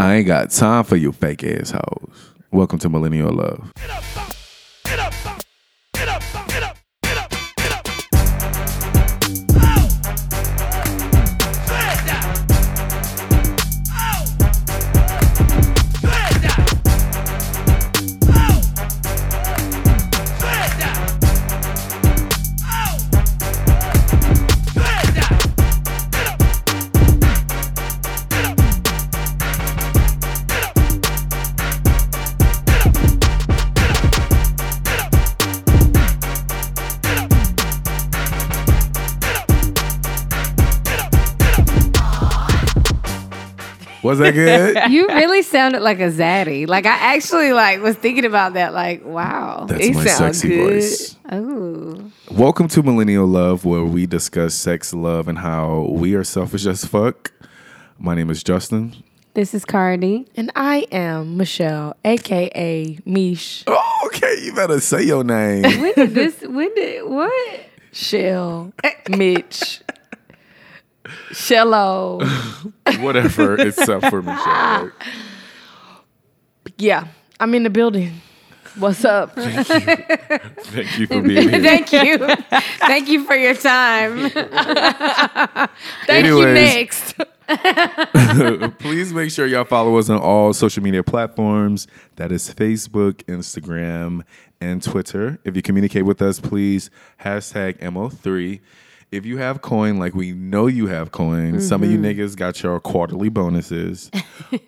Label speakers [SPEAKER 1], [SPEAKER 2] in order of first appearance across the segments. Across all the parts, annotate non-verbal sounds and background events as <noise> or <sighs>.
[SPEAKER 1] I ain't got time for you fake ass hoes. Welcome to Millennial Love. Was that good? <laughs>
[SPEAKER 2] You really sounded like a zaddy. Like I actually like was thinking about that. Like wow,
[SPEAKER 1] That's
[SPEAKER 2] he
[SPEAKER 1] my
[SPEAKER 2] sounds
[SPEAKER 1] sexy
[SPEAKER 2] good.
[SPEAKER 1] voice.
[SPEAKER 2] Oh,
[SPEAKER 1] Welcome to Millennial Love, where we discuss sex, love, and how we are selfish as fuck. My name is Justin.
[SPEAKER 2] this is Cardi.
[SPEAKER 3] And I am Michelle, aka Mish
[SPEAKER 1] Oh, okay, you better say your name.
[SPEAKER 2] When did <laughs> this? when did what?
[SPEAKER 3] Shell, Mitch, Shello.
[SPEAKER 1] Whatever, except for <laughs> Michelle. right?
[SPEAKER 3] Yeah, I'm in the building. What's up?
[SPEAKER 1] Thank you for being here.
[SPEAKER 2] Thank you, thank you for your <laughs> time.
[SPEAKER 3] Thank you.
[SPEAKER 1] Anyways.
[SPEAKER 3] Next.
[SPEAKER 1] <laughs> Please make sure y'all follow us on all social media platforms. That is Facebook, Instagram, and Twitter. If you communicate with us, please hashtag MO3. If you have coin, like we know you have coin, some of you niggas got your quarterly bonuses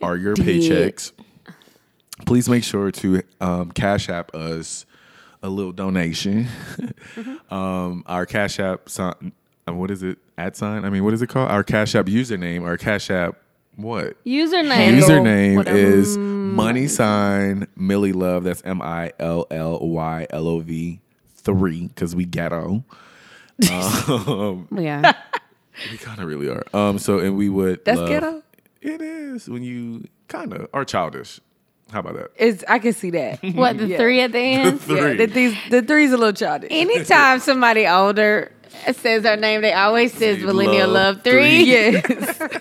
[SPEAKER 1] or your paychecks. Please make sure to um, cash app us a little donation. <laughs> um, our Cash App sign, uh, what is it? At sign? I mean, what is it called? Our Cash App username, our Cash App, what?
[SPEAKER 2] Username.
[SPEAKER 1] Username
[SPEAKER 3] whatever.
[SPEAKER 1] is money sign Millie Love. That's M I L L Y L O V three because we ghetto. Um,
[SPEAKER 2] Yeah.
[SPEAKER 1] we kind of really are. Um, so and we would
[SPEAKER 3] That's
[SPEAKER 1] love-
[SPEAKER 3] ghetto?
[SPEAKER 1] It is when you kind of are childish. How about that?
[SPEAKER 3] It's, I can
[SPEAKER 1] <laughs>
[SPEAKER 3] see that.
[SPEAKER 2] <laughs> What the
[SPEAKER 3] Yeah.
[SPEAKER 2] three <laughs> at the end?
[SPEAKER 3] Yeah,
[SPEAKER 1] Three.
[SPEAKER 3] the, three's, the three's a little childish.
[SPEAKER 2] Anytime somebody older says their name, they always says
[SPEAKER 1] Say
[SPEAKER 2] Millennial
[SPEAKER 1] love
[SPEAKER 2] Love, Three.
[SPEAKER 1] three.
[SPEAKER 3] Yes,
[SPEAKER 1] <laughs>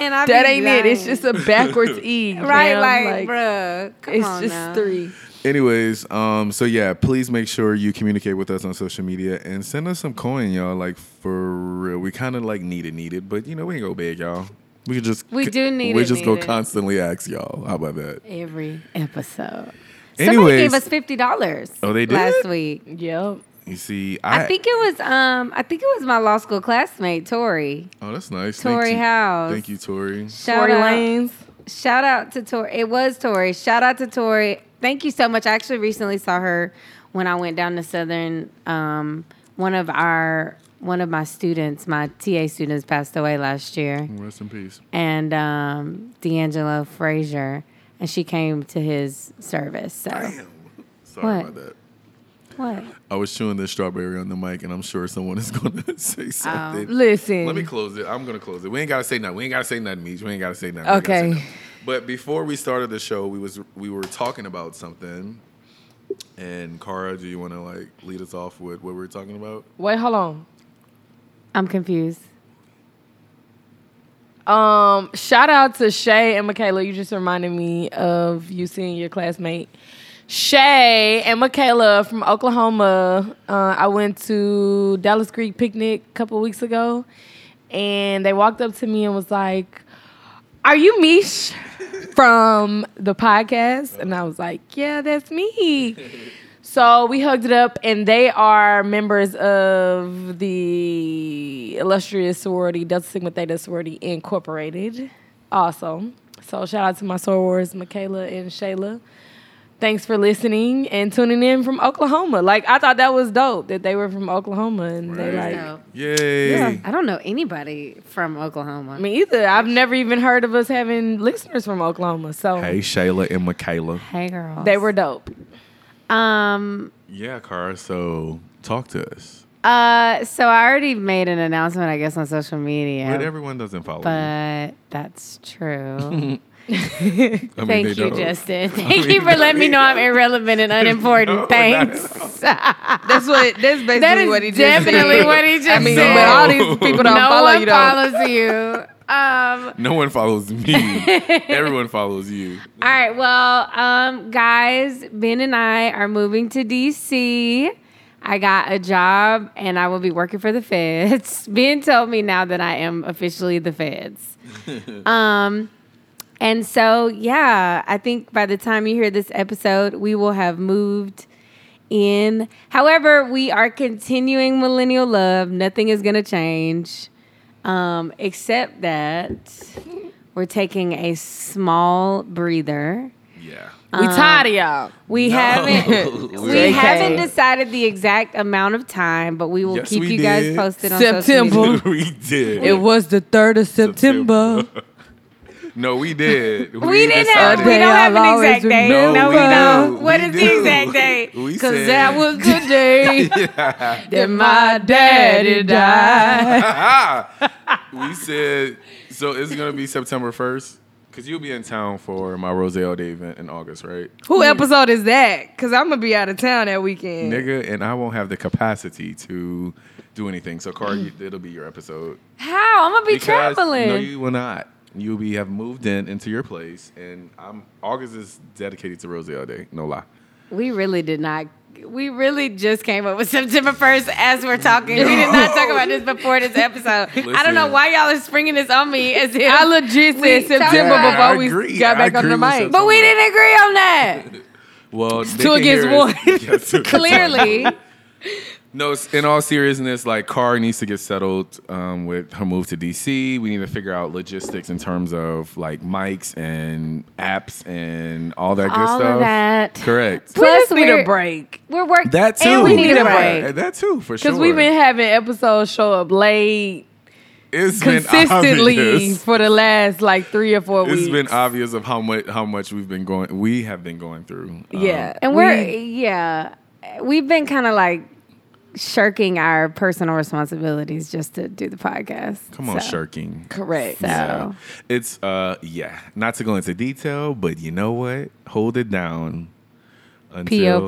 [SPEAKER 2] And I
[SPEAKER 3] that
[SPEAKER 2] be
[SPEAKER 3] ain't it. It's
[SPEAKER 2] lying.
[SPEAKER 3] just a backwards
[SPEAKER 1] <laughs>
[SPEAKER 3] E.
[SPEAKER 2] right,
[SPEAKER 3] fam.
[SPEAKER 2] like, bruh. Come
[SPEAKER 3] it's
[SPEAKER 2] on
[SPEAKER 3] just
[SPEAKER 2] now.
[SPEAKER 3] three.
[SPEAKER 1] Anyways, um, so yeah, please make sure you communicate with us on social media and send us some coin, y'all. Like for real, we kind of like need it, need it, but you know we ain't go beg y'all. We could just
[SPEAKER 2] We do need
[SPEAKER 1] We
[SPEAKER 2] it,
[SPEAKER 1] just
[SPEAKER 2] need
[SPEAKER 1] go
[SPEAKER 2] it.
[SPEAKER 1] constantly ask y'all. How about that?
[SPEAKER 2] every episode. Somebody
[SPEAKER 1] Anyways,
[SPEAKER 2] gave us fifty dollars.
[SPEAKER 1] Oh, they did?
[SPEAKER 2] last week.
[SPEAKER 3] Yep.
[SPEAKER 1] you see, I,
[SPEAKER 2] I, think it was um I think it was my law school classmate Tori.
[SPEAKER 1] Oh, that's nice.
[SPEAKER 2] Tori
[SPEAKER 1] Thank you.
[SPEAKER 2] House.
[SPEAKER 1] Thank you, Tori.
[SPEAKER 2] Shout
[SPEAKER 3] Tory
[SPEAKER 2] out,
[SPEAKER 3] Lanez.
[SPEAKER 2] shout out to Tori. It was Tori. Shout out to Tori. Thank you so much. I actually recently saw her when I went down to Southern. Um, one of our one of my students, my TA students, passed away last year.
[SPEAKER 1] Rest in peace.
[SPEAKER 2] and um, D'Angelo Frazier, and she came to his service. So
[SPEAKER 1] Sorry
[SPEAKER 2] What?
[SPEAKER 1] about that.
[SPEAKER 2] what?
[SPEAKER 1] I was chewing this strawberry on the mic, and I'm sure someone is going to <laughs>
[SPEAKER 2] Oh.
[SPEAKER 1] say something.
[SPEAKER 3] Listen.
[SPEAKER 1] Let me close it. I'm gonna close it. We ain't gotta say nothing. We ain't gotta say nothing, Meach. We ain't gotta say nothing. We ain't gotta say
[SPEAKER 3] Okay.
[SPEAKER 1] nothing. But before we started the show, we was we were talking about something. And Cara, do you wanna like lead us off with what we were talking about?
[SPEAKER 3] Wait, hold on.
[SPEAKER 2] I'm confused.
[SPEAKER 3] Um, shout out to Shay and Michaela. You just reminded me of you seeing your classmate. Shay and Michaela from Oklahoma. Uh, I went to Dallas Creek picnic a couple weeks ago, and they walked up to me and was like, "Are you Mish from the podcast?" And I was like, "Yeah, that's me." So we hugged it up, and they are members of the illustrious sorority, Delta Sigma Theta Sorority Incorporated. Awesome. So shout out to my sorors, Michaela and Shayla. Thanks for listening and tuning in from Oklahoma. Like I thought that was dope that they were from Oklahoma and they
[SPEAKER 1] Right.
[SPEAKER 3] like
[SPEAKER 2] No.
[SPEAKER 1] Yay.
[SPEAKER 2] I don't know anybody from Oklahoma.
[SPEAKER 3] I mean either. I've never even heard of us having listeners from Oklahoma. So
[SPEAKER 1] Hey Shayla and Michaela.
[SPEAKER 2] Hey, girl.
[SPEAKER 3] they were dope.
[SPEAKER 2] Um.
[SPEAKER 1] Yeah, Cara, so talk to us.
[SPEAKER 2] Uh. So I already made an announcement, I guess, on social media.
[SPEAKER 1] But everyone doesn't follow you.
[SPEAKER 2] But that's
[SPEAKER 3] <laughs>
[SPEAKER 2] true.
[SPEAKER 1] I mean,
[SPEAKER 2] Thank
[SPEAKER 1] they
[SPEAKER 2] you,
[SPEAKER 1] don't.
[SPEAKER 2] Justin. Thank you for letting me know I'm irrelevant
[SPEAKER 3] <laughs>
[SPEAKER 2] and unimportant.
[SPEAKER 1] not at
[SPEAKER 2] Thanks. <laughs>
[SPEAKER 3] That's what <laughs> that's basically
[SPEAKER 2] That is definitely what he just
[SPEAKER 3] <laughs> I mean,
[SPEAKER 2] said.
[SPEAKER 3] but all these people don't
[SPEAKER 2] no
[SPEAKER 3] follow
[SPEAKER 2] one
[SPEAKER 3] you though.
[SPEAKER 2] follows you.
[SPEAKER 3] <laughs>
[SPEAKER 2] Um,
[SPEAKER 1] No one follows
[SPEAKER 2] <laughs>
[SPEAKER 1] me. Everyone follows you.
[SPEAKER 2] all right, well, um, guys, Ben and I are moving to DC. I got a job and I will be working for the feds. <laughs> Ben told me now that I am officially the feds. um, and so, yeah, I think by the time you hear this episode, we will have moved in. However, we are continuing millennial love. Nothing is going to change, um, except that we're taking a small breather.
[SPEAKER 1] Yeah.
[SPEAKER 3] We tired of y'all.
[SPEAKER 1] <laughs>
[SPEAKER 2] We haven't
[SPEAKER 1] We're
[SPEAKER 2] we
[SPEAKER 1] okay.
[SPEAKER 2] haven't decided the exact amount of time, but we will
[SPEAKER 1] Yes,
[SPEAKER 2] keep
[SPEAKER 1] we
[SPEAKER 2] you guys
[SPEAKER 1] did.
[SPEAKER 2] posted on
[SPEAKER 3] September.
[SPEAKER 2] Social media.
[SPEAKER 1] we did.
[SPEAKER 3] It was the third of September.
[SPEAKER 1] <laughs> no, <laughs> we did.
[SPEAKER 2] We didn't have,
[SPEAKER 1] decided-
[SPEAKER 2] we
[SPEAKER 3] Day
[SPEAKER 2] don't have
[SPEAKER 3] I'll
[SPEAKER 2] an exact
[SPEAKER 3] always
[SPEAKER 2] date. No,
[SPEAKER 3] remember.
[SPEAKER 2] we
[SPEAKER 3] No, we
[SPEAKER 2] don't.
[SPEAKER 1] do.
[SPEAKER 2] What
[SPEAKER 1] We
[SPEAKER 2] is
[SPEAKER 1] do. <laughs>
[SPEAKER 2] the exact date?
[SPEAKER 1] We
[SPEAKER 3] <laughs>
[SPEAKER 2] Because
[SPEAKER 1] said- <laughs>
[SPEAKER 2] that was the day that my daddy died.
[SPEAKER 1] we said so it's gonna be September first. Cause you'll be in town for my Rose All Day event in August, right?
[SPEAKER 3] Who episode is that? Because I'm gonna be out of town that weekend.
[SPEAKER 1] Nigga, and I won't have the capacity to do anything. So Cardi, it'll be your episode.
[SPEAKER 2] How? I'm gonna Mm. be
[SPEAKER 1] Because-
[SPEAKER 2] traveling.
[SPEAKER 1] No, you will not. You'll be have moved in into your place, and I'm August is dedicated to Rosie all day. No lie.
[SPEAKER 2] we really did not. We really just came up with September 1st as we're talking. We did not talk about this before this episode. I don't know
[SPEAKER 1] Listen.
[SPEAKER 2] why y'all are springing this on me as if
[SPEAKER 3] I legit
[SPEAKER 2] We
[SPEAKER 3] said September
[SPEAKER 2] talked about-
[SPEAKER 1] Yeah,
[SPEAKER 3] before
[SPEAKER 1] I
[SPEAKER 3] we
[SPEAKER 1] agree.
[SPEAKER 3] got
[SPEAKER 1] I
[SPEAKER 3] back on
[SPEAKER 1] agree
[SPEAKER 3] the
[SPEAKER 1] with
[SPEAKER 3] mic.
[SPEAKER 1] September.
[SPEAKER 2] But we didn't agree on that.
[SPEAKER 1] Well, they
[SPEAKER 3] two
[SPEAKER 1] can hear
[SPEAKER 3] against
[SPEAKER 1] us.
[SPEAKER 3] one.
[SPEAKER 1] <laughs> Yeah, two against
[SPEAKER 2] Clearly.
[SPEAKER 1] No, s- in all seriousness, like Carr needs to get settled um, with her move to DC. We need to figure out logistics in terms of like mics and apps and all that good
[SPEAKER 2] All of
[SPEAKER 1] stuff.
[SPEAKER 2] that.
[SPEAKER 1] Correct.
[SPEAKER 3] Plus,
[SPEAKER 2] Plus,
[SPEAKER 3] we need a
[SPEAKER 2] we're-
[SPEAKER 3] break
[SPEAKER 2] We're working.
[SPEAKER 1] That too.
[SPEAKER 2] And we need a
[SPEAKER 1] Yeah,
[SPEAKER 2] break.
[SPEAKER 1] That too, for sure.
[SPEAKER 3] because we've been having episodes show up late
[SPEAKER 1] It's been
[SPEAKER 3] <laughs> consistently
[SPEAKER 1] obvious.
[SPEAKER 3] for the last like three or four weeks.
[SPEAKER 1] It's been obvious of how much how much we've been going we have been going through. Um,
[SPEAKER 3] yeah,
[SPEAKER 2] And we're, yeah, we've been kind of like shirking our personal responsibilities just to do the podcast.
[SPEAKER 1] come on,
[SPEAKER 2] So-
[SPEAKER 1] shirking.
[SPEAKER 3] correct.
[SPEAKER 2] So,
[SPEAKER 1] Yeah. It's uh yeah, not to go into detail, but you know what? Hold it down until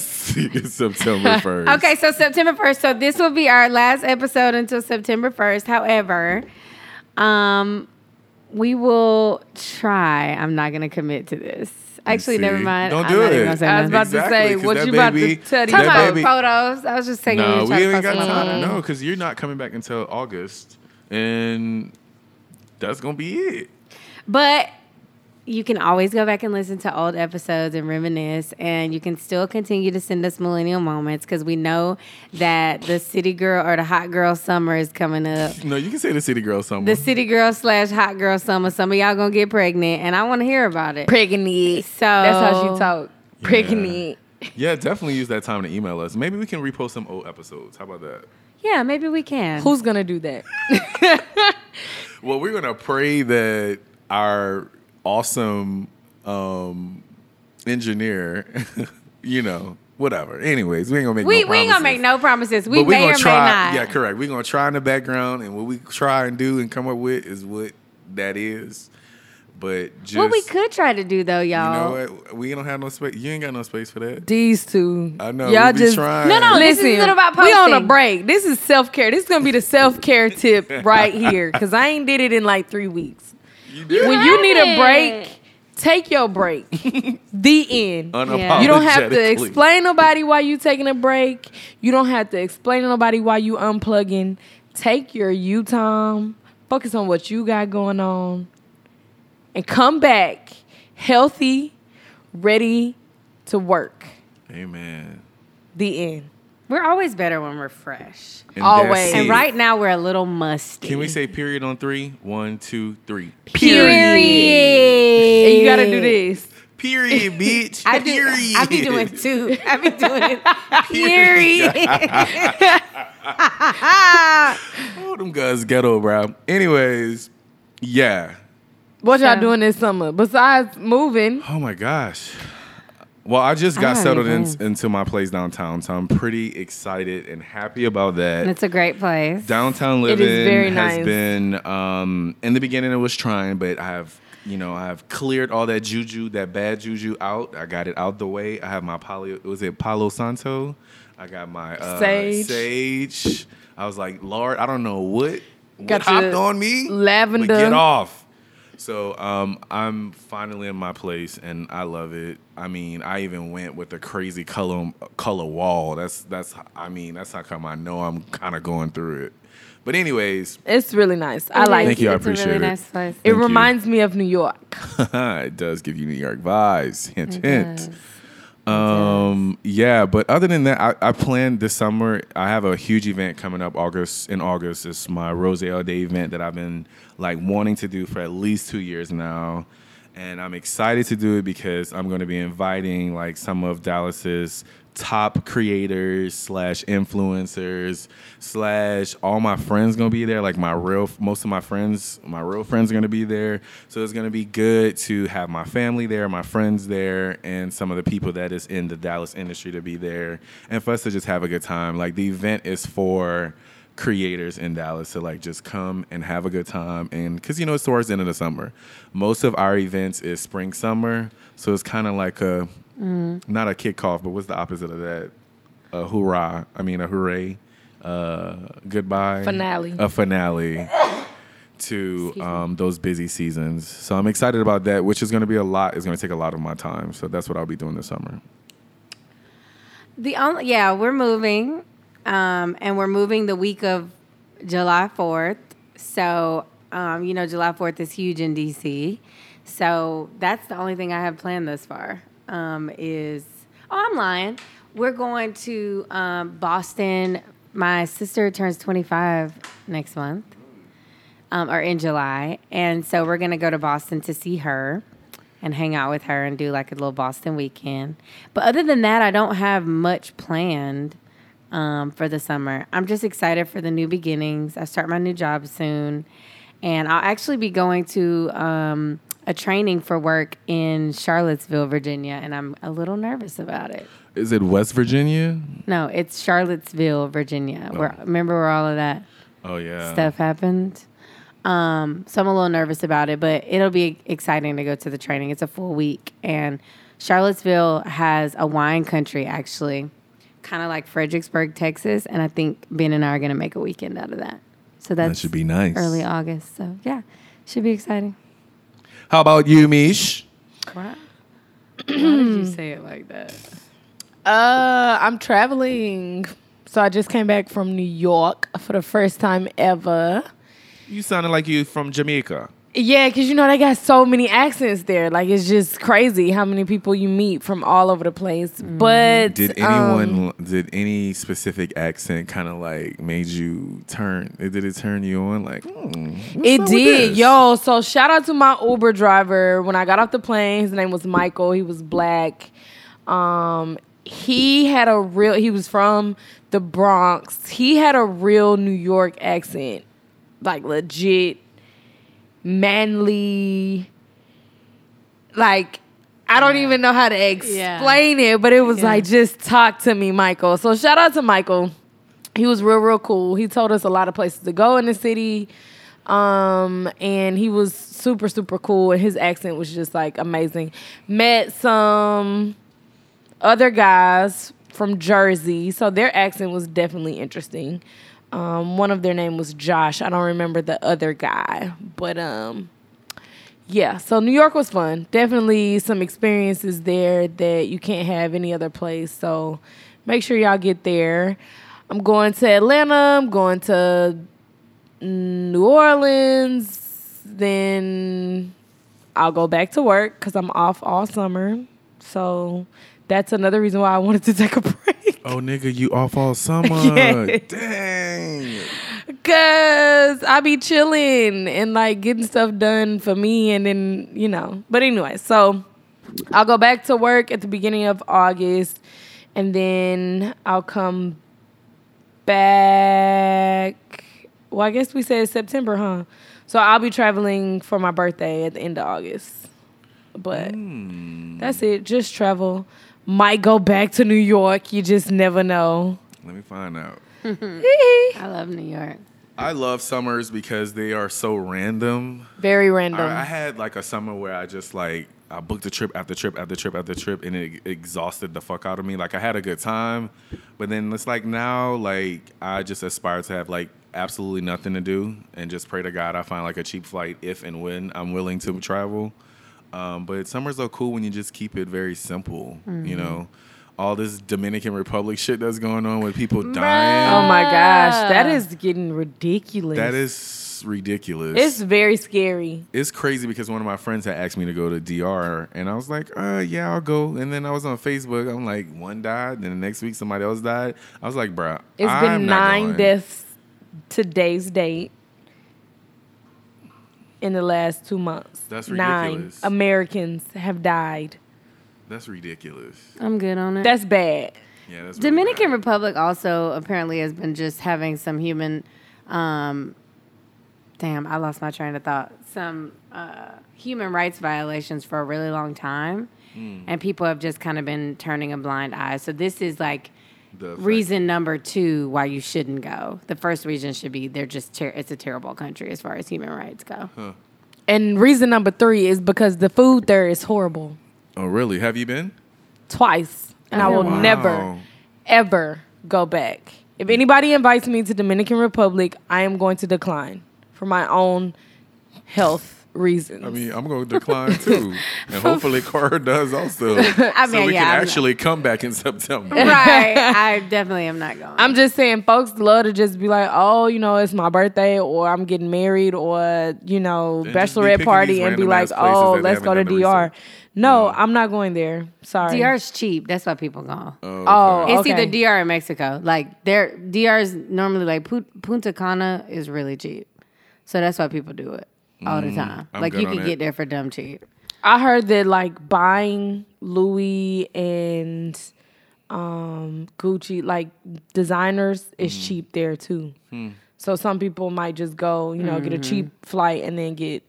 [SPEAKER 1] <laughs> September first.
[SPEAKER 2] <laughs> Okay, so September 1st. So this will be our last episode until September 1st. However, um, we will try. I'm not going to commit to this. Actually, never
[SPEAKER 1] see.
[SPEAKER 2] mind.
[SPEAKER 1] Don't
[SPEAKER 2] I'm
[SPEAKER 1] do
[SPEAKER 2] not even
[SPEAKER 1] it.
[SPEAKER 2] gonna say
[SPEAKER 3] I was
[SPEAKER 2] nothing.
[SPEAKER 3] about
[SPEAKER 1] Exactly,
[SPEAKER 3] to
[SPEAKER 1] 'cause
[SPEAKER 3] say, what
[SPEAKER 1] that
[SPEAKER 3] you about
[SPEAKER 1] baby-
[SPEAKER 3] to tell you
[SPEAKER 1] that
[SPEAKER 2] Talking
[SPEAKER 3] about?
[SPEAKER 2] about
[SPEAKER 1] baby-
[SPEAKER 2] photos. I was just taking
[SPEAKER 1] No, we
[SPEAKER 2] you to try
[SPEAKER 1] ain't
[SPEAKER 2] to post
[SPEAKER 1] got
[SPEAKER 2] my
[SPEAKER 1] time.
[SPEAKER 2] photos.
[SPEAKER 1] No, because you're not coming back until August, and that's gonna be it.
[SPEAKER 2] But you can always go back and listen to old episodes and reminisce, and you can still continue to send us millennial moments because we know that the city girl or the hot girl summer is coming up.
[SPEAKER 1] No, you can say the city girl somewhere.
[SPEAKER 2] The city girl slash hot girl summer. Some of y'all gonna get pregnant, and I want to hear about it.
[SPEAKER 3] Pregnant.
[SPEAKER 2] So
[SPEAKER 3] That's how she talk. Pregnant.
[SPEAKER 1] yeah, definitely use that time to email us. Maybe we can repost some old episodes. How about that?
[SPEAKER 2] Yeah, maybe we can.
[SPEAKER 3] Who's gonna do that?
[SPEAKER 1] Well, we're gonna pray that our awesome um, engineer, <laughs> you know, whatever. Anyways, we ain't gonna make.
[SPEAKER 2] we
[SPEAKER 1] no
[SPEAKER 2] we ain't gonna
[SPEAKER 1] promises.
[SPEAKER 2] make no promises. We
[SPEAKER 1] but we
[SPEAKER 2] may
[SPEAKER 1] gonna
[SPEAKER 2] or
[SPEAKER 1] try.
[SPEAKER 2] may
[SPEAKER 1] Yeah,
[SPEAKER 2] not.
[SPEAKER 1] correct. We're gonna try in the background, and what we try and do and come up with is what that is. But just
[SPEAKER 2] what we could try to do though,
[SPEAKER 1] you
[SPEAKER 2] y'all.
[SPEAKER 1] know what, we don't have no space. You ain't got no space for that.
[SPEAKER 3] These two.
[SPEAKER 1] I know.
[SPEAKER 3] Y'all
[SPEAKER 1] we be
[SPEAKER 3] just
[SPEAKER 1] trying.
[SPEAKER 2] No, no, This is
[SPEAKER 3] Listen,
[SPEAKER 2] a little about
[SPEAKER 3] we on a
[SPEAKER 2] posting.
[SPEAKER 3] break. This is self care. This is gonna be the self care tip
[SPEAKER 1] <laughs>
[SPEAKER 3] right here because I ain't did it in like three weeks.
[SPEAKER 1] You did.
[SPEAKER 3] When you need a
[SPEAKER 2] haven't.
[SPEAKER 3] break, take your break. <laughs> the end.
[SPEAKER 1] Unapologetically.
[SPEAKER 3] You don't have to explain nobody why you taking a break. You don't have to explain to nobody why you unplugging. Take your you time. Focus on what you got going on, and come back healthy, ready to work.
[SPEAKER 1] Amen.
[SPEAKER 3] The end.
[SPEAKER 2] We're always better when we're fresh.
[SPEAKER 1] And that's
[SPEAKER 3] Always.
[SPEAKER 2] And
[SPEAKER 1] it.
[SPEAKER 2] right now we're a little musty.
[SPEAKER 1] Can we say period on three? One, two, three.
[SPEAKER 2] Period.
[SPEAKER 3] And you gotta do this.
[SPEAKER 1] <laughs> Period, bitch.
[SPEAKER 2] I do.
[SPEAKER 1] period.
[SPEAKER 2] I be doing
[SPEAKER 1] <laughs>
[SPEAKER 2] two. I be doing it. Period.
[SPEAKER 1] Oh, them guys ghetto, bro. Anyways, yeah.
[SPEAKER 3] What y'all
[SPEAKER 2] So-
[SPEAKER 3] doing this summer besides moving?
[SPEAKER 1] Oh my gosh. Well, I just got
[SPEAKER 2] already
[SPEAKER 1] settled in,
[SPEAKER 2] planned.
[SPEAKER 1] into my place downtown, so I'm pretty excited and happy about that.
[SPEAKER 2] It's a great place.
[SPEAKER 1] downtown
[SPEAKER 3] It is
[SPEAKER 1] living
[SPEAKER 3] very
[SPEAKER 1] has
[SPEAKER 3] nice.
[SPEAKER 1] been um, in the beginning it was trying but i have you know i have cleared all that juju that bad juju out i got it out the way i have my palo was it palo santo i got my uh,
[SPEAKER 3] Sage.
[SPEAKER 1] sage i was like lord i don't know what
[SPEAKER 3] Got
[SPEAKER 1] Got hopped
[SPEAKER 3] your
[SPEAKER 1] on me. but
[SPEAKER 3] lavender.
[SPEAKER 1] get off. So um, I'm finally in my place, and I love it. I mean, I even went with a crazy color color wall. That's that's. I mean, that's how come I know I'm kind of going through it. But anyways,
[SPEAKER 3] It's really nice. I like
[SPEAKER 1] Thank
[SPEAKER 3] it.
[SPEAKER 1] you, I
[SPEAKER 2] It's a really
[SPEAKER 1] appreciate it.
[SPEAKER 2] nice place.
[SPEAKER 3] It
[SPEAKER 1] Thank you.
[SPEAKER 3] reminds me of New York.
[SPEAKER 1] <laughs> it does give you New York vibes. Hint, hint.
[SPEAKER 2] Yes.
[SPEAKER 1] Um, yeah, but other than that, I, I planned this summer. I have a huge event coming up August in August. It's my Rose All Day event that I've been like wanting to do for at least two years now. And I'm excited to do it because I'm gonna be inviting like some of Dallas's top creators slash influencers slash all my friends gonna be there like my real most of my friends my real friends are gonna be there so it's gonna be good to have my family there my friends there and some of the people that is in the dallas industry to be there and for us to just have a good time like the event is for creators in Dallas to like just come and have a good time and because you know it's towards the end of the summer. Most of our events is spring summer, so it's kind of like a not a kickoff, but what's the opposite of that? A hoorah! I mean a hooray! Uh, goodbye
[SPEAKER 3] Finale.
[SPEAKER 1] A finale to um, those busy seasons. So I'm excited about that, which is going to be a lot. It's going to take a lot of my time, so that's what I'll be doing this summer.
[SPEAKER 2] The only yeah, we're moving, um, and we're moving the week of July fourth. So um, you know, July fourth is huge in DC. So that's the only thing I have planned thus far. Um, is oh, I'm lying. We're going to um, Boston. My sister turns 25 next month, um, or in July, and so we're gonna go to Boston to see her and hang out with her and do like a little Boston weekend. But other than that, I don't have much planned um, for the summer. I'm just excited for the new beginnings. I start my new job soon, and I'll actually be going to um, a training for work in Charlottesville, Virginia, and I'm a little nervous about it.
[SPEAKER 1] Is it West Virginia?
[SPEAKER 2] No, it's Charlottesville, Virginia. Where remember where all of that
[SPEAKER 1] Oh yeah.
[SPEAKER 2] stuff happened. Um, so I'm a little nervous about it, but it'll be exciting to go to the training. It's a full week, and Charlottesville has a wine country actually, kind of like Fredericksburg, Texas. And I think Ben and I are going to make a weekend out of that. So that's
[SPEAKER 1] That should be nice.
[SPEAKER 2] early August. So yeah, should be exciting.
[SPEAKER 1] How about you, Mish?
[SPEAKER 2] Why, why did you say it like that?
[SPEAKER 3] Uh, I'm traveling. So I just came back from New York for the first time ever.
[SPEAKER 1] You sounded like you from Jamaica.
[SPEAKER 3] Yeah, because you know they got so many accents there. Like it's just crazy how many people you meet from all over the place. But
[SPEAKER 1] Did
[SPEAKER 3] um,
[SPEAKER 1] anyone did any specific accent kind of like made you turn? Did it turn you on? Like hmm, what's up
[SPEAKER 3] It
[SPEAKER 1] with
[SPEAKER 3] did,
[SPEAKER 1] this?
[SPEAKER 3] yo. So shout out to my Uber driver. When I got off the plane, his name was Michael. He was black. Um, he had a real. He was from the Bronx. He had a real New York accent, like legit, manly. Like I don't even know how to explain it, but it was like just talk to me, Michael. So shout out to Michael. He was real, real cool. He told us a lot of places to go in the city. Um, and he was super, super cool, and his accent was just like amazing. Met some other guys from Jersey, so their accent was definitely interesting. Um, one of their name was Josh. I don't remember the other guy, but um, yeah. So New York was fun. Definitely some experiences there that you can't have any other place. So make sure y'all get there. I'm going to Atlanta. I'm going to New Orleans. Then I'll go back to work because I'm off all summer. So that's another reason why I wanted to take a <laughs> break.
[SPEAKER 1] Oh nigga, you off all summer.
[SPEAKER 3] Yeah.
[SPEAKER 1] Dang.
[SPEAKER 3] Cause I be chilling and like getting stuff done for me and then, you know. But anyway, so I'll go back to work at the beginning of August and then I'll come back. Well, I guess we said September, huh? So I'll be traveling for my birthday at the end of August. But that's it. Just travel. Might go back to New York. You just never know.
[SPEAKER 1] Let me find out.
[SPEAKER 2] I love New York.
[SPEAKER 1] I love summers because they are so random.
[SPEAKER 3] Very random.
[SPEAKER 1] I, I had like a summer where I just like I booked a trip after trip after trip after trip, and it exhausted the fuck out of me. Like I had a good time, but then it's like now, like I just aspire to have like absolutely nothing to do, and just pray to God I find like a cheap flight if and when I'm willing to travel. Um, but summers are cool when you just keep it very simple, you know. All this Dominican Republic shit that's going on with people dying.
[SPEAKER 3] Oh my gosh, that is getting ridiculous.
[SPEAKER 1] That is ridiculous.
[SPEAKER 3] It's very scary.
[SPEAKER 1] it's crazy because one of my friends had asked me to go to DR, and I was like, uh, yeah, I'll go. And then I was on Facebook. I'm like, one died, and the next week somebody else died. I was like, bruh,
[SPEAKER 3] It's
[SPEAKER 1] i
[SPEAKER 3] been nine deaths today's date in the last two months.
[SPEAKER 1] That's
[SPEAKER 3] Nine
[SPEAKER 1] ridiculous.
[SPEAKER 3] Americans have died.
[SPEAKER 1] That's ridiculous.
[SPEAKER 2] I'm good on it.
[SPEAKER 3] That's bad.
[SPEAKER 1] Yeah, that's really
[SPEAKER 2] Dominican
[SPEAKER 1] bad.
[SPEAKER 2] Republic also apparently has been just having some human, um, damn, I lost my train of thought. Some uh, human rights violations for a really long time,
[SPEAKER 1] Hmm.
[SPEAKER 2] and people have just kind of been turning a blind eye. So this is like
[SPEAKER 1] The fact-
[SPEAKER 2] reason number two why you shouldn't go. The first reason should be they're just ter- it's a terrible country as far as human rights go.
[SPEAKER 3] And reason number three is because the food there is horrible.
[SPEAKER 1] Oh, really? Have you been?
[SPEAKER 3] Twice. And I will
[SPEAKER 2] Wow.
[SPEAKER 3] never, ever go back. If anybody invites me to Dominican Republic, I am going to decline for my own health reasons.
[SPEAKER 1] I mean, I'm going to decline too, and hopefully Cara does also, I so
[SPEAKER 2] mean,
[SPEAKER 1] we
[SPEAKER 2] yeah, I'm
[SPEAKER 1] can
[SPEAKER 2] not-
[SPEAKER 1] actually come back in September. <laughs>
[SPEAKER 2] right, I definitely am not going.
[SPEAKER 3] I'm just saying, folks love to just be like, oh, you know, it's my birthday, or I'm getting married, or you know,
[SPEAKER 1] And just be picking
[SPEAKER 3] bachelorette
[SPEAKER 1] these
[SPEAKER 3] party, and be
[SPEAKER 1] random
[SPEAKER 3] like,
[SPEAKER 1] ass places that
[SPEAKER 3] oh,
[SPEAKER 1] they
[SPEAKER 3] let's go to
[SPEAKER 1] haven't
[SPEAKER 3] DR.
[SPEAKER 1] done the research.
[SPEAKER 3] No, I'm not going there. Sorry.
[SPEAKER 2] DR is cheap. That's why people go.
[SPEAKER 3] Oh,
[SPEAKER 2] It's
[SPEAKER 3] okay.
[SPEAKER 2] either DR or Mexico. Like there, DR is normally like Pu- Punta Cana is really cheap, so that's why people do it all the time.
[SPEAKER 1] I'm
[SPEAKER 2] like
[SPEAKER 1] good
[SPEAKER 2] you
[SPEAKER 1] on
[SPEAKER 2] can
[SPEAKER 1] that.
[SPEAKER 2] get there for dumb cheap.
[SPEAKER 3] I heard that like buying Louis and um, Gucci, like designers, is
[SPEAKER 1] Mm-hmm.
[SPEAKER 3] cheap there too.
[SPEAKER 1] Hmm.
[SPEAKER 3] So some people might just go, you know, get a
[SPEAKER 1] Mm-hmm.
[SPEAKER 3] cheap flight and then get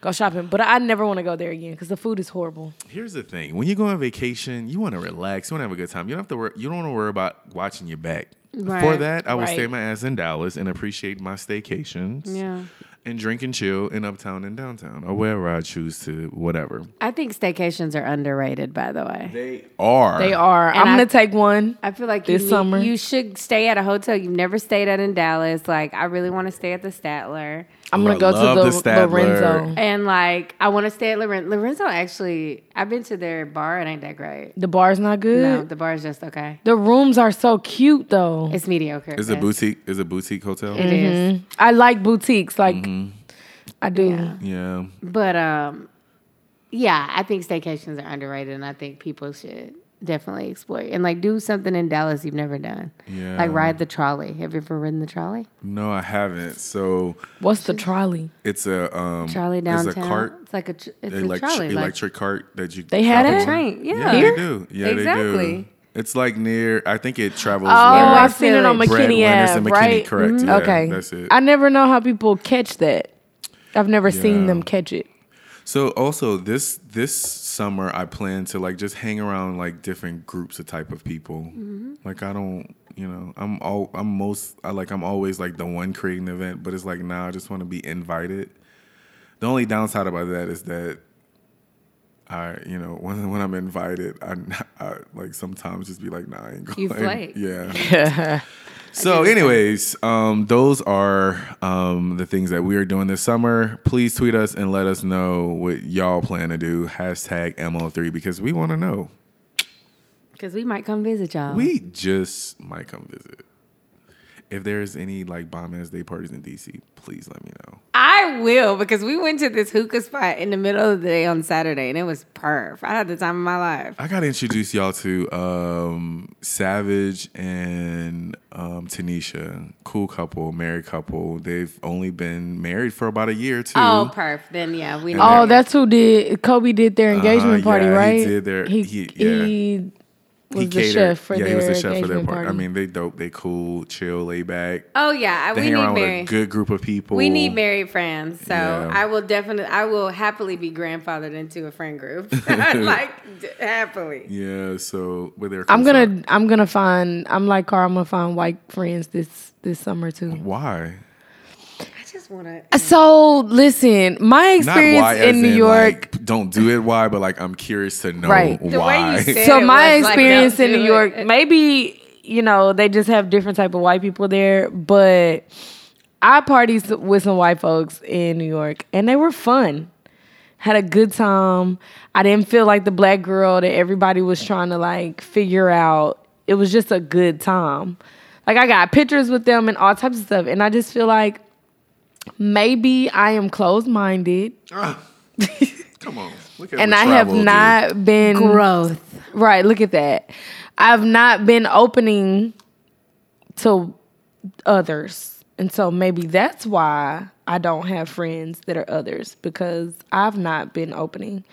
[SPEAKER 3] go shopping. But I never want to go there again because the food is horrible.
[SPEAKER 1] Here's the thing: when you go on vacation, you want to relax, you want to have a good time. You don't have to worry. You don't want to worry about watching your back. For
[SPEAKER 2] Right.
[SPEAKER 1] that, I will stay
[SPEAKER 3] Right.
[SPEAKER 1] my ass in Dallas and appreciate my staycations.
[SPEAKER 2] Yeah.
[SPEAKER 1] And drink and chill in uptown and downtown, or wherever I choose to, whatever.
[SPEAKER 2] I think staycations are underrated. By the way,
[SPEAKER 1] They are.
[SPEAKER 3] They are.
[SPEAKER 2] Uh, And
[SPEAKER 3] I'm
[SPEAKER 2] I-
[SPEAKER 3] gonna take one.
[SPEAKER 2] I feel like
[SPEAKER 3] This
[SPEAKER 2] you, need-
[SPEAKER 3] summer.
[SPEAKER 2] you should stay at a hotel you've never stayed at in Dallas. Like I really want to stay at the Statler.
[SPEAKER 3] I'm
[SPEAKER 1] Ooh, I
[SPEAKER 3] gonna go
[SPEAKER 1] love
[SPEAKER 3] to
[SPEAKER 1] the
[SPEAKER 3] the,
[SPEAKER 1] Statler.
[SPEAKER 3] Lorenzo,
[SPEAKER 2] And like, I want to stay at Lorenzo. Lorenzo actually, I've been to their bar. It ain't that great.
[SPEAKER 3] The bar's not
[SPEAKER 2] No,
[SPEAKER 3] good.
[SPEAKER 2] the bar's just okay.
[SPEAKER 3] The rooms are so cute though.
[SPEAKER 2] It's mediocre.
[SPEAKER 1] Is
[SPEAKER 2] yes.
[SPEAKER 1] a boutique? Is a boutique hotel?
[SPEAKER 2] It
[SPEAKER 3] Mm-hmm.
[SPEAKER 2] is.
[SPEAKER 3] I like boutiques. Like
[SPEAKER 1] Mm-hmm.
[SPEAKER 3] I do.
[SPEAKER 1] Yeah.
[SPEAKER 2] But um, yeah, I think staycations are underrated, and I think people should definitely explore it. and like do something in Dallas you've never done.
[SPEAKER 1] Yeah.
[SPEAKER 2] Like ride the trolley. Have you ever ridden the trolley?
[SPEAKER 1] No, I haven't. So
[SPEAKER 3] What's the trolley?
[SPEAKER 1] it's a um.
[SPEAKER 2] Trolley
[SPEAKER 1] it's
[SPEAKER 2] downtown.
[SPEAKER 1] a cart.
[SPEAKER 2] It's like a tr- it's
[SPEAKER 1] elect-
[SPEAKER 2] a trolley. like-
[SPEAKER 1] electric cart that you.
[SPEAKER 3] They had
[SPEAKER 1] travel
[SPEAKER 3] it?
[SPEAKER 1] on.
[SPEAKER 2] Train, yeah.
[SPEAKER 1] Yeah,
[SPEAKER 2] Here?
[SPEAKER 1] they do. Yeah, they do.
[SPEAKER 2] Exactly.
[SPEAKER 1] It's like near. I think it travels.
[SPEAKER 3] Oh,
[SPEAKER 1] where-
[SPEAKER 3] I've seen it on
[SPEAKER 2] Brad
[SPEAKER 3] McKinney
[SPEAKER 1] Winners and
[SPEAKER 3] Ave,
[SPEAKER 1] McKinney,
[SPEAKER 3] right?
[SPEAKER 1] correct.
[SPEAKER 2] Mm-hmm.
[SPEAKER 3] Mhm.
[SPEAKER 1] Yeah,
[SPEAKER 3] okay,
[SPEAKER 1] that's it.
[SPEAKER 3] I never know how people catch that. I've never
[SPEAKER 1] Yeah.
[SPEAKER 3] seen them catch it.
[SPEAKER 1] So also this this summer I plan to like just hang around like different groups of type of people. Like I don't, you know, I'm all I'm most I like I'm always like the one creating the event, but it's like now I just want to be invited. The only downside about that is that I, you know, when when I'm invited, I, I like sometimes just be like, nah, I ain't going.
[SPEAKER 2] You flake.
[SPEAKER 1] <laughs> Yeah. So, anyways, um, those are um, the things that we are doing this summer. Please tweet us and let us know what y'all plan to do. Hashtag MO3 because we want to know.
[SPEAKER 2] Because we might come visit y'all.
[SPEAKER 1] We just might come visit. If there's any like bomb ass day parties in DC, please let me know.
[SPEAKER 2] I will because we went to this hookah spot in the middle of the day on Saturday and it was perf. I had the time of my life.
[SPEAKER 1] I gotta introduce y'all to um, Savage and um, Tanisha, cool couple, married couple. They've only been married for about a year too.
[SPEAKER 2] Oh, perf. Then yeah, we.
[SPEAKER 3] Oh, that's who did Kobe did their engagement party,
[SPEAKER 1] Uh-huh. yeah, he
[SPEAKER 3] right?
[SPEAKER 1] did their-
[SPEAKER 3] he,
[SPEAKER 1] he- yeah.
[SPEAKER 3] he was the
[SPEAKER 1] catered.
[SPEAKER 3] chef for
[SPEAKER 1] yeah,
[SPEAKER 3] their
[SPEAKER 1] he was the chef for their
[SPEAKER 3] engagement
[SPEAKER 1] party.
[SPEAKER 3] party.
[SPEAKER 1] I mean, they dope, they cool, chill, laid back.
[SPEAKER 2] Oh yeah, I-
[SPEAKER 1] They
[SPEAKER 2] we
[SPEAKER 1] hang
[SPEAKER 2] need
[SPEAKER 1] around with
[SPEAKER 2] Mary.
[SPEAKER 1] a good group of people.
[SPEAKER 2] We need married friends, so
[SPEAKER 1] Yeah.
[SPEAKER 2] I will definitely, I will happily be grandfathered into a
[SPEAKER 1] <laughs>
[SPEAKER 2] friend group, <laughs> like d- happily.
[SPEAKER 1] Yeah, so with their
[SPEAKER 3] I'm gonna I'm gonna find I'm like Carl, I'm gonna find white friends this this summer too.
[SPEAKER 1] Why?
[SPEAKER 2] I just just want to.
[SPEAKER 3] So listen, my
[SPEAKER 1] Not why
[SPEAKER 3] experience
[SPEAKER 1] as
[SPEAKER 3] in New York.
[SPEAKER 1] like, don't do it. Why? But like, I'm curious to know
[SPEAKER 3] Right. The
[SPEAKER 2] way you
[SPEAKER 1] why.
[SPEAKER 2] said
[SPEAKER 3] so
[SPEAKER 2] it
[SPEAKER 3] my
[SPEAKER 2] was like,
[SPEAKER 3] experience
[SPEAKER 2] don't
[SPEAKER 3] in New
[SPEAKER 2] do it.
[SPEAKER 3] York, maybe you know they just have different type of white people there, but I parties with some white folks in New York, and they were fun. Had a good time. I didn't feel like the black girl that everybody was trying to like figure out. It was just a good time. Like I got pictures with them and all types of stuff, and I just feel like maybe I am closed minded,
[SPEAKER 1] Ah, <laughs> come on, look at
[SPEAKER 3] and
[SPEAKER 1] what
[SPEAKER 3] I have
[SPEAKER 1] travel do.
[SPEAKER 3] not been
[SPEAKER 2] Growth.
[SPEAKER 3] Right, look at that. I've not been opening to others. And so maybe that's why I don't have friends that are others because I've not been opening.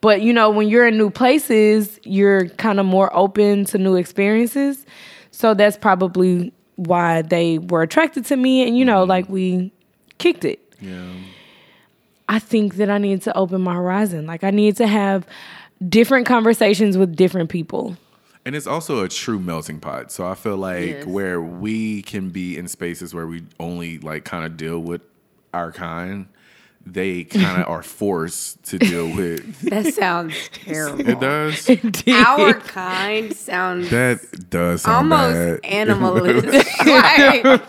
[SPEAKER 3] But you know, when you're in new places, you're kind of more open to new experiences. So that's probably why they were attracted to me and you know, like we kicked it.
[SPEAKER 1] Yeah.
[SPEAKER 3] I think that I need to open my horizon. Like I need to have different conversations with different people.
[SPEAKER 1] And it's also a true melting pot. So I feel like
[SPEAKER 2] Yes.
[SPEAKER 1] where we can be in spaces where we only like kind of deal with our kind, they
[SPEAKER 2] <laughs>
[SPEAKER 1] kind of are forced to deal with.
[SPEAKER 2] That <laughs> sounds terrible.
[SPEAKER 1] It does.
[SPEAKER 2] <laughs> Our kind sounds
[SPEAKER 1] That does sound
[SPEAKER 2] almost
[SPEAKER 1] bad. <laughs>
[SPEAKER 2] animalist.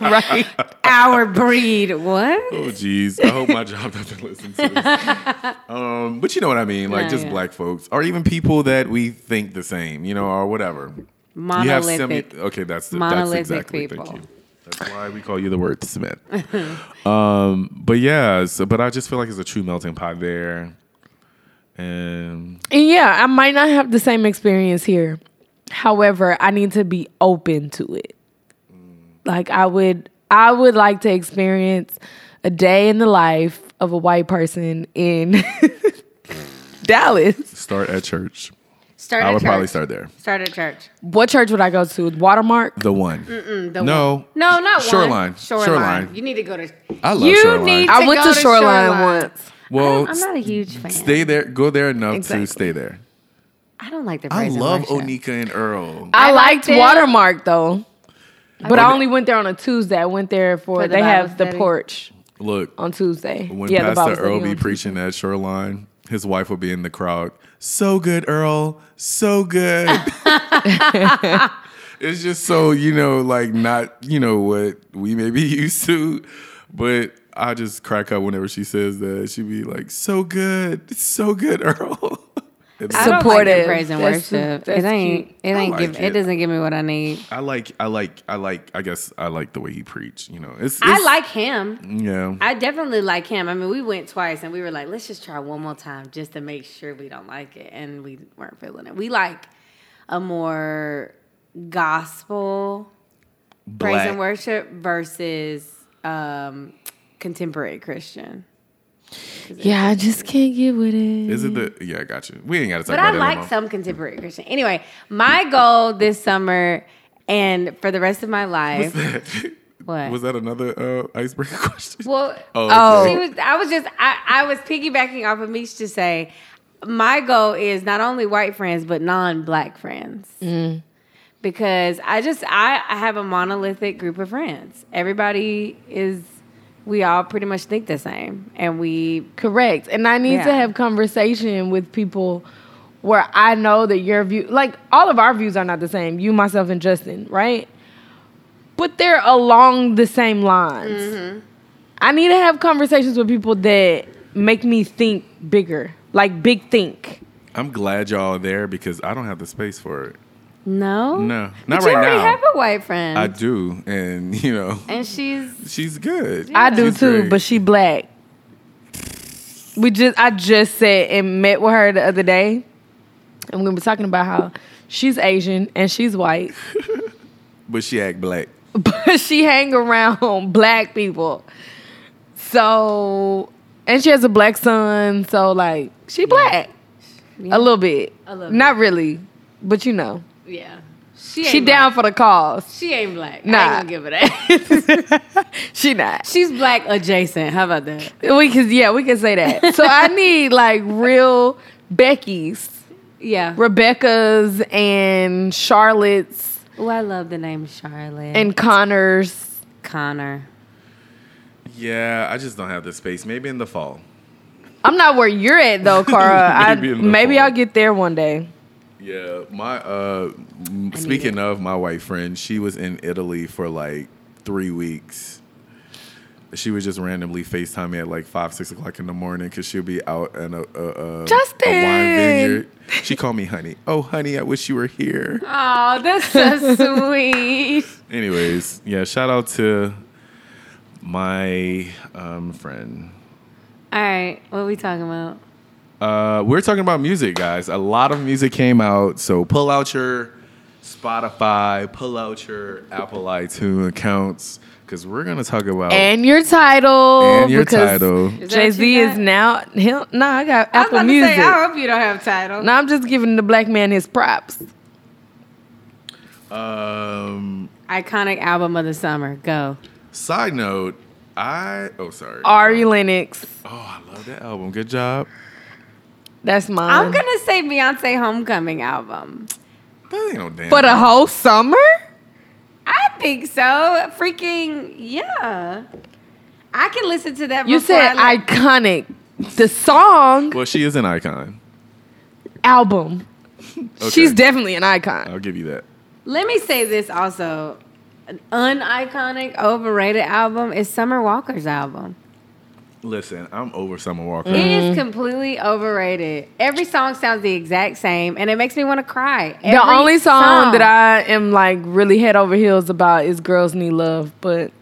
[SPEAKER 2] <laughs> right. Our breed. What?
[SPEAKER 1] Oh geez, I hope my job doesn't listen to this.
[SPEAKER 2] <laughs>
[SPEAKER 1] Um, but you know what I mean, like
[SPEAKER 2] No,
[SPEAKER 1] just
[SPEAKER 2] yeah.
[SPEAKER 1] black folks, or even people that we think the same, you know, or whatever. You have semi-
[SPEAKER 2] Monolithic.
[SPEAKER 1] okay, that's the,
[SPEAKER 2] Monolithic
[SPEAKER 1] that's exactly. Thank
[SPEAKER 2] people.
[SPEAKER 1] you. That's why we call you the word
[SPEAKER 2] <laughs>
[SPEAKER 1] Smith. um, but yeah, so, but I just feel like it's a true melting pot there, and
[SPEAKER 3] And yeah, I might not have the same experience here. However, I need to be open to it. Like I would I would like to experience a day in the life of a white person in <laughs> Dallas.
[SPEAKER 1] start at church.
[SPEAKER 2] Start
[SPEAKER 1] I
[SPEAKER 2] at
[SPEAKER 1] would
[SPEAKER 2] church.
[SPEAKER 1] probably start there.
[SPEAKER 2] Start at church.
[SPEAKER 3] What church would I go to? Watermark?
[SPEAKER 1] The one. No.
[SPEAKER 2] The one- No, not one.
[SPEAKER 1] Shoreline.
[SPEAKER 2] Shoreline.
[SPEAKER 1] Shoreline.
[SPEAKER 2] You need to go to.
[SPEAKER 1] I love
[SPEAKER 2] you
[SPEAKER 1] Shoreline.
[SPEAKER 2] need.
[SPEAKER 3] I
[SPEAKER 2] to
[SPEAKER 3] went
[SPEAKER 2] go
[SPEAKER 3] to Shoreline once.
[SPEAKER 1] well,
[SPEAKER 2] I'm not a huge fan.
[SPEAKER 1] stay there. Go there enough
[SPEAKER 3] Exactly.
[SPEAKER 1] to stay there.
[SPEAKER 2] I don't like the.
[SPEAKER 1] I
[SPEAKER 2] praise and
[SPEAKER 1] love
[SPEAKER 2] worship.
[SPEAKER 1] Onika and Earl.
[SPEAKER 3] I,
[SPEAKER 2] I
[SPEAKER 3] liked
[SPEAKER 2] liked it.
[SPEAKER 3] Watermark though. But I
[SPEAKER 1] Watermark.
[SPEAKER 3] only went there on a Tuesday. I went there for,
[SPEAKER 2] For the
[SPEAKER 3] they
[SPEAKER 2] Bible
[SPEAKER 3] have the
[SPEAKER 2] study.
[SPEAKER 3] porch
[SPEAKER 1] Look,
[SPEAKER 3] on Tuesday.
[SPEAKER 1] when
[SPEAKER 3] yeah, the Bible
[SPEAKER 1] Pastor
[SPEAKER 3] study
[SPEAKER 1] Earl be
[SPEAKER 3] on-
[SPEAKER 1] preaching at Shoreline, his wife would be in the crowd. So good, Earl. So
[SPEAKER 2] <laughs>
[SPEAKER 1] good. it's just so, you know, like not, you know, what we may be <laughs> used to, but I just crack up whenever she says that. She'd be like, so good. So good, Earl. <laughs> And
[SPEAKER 2] I don't like the
[SPEAKER 3] supportive.
[SPEAKER 2] praise and
[SPEAKER 3] That's-
[SPEAKER 2] worship.
[SPEAKER 3] that's
[SPEAKER 2] it ain't.
[SPEAKER 3] cute.
[SPEAKER 2] It ain't
[SPEAKER 1] like
[SPEAKER 2] give. It.
[SPEAKER 1] it.
[SPEAKER 2] doesn't give me what I need.
[SPEAKER 1] I like, I like, I like, I guess I like the way he preached, you know. It's,
[SPEAKER 2] I
[SPEAKER 1] it's-
[SPEAKER 2] like him.
[SPEAKER 1] yeah.
[SPEAKER 2] I definitely like him. I mean, we went twice and we were like, let's just try one more time just to make sure we don't like it, and we weren't feeling it. We like a more gospel praise
[SPEAKER 1] Black.
[SPEAKER 2] and worship versus um, contemporary Christian.
[SPEAKER 3] Yeah, I just can't get with it.
[SPEAKER 1] Is it the, yeah, I got you. We ain't got to talk
[SPEAKER 2] But
[SPEAKER 1] about
[SPEAKER 2] I
[SPEAKER 1] that no
[SPEAKER 2] like
[SPEAKER 1] more.
[SPEAKER 2] some contemporary Christian. Anyway, my goal this summer and for the rest of my life. What?
[SPEAKER 1] Was that another uh, icebreaker <laughs> question?
[SPEAKER 2] Well,
[SPEAKER 1] Oh,
[SPEAKER 3] okay.
[SPEAKER 2] she was. I was just. I, I was piggybacking off of Meech to say, my goal is not only white friends but non-black friends, because I just I, I have a monolithic group of friends. Everybody is. We all pretty much think the same, and we
[SPEAKER 3] Correct. And I need to
[SPEAKER 2] Yeah.
[SPEAKER 3] have conversation with people where I know that your view like all of our views are not the same, you, myself, and Justin, right? But they're along the same lines. I need to have conversations with people that make me think bigger. Like big think.
[SPEAKER 1] I'm glad y'all are there because I don't have the space for it.
[SPEAKER 2] no
[SPEAKER 1] No,
[SPEAKER 2] But
[SPEAKER 1] not
[SPEAKER 2] you
[SPEAKER 1] right
[SPEAKER 2] already
[SPEAKER 1] now.
[SPEAKER 2] have a white friend,
[SPEAKER 1] I do, and <laughs> you know,
[SPEAKER 2] and she's
[SPEAKER 1] she's good.
[SPEAKER 3] I do
[SPEAKER 1] She's
[SPEAKER 3] too,
[SPEAKER 1] great.
[SPEAKER 3] but she black. We just I just said and met with her the other day, and we were talking about how she's Asian and she's white, <laughs>
[SPEAKER 1] but she act black.
[SPEAKER 3] but she hang around <laughs> black people. So and she has a black son, so like she black
[SPEAKER 2] Yeah.
[SPEAKER 3] a little bit,
[SPEAKER 2] A little
[SPEAKER 3] not really, but you know
[SPEAKER 2] yeah. She
[SPEAKER 3] she
[SPEAKER 2] ain't
[SPEAKER 3] down
[SPEAKER 2] Black.
[SPEAKER 3] for the cause. <laughs>
[SPEAKER 2] She ain't black.
[SPEAKER 3] Nah.
[SPEAKER 2] I ain't gonna give her that. <laughs>
[SPEAKER 3] She not.
[SPEAKER 2] she's black adjacent. How about that?
[SPEAKER 3] We can yeah we can say that. So I need like real Becky's.
[SPEAKER 2] Yeah.
[SPEAKER 3] Rebecca's and Charlotte's
[SPEAKER 1] Mm.
[SPEAKER 2] Oh, I love the name Charlotte
[SPEAKER 3] and Connor's.
[SPEAKER 2] Connor.
[SPEAKER 1] Yeah, I just don't have the space. Maybe in the fall.
[SPEAKER 3] I'm not where you're
[SPEAKER 1] <laughs>
[SPEAKER 3] at though, Cara.
[SPEAKER 1] Maybe
[SPEAKER 3] maybe I,
[SPEAKER 1] in the
[SPEAKER 3] maybe
[SPEAKER 1] fall.
[SPEAKER 3] I'll get there one day.
[SPEAKER 1] Yeah, my uh, m- speaking of my white friend, she was in Italy for like three weeks. She was just randomly FaceTime me at like five, six o'clock in the morning because she'll be out in a, a, a,
[SPEAKER 3] Justin!
[SPEAKER 1] a wine vineyard. She called me honey. Oh, honey, I wish you were here.
[SPEAKER 2] Oh, that's so <laughs> sweet.
[SPEAKER 1] Anyways, yeah, shout out to my um, friend.
[SPEAKER 2] All right, what are we talking about?
[SPEAKER 1] Uh, we're talking about music, guys. A lot of music came out, so pull out your Spotify, pull out your Apple iTunes accounts, because we're gonna talk about
[SPEAKER 3] And your title.
[SPEAKER 1] Oh. and your
[SPEAKER 3] because
[SPEAKER 1] title.
[SPEAKER 2] Is that
[SPEAKER 3] Jay
[SPEAKER 2] what
[SPEAKER 3] Z
[SPEAKER 2] you
[SPEAKER 3] is
[SPEAKER 2] got?
[SPEAKER 3] now. Hell, nah, I got
[SPEAKER 2] I was
[SPEAKER 3] Apple
[SPEAKER 2] about
[SPEAKER 3] Music.
[SPEAKER 2] to say, I hope you don't have title.
[SPEAKER 3] Now I'm just giving the black man his props.
[SPEAKER 1] Um,
[SPEAKER 2] Iconic album of the summer. Go.
[SPEAKER 1] side note, I oh sorry. Oh,
[SPEAKER 3] Ari Lennox.
[SPEAKER 1] I love that album. Good job.
[SPEAKER 3] That's mine.
[SPEAKER 2] I'm gonna say Beyonce Homecoming album.
[SPEAKER 1] That ain't no damn.
[SPEAKER 3] for the whole summer.
[SPEAKER 2] I think so. Freaking yeah. I can listen to that.
[SPEAKER 3] You
[SPEAKER 2] before
[SPEAKER 3] said
[SPEAKER 2] I, like,
[SPEAKER 3] iconic. The song
[SPEAKER 1] well, she is an icon.
[SPEAKER 3] album.
[SPEAKER 1] <laughs> Okay.
[SPEAKER 3] She's definitely an icon.
[SPEAKER 1] I'll give you that.
[SPEAKER 2] Let me say this also. An uniconic, overrated album is Summer Walker's album.
[SPEAKER 1] Listen, I'm over Summer Walker.
[SPEAKER 2] It is completely overrated. Every song sounds the exact same, and it makes me want to cry.
[SPEAKER 3] the only song, that I am like really head over heels about is "Girls Need Love," but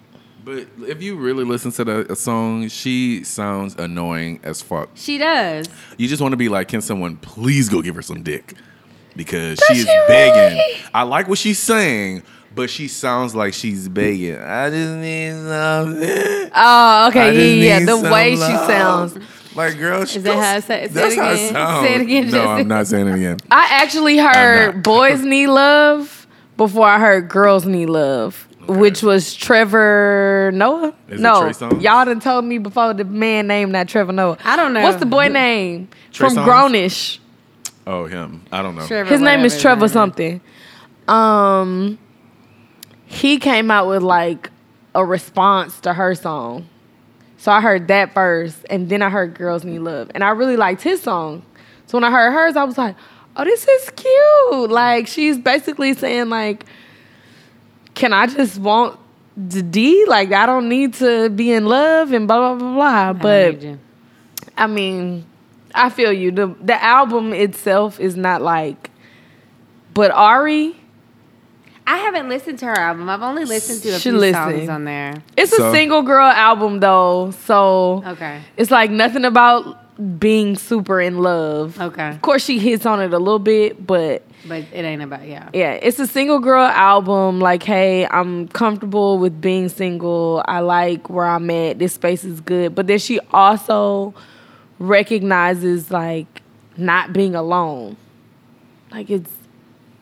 [SPEAKER 1] But if you really listen to the a song, she sounds annoying as fuck.
[SPEAKER 2] she does.
[SPEAKER 1] You just want to be like, can someone please go give her some dick? Because she is
[SPEAKER 3] she
[SPEAKER 1] begging.
[SPEAKER 3] really?
[SPEAKER 1] I like what she's saying, but she sounds like she's begging. I just need something. <laughs>
[SPEAKER 3] oh,
[SPEAKER 1] I just
[SPEAKER 3] okay, yeah, yeah,
[SPEAKER 1] need
[SPEAKER 3] the
[SPEAKER 1] some
[SPEAKER 3] way she
[SPEAKER 1] love.
[SPEAKER 3] sounds.
[SPEAKER 1] Like, girl, she
[SPEAKER 2] Is that how it sa- say it
[SPEAKER 1] that's
[SPEAKER 3] <laughs>
[SPEAKER 1] how it
[SPEAKER 2] again?
[SPEAKER 1] sounds.
[SPEAKER 2] Say it again,
[SPEAKER 1] No, I'm
[SPEAKER 2] Justin.
[SPEAKER 1] not saying it again.
[SPEAKER 3] I actually
[SPEAKER 1] not.
[SPEAKER 3] heard "Boys Need Love" before I heard "Girls Need Love," which was Trevor Noah.
[SPEAKER 1] Is it
[SPEAKER 3] no,
[SPEAKER 1] Trey Songz?
[SPEAKER 3] y'all done told me before the man name not Trevor Noah.
[SPEAKER 2] I don't know.
[SPEAKER 3] What's the boy name
[SPEAKER 1] Trey
[SPEAKER 3] from
[SPEAKER 1] Songz?
[SPEAKER 3] Grownish?
[SPEAKER 1] Oh, him. I don't know.
[SPEAKER 2] Trevor,
[SPEAKER 3] His name is
[SPEAKER 2] whatever
[SPEAKER 3] Trevor
[SPEAKER 2] his name is.
[SPEAKER 3] something. Um, he came out with like a response to her song. So I heard that first, and then I heard "Girls Need Love," and I really liked his song. So when I heard hers, I was like, "Oh, this is cute!" Like she's basically saying, "Like, can I just want the D? Like I don't need to be in love and blah blah blah blah."
[SPEAKER 2] I
[SPEAKER 3] But
[SPEAKER 2] need you.
[SPEAKER 3] I mean, I feel you. The the album itself is not like but Ari,
[SPEAKER 2] I haven't listened to her album. I've only listened to a
[SPEAKER 3] She
[SPEAKER 2] few
[SPEAKER 3] listened.
[SPEAKER 2] songs on there.
[SPEAKER 3] it's
[SPEAKER 1] So-
[SPEAKER 3] a single girl album though. So
[SPEAKER 2] Okay.
[SPEAKER 3] it's like nothing about being super in love.
[SPEAKER 2] Okay.
[SPEAKER 3] Of course she hits on it a little bit, but
[SPEAKER 2] But it ain't about yeah.
[SPEAKER 3] yeah, it's a single girl album. Like, hey, I'm comfortable with being single. I like where I'm at. This space is good. But then she also recognizes like not being alone. Like it's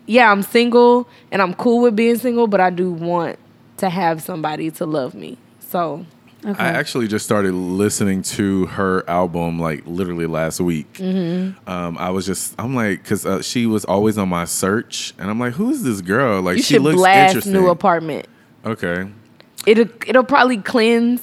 [SPEAKER 3] yeah, I'm single and I'm cool with being single, but I do want to have somebody to love me. So
[SPEAKER 1] I actually just started listening to her album like literally last week.
[SPEAKER 3] Mm-hmm.
[SPEAKER 1] Um, I was just, I'm like, because uh, she was always on my search, and I'm like, who is this girl? Like,
[SPEAKER 3] you
[SPEAKER 1] she
[SPEAKER 3] should
[SPEAKER 1] looks
[SPEAKER 3] blast
[SPEAKER 1] interesting.
[SPEAKER 3] new apartment.
[SPEAKER 1] okay.
[SPEAKER 3] It'll it'll probably
[SPEAKER 1] <laughs>
[SPEAKER 3] cleanse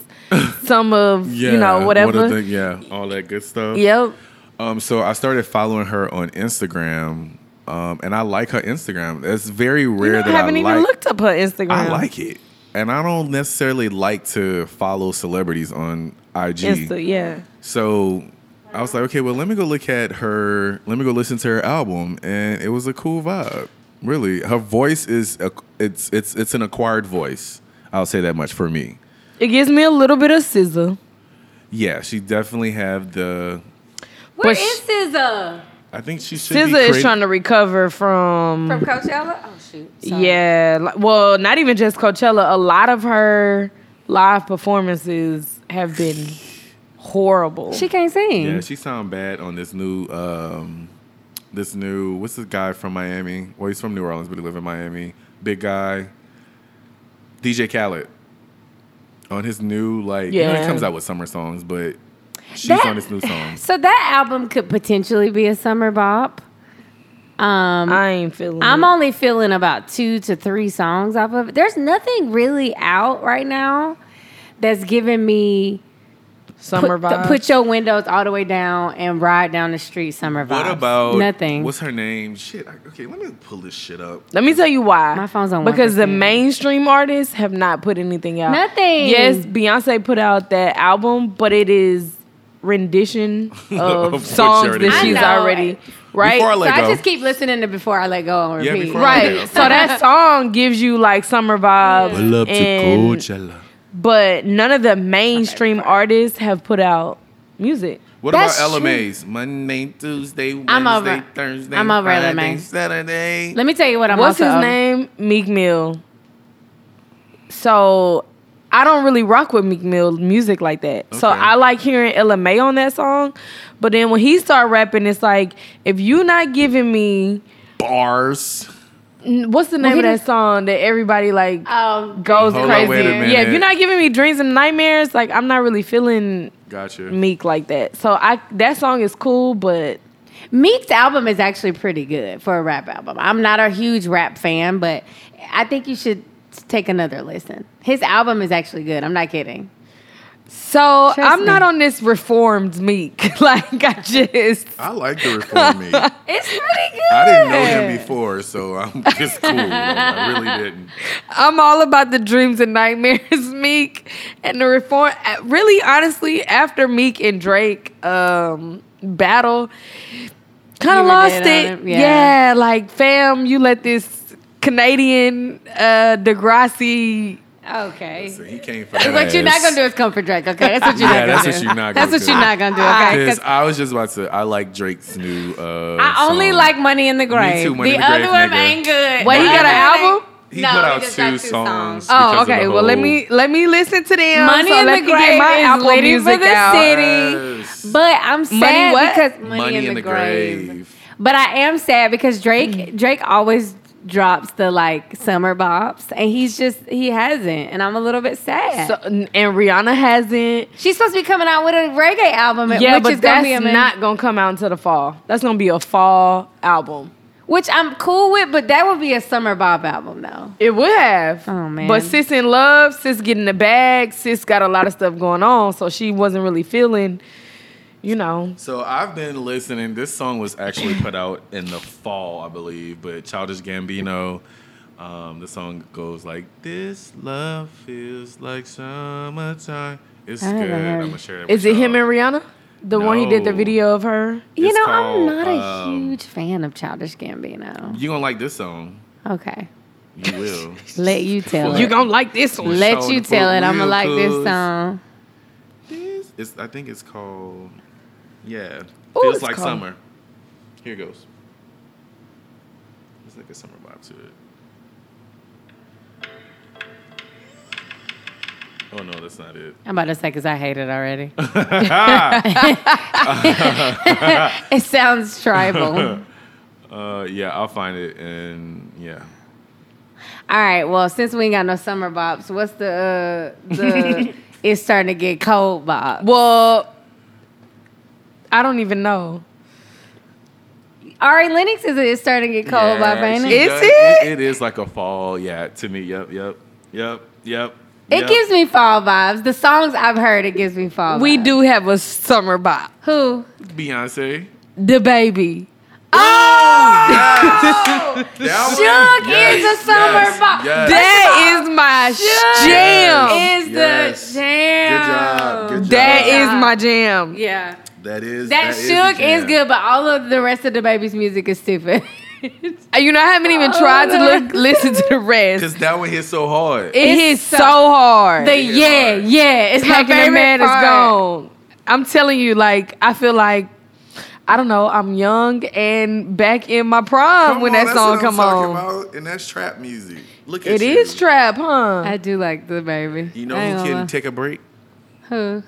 [SPEAKER 3] some of
[SPEAKER 1] Yeah.
[SPEAKER 3] you know,
[SPEAKER 1] what a
[SPEAKER 3] whatever.
[SPEAKER 1] thing, yeah. All that good stuff.
[SPEAKER 3] yep.
[SPEAKER 1] Um, so I started following her on Instagram, um, and I like her Instagram. It's very rare
[SPEAKER 3] I
[SPEAKER 1] that
[SPEAKER 3] haven't
[SPEAKER 1] I
[SPEAKER 3] even
[SPEAKER 1] like.
[SPEAKER 3] looked up her Instagram.
[SPEAKER 1] I like it, and I don't necessarily like to follow celebrities on IG.
[SPEAKER 3] Insta, yeah.
[SPEAKER 1] So I was like, okay, well, let me go look at her. Let me go listen to her album, and it was a cool vibe. Really, her voice is a, it's it's it's an acquired voice. I'll say that much for me.
[SPEAKER 3] It gives me a little bit of sizzle.
[SPEAKER 1] Yeah, she definitely have the.
[SPEAKER 2] Where
[SPEAKER 3] But
[SPEAKER 2] is
[SPEAKER 3] sh-
[SPEAKER 2] SZA
[SPEAKER 1] I think she should.
[SPEAKER 3] Sizzle
[SPEAKER 1] be
[SPEAKER 3] is
[SPEAKER 1] creat-
[SPEAKER 3] trying to recover from,
[SPEAKER 2] from Coachella? Oh shoot. Sorry.
[SPEAKER 3] yeah. li- Well, not even just Coachella. A lot of her live performances have been horrible.
[SPEAKER 2] She can't sing.
[SPEAKER 1] Yeah, she sound bad on this new um this new what's this guy from Miami? Well, he's from New Orleans, but he live in Miami. Big guy. DJ Khaled. On his new like you know, he
[SPEAKER 3] Yeah.
[SPEAKER 1] comes out with summer songs, but she's
[SPEAKER 2] That-
[SPEAKER 1] on his new
[SPEAKER 2] <laughs>
[SPEAKER 1] song.
[SPEAKER 2] So that album could potentially be a summer bop. Um,
[SPEAKER 3] I ain't feeling.
[SPEAKER 2] I'm
[SPEAKER 3] it.
[SPEAKER 2] only feeling about two to three songs off of it. There's nothing really out right now that's giving me
[SPEAKER 3] Summer
[SPEAKER 2] put, the-
[SPEAKER 3] vibes.
[SPEAKER 2] put your windows all the way down and ride down the street summer vibes.
[SPEAKER 1] What about
[SPEAKER 2] nothing?
[SPEAKER 1] What's her name? Shit. I, okay, let me pull this shit up.
[SPEAKER 3] Let me tell you why.
[SPEAKER 2] My phone's on
[SPEAKER 3] Because the
[SPEAKER 2] 1%.
[SPEAKER 3] mainstream artists have not put anything out.
[SPEAKER 2] Nothing.
[SPEAKER 3] Yes, Beyonce put out that album, but it is rendition
[SPEAKER 1] <laughs>
[SPEAKER 3] of,
[SPEAKER 1] Of what she
[SPEAKER 3] songs
[SPEAKER 1] already
[SPEAKER 3] that
[SPEAKER 1] did.
[SPEAKER 3] she's
[SPEAKER 2] I know.
[SPEAKER 3] already right.
[SPEAKER 1] Before I
[SPEAKER 2] so
[SPEAKER 1] let
[SPEAKER 2] I
[SPEAKER 1] go.
[SPEAKER 2] just keep listening to before I let go and
[SPEAKER 1] Yeah,
[SPEAKER 2] repeat.
[SPEAKER 1] Before I Let
[SPEAKER 3] right.
[SPEAKER 1] Go. <laughs>
[SPEAKER 3] So that song gives you like summer vibes. and- but none of the mainstream artists have put out music.
[SPEAKER 1] What
[SPEAKER 2] That's
[SPEAKER 1] about
[SPEAKER 2] true.
[SPEAKER 1] LMA's? Monday, Tuesday, Wednesday,
[SPEAKER 2] I'm over-
[SPEAKER 1] Thursday,
[SPEAKER 2] I'm over
[SPEAKER 1] Friday,
[SPEAKER 2] LMA.
[SPEAKER 1] Saturday.
[SPEAKER 2] Let me tell you what I'm
[SPEAKER 3] What's
[SPEAKER 2] also.
[SPEAKER 3] his name? Meek Mill. So I don't really rock with Meek Mill music like that. So
[SPEAKER 1] Okay.
[SPEAKER 3] I like hearing LMA on that song, but then when he start rapping, it's like if you not giving me
[SPEAKER 1] Bars.
[SPEAKER 3] n- what's the name
[SPEAKER 2] he
[SPEAKER 3] of that
[SPEAKER 2] just-
[SPEAKER 3] song that everybody like
[SPEAKER 2] Oh,
[SPEAKER 3] goes
[SPEAKER 1] Hold on,
[SPEAKER 3] crazy.
[SPEAKER 1] wait a minute.
[SPEAKER 3] yeah, if you're not giving me dreams and nightmares, like I'm not really feeling
[SPEAKER 1] Gotcha.
[SPEAKER 3] Meek like that. So I that song is cool, but
[SPEAKER 2] Meek's album is actually pretty good for a rap album. I'm not a huge rap fan, but I think you should take another listen. His album is actually good. I'm not kidding.
[SPEAKER 3] so
[SPEAKER 2] Trust
[SPEAKER 3] I'm
[SPEAKER 2] me.
[SPEAKER 3] not on this reformed Meek. <laughs> like I just
[SPEAKER 1] I like the reform me.
[SPEAKER 2] It's pretty good.
[SPEAKER 1] I didn't know
[SPEAKER 2] <laughs>
[SPEAKER 1] him before, so I'm just cool. Like, I really didn't.
[SPEAKER 3] I'm all about the dreams and nightmares, <laughs> Meek, and the reform. uh, Really, honestly, after Meek and Drake um, battle, kind
[SPEAKER 2] You
[SPEAKER 3] of
[SPEAKER 2] were dead
[SPEAKER 3] lost
[SPEAKER 2] on
[SPEAKER 3] it.
[SPEAKER 2] him, yeah.
[SPEAKER 3] Yeah. like fam, you let this Canadian uh, Degrassi.
[SPEAKER 2] Okay.
[SPEAKER 1] So he came for that.
[SPEAKER 2] What you're not
[SPEAKER 1] ass.
[SPEAKER 2] gonna do is come for Drake, okay? That's what you're
[SPEAKER 1] Yeah,
[SPEAKER 2] not
[SPEAKER 1] that's
[SPEAKER 2] gonna do.
[SPEAKER 1] what you're not
[SPEAKER 2] That's
[SPEAKER 1] gonna
[SPEAKER 2] what
[SPEAKER 1] do.
[SPEAKER 2] you're not gonna do, okay?
[SPEAKER 1] 'Cause
[SPEAKER 2] 'Cause
[SPEAKER 1] I was just about to. I like Drake's new. Uh,
[SPEAKER 2] I only
[SPEAKER 1] song.
[SPEAKER 2] like Money in the Grave.
[SPEAKER 1] too, Money
[SPEAKER 2] the
[SPEAKER 1] in the
[SPEAKER 2] other
[SPEAKER 1] Grave,
[SPEAKER 2] one
[SPEAKER 1] nigga.
[SPEAKER 2] ain't good.
[SPEAKER 3] Wait, he
[SPEAKER 2] The
[SPEAKER 3] got an
[SPEAKER 2] other one
[SPEAKER 3] album?
[SPEAKER 2] ain't-
[SPEAKER 1] He
[SPEAKER 2] no,
[SPEAKER 1] put
[SPEAKER 2] he
[SPEAKER 1] out
[SPEAKER 2] just
[SPEAKER 1] two,
[SPEAKER 2] got
[SPEAKER 1] songs.
[SPEAKER 3] Oh,
[SPEAKER 1] because of the
[SPEAKER 3] okay. Well, let
[SPEAKER 1] whole-
[SPEAKER 3] me let me listen to them.
[SPEAKER 2] Money
[SPEAKER 3] so
[SPEAKER 2] in
[SPEAKER 3] let
[SPEAKER 2] the
[SPEAKER 3] me get
[SPEAKER 2] Grave
[SPEAKER 3] my
[SPEAKER 2] is
[SPEAKER 3] Apple
[SPEAKER 2] Lady for
[SPEAKER 3] music
[SPEAKER 2] the
[SPEAKER 3] out.
[SPEAKER 2] City.
[SPEAKER 1] Yes.
[SPEAKER 2] But I'm sad
[SPEAKER 3] Money what?
[SPEAKER 2] because Money, in, the, grave. But I am sad because Drake Drake always drops the like summer bops and he's just he hasn't and I'm a little bit sad.
[SPEAKER 3] So, and Rihanna hasn't.
[SPEAKER 2] She's supposed to be coming out with a reggae album
[SPEAKER 3] Yeah,
[SPEAKER 2] which
[SPEAKER 3] but
[SPEAKER 2] is
[SPEAKER 3] that's
[SPEAKER 2] gonna be a
[SPEAKER 3] not gonna come out until the fall. That's gonna be a fall album.
[SPEAKER 2] which I'm cool with, but that would be a summer bop album though.
[SPEAKER 3] It would have.
[SPEAKER 2] Oh, man.
[SPEAKER 3] But sis in love, sis getting the bag, sis got a lot of stuff going on, so she wasn't really feeling, you know.
[SPEAKER 1] So I've been listening. This song was actually put out in the fall, I believe. But Childish Gambino, um, the song goes like, "This love feels like summertime." It's
[SPEAKER 2] haven't
[SPEAKER 1] good.
[SPEAKER 2] heard
[SPEAKER 1] I'm
[SPEAKER 2] it.
[SPEAKER 1] gonna share it.
[SPEAKER 3] Is
[SPEAKER 1] with
[SPEAKER 3] it him
[SPEAKER 1] y'all.
[SPEAKER 3] and Rihanna? The one he did the
[SPEAKER 1] No.
[SPEAKER 3] video of her.
[SPEAKER 2] You
[SPEAKER 1] It's
[SPEAKER 2] know,
[SPEAKER 1] called,
[SPEAKER 2] I'm not a
[SPEAKER 1] um,
[SPEAKER 2] huge fan of Childish Gambino.
[SPEAKER 1] You gonna like this song?
[SPEAKER 2] Okay.
[SPEAKER 1] You
[SPEAKER 3] <laughs>
[SPEAKER 1] will.
[SPEAKER 2] Let you tell
[SPEAKER 1] You
[SPEAKER 2] it.
[SPEAKER 3] You gonna like this one.
[SPEAKER 2] Let
[SPEAKER 1] show
[SPEAKER 2] you
[SPEAKER 1] the
[SPEAKER 2] tell it.
[SPEAKER 1] book
[SPEAKER 2] I'm gonna
[SPEAKER 1] real
[SPEAKER 2] like this
[SPEAKER 1] close.
[SPEAKER 2] song.
[SPEAKER 1] This is, I think it's called, yeah.
[SPEAKER 3] Ooh,
[SPEAKER 1] Feels
[SPEAKER 3] Oh, it's
[SPEAKER 1] like
[SPEAKER 3] called-
[SPEAKER 1] summer. Here it goes. It's like a summer vibe to it. Oh no, that's not it.
[SPEAKER 2] I'm about to say because I hate it
[SPEAKER 1] <laughs>
[SPEAKER 2] already. <laughs> it
[SPEAKER 1] <laughs>
[SPEAKER 2] sounds tribal.
[SPEAKER 1] Uh, yeah, I'll find it and yeah.
[SPEAKER 2] All right. Well, since we ain't got no summer bops, what's the uh,
[SPEAKER 3] <laughs>
[SPEAKER 2] the it's starting to get cold bop?
[SPEAKER 3] Well, I don't even know.
[SPEAKER 2] Ari Lennox is it's starting to get cold
[SPEAKER 1] yeah,
[SPEAKER 2] bop, ain't
[SPEAKER 1] she
[SPEAKER 2] it?
[SPEAKER 3] Is
[SPEAKER 1] does-
[SPEAKER 3] it?
[SPEAKER 1] It is like a fall. Yeah, to me. Yep, yep, yep, yep.
[SPEAKER 2] It
[SPEAKER 1] yep.
[SPEAKER 2] gives me fall vibes. The songs I've heard, it gives me fall.
[SPEAKER 3] We
[SPEAKER 2] vibes.
[SPEAKER 3] do have a summer bop.
[SPEAKER 2] Who?
[SPEAKER 1] Beyonce.
[SPEAKER 2] <laughs>
[SPEAKER 3] The baby.
[SPEAKER 2] Oh,
[SPEAKER 1] That
[SPEAKER 2] Shook
[SPEAKER 1] one-
[SPEAKER 2] is a summer
[SPEAKER 1] yes,
[SPEAKER 2] bop.
[SPEAKER 1] yes.
[SPEAKER 3] That is my jam.
[SPEAKER 2] Is
[SPEAKER 1] Yes.
[SPEAKER 2] the jam?
[SPEAKER 1] Good job, good
[SPEAKER 3] That
[SPEAKER 1] job.
[SPEAKER 3] is my jam.
[SPEAKER 2] Yeah.
[SPEAKER 1] That is
[SPEAKER 2] That,
[SPEAKER 1] is the
[SPEAKER 2] shook is,
[SPEAKER 1] jam.
[SPEAKER 2] good, but all of the rest of the baby's music is stupid. <laughs>
[SPEAKER 3] Uh, You know, I haven't even tried to
[SPEAKER 2] no.
[SPEAKER 3] look, listen to the rest.
[SPEAKER 1] Cause that one hit so hard.
[SPEAKER 3] It
[SPEAKER 2] It's
[SPEAKER 3] hits
[SPEAKER 2] so-
[SPEAKER 3] so hard.
[SPEAKER 2] the yeah, yeah, it's my
[SPEAKER 3] Packing
[SPEAKER 2] favorite
[SPEAKER 3] the man
[SPEAKER 2] part.
[SPEAKER 3] is gone. I'm telling you, like I feel like I don't know. I'm young and back in my prime when that song come on.
[SPEAKER 1] About, and that's trap music. Look
[SPEAKER 3] It is trap, huh?
[SPEAKER 2] I do like the baby.
[SPEAKER 1] You know
[SPEAKER 2] I ain't
[SPEAKER 1] who
[SPEAKER 2] gonna lie.
[SPEAKER 1] can take a break?
[SPEAKER 2] Who?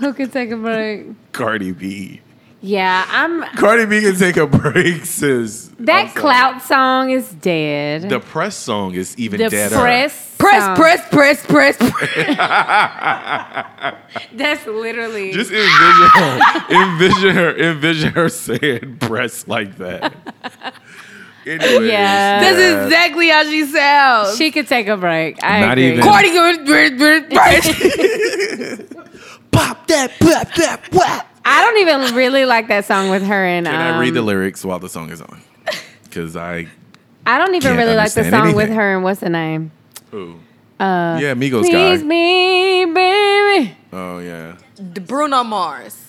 [SPEAKER 2] Who can take a break?
[SPEAKER 1] Cardi B.
[SPEAKER 2] Yeah, I'm.
[SPEAKER 1] Cardi B can take a break, sis. I'm
[SPEAKER 2] That
[SPEAKER 1] sorry.
[SPEAKER 2] clout song is dead.
[SPEAKER 1] The press song is even
[SPEAKER 2] The
[SPEAKER 1] deader.
[SPEAKER 2] press,
[SPEAKER 3] press,
[SPEAKER 2] song.
[SPEAKER 3] press, press, press, press.
[SPEAKER 2] That's literally.
[SPEAKER 1] Just envision her, envision her, envision her saying press like that. Anyways,
[SPEAKER 2] Yeah.
[SPEAKER 3] That's exactly how she sounds.
[SPEAKER 2] She could take a break. I
[SPEAKER 1] Not
[SPEAKER 2] agree.
[SPEAKER 1] even-
[SPEAKER 3] Cardi
[SPEAKER 1] <laughs>
[SPEAKER 3] good.
[SPEAKER 1] pop that, pop that, pop.
[SPEAKER 2] I don't even really like that song with her and
[SPEAKER 1] Can I read the
[SPEAKER 2] um,
[SPEAKER 1] lyrics while the song is on? Because I,
[SPEAKER 2] I don't even
[SPEAKER 1] Can't
[SPEAKER 2] really like the
[SPEAKER 1] understand
[SPEAKER 2] song with
[SPEAKER 1] anything.
[SPEAKER 2] her and what's the name?
[SPEAKER 1] ooh.
[SPEAKER 3] Uh,
[SPEAKER 1] yeah, Migos guy.
[SPEAKER 2] Please me, baby.
[SPEAKER 1] oh yeah,
[SPEAKER 3] Bruno Mars.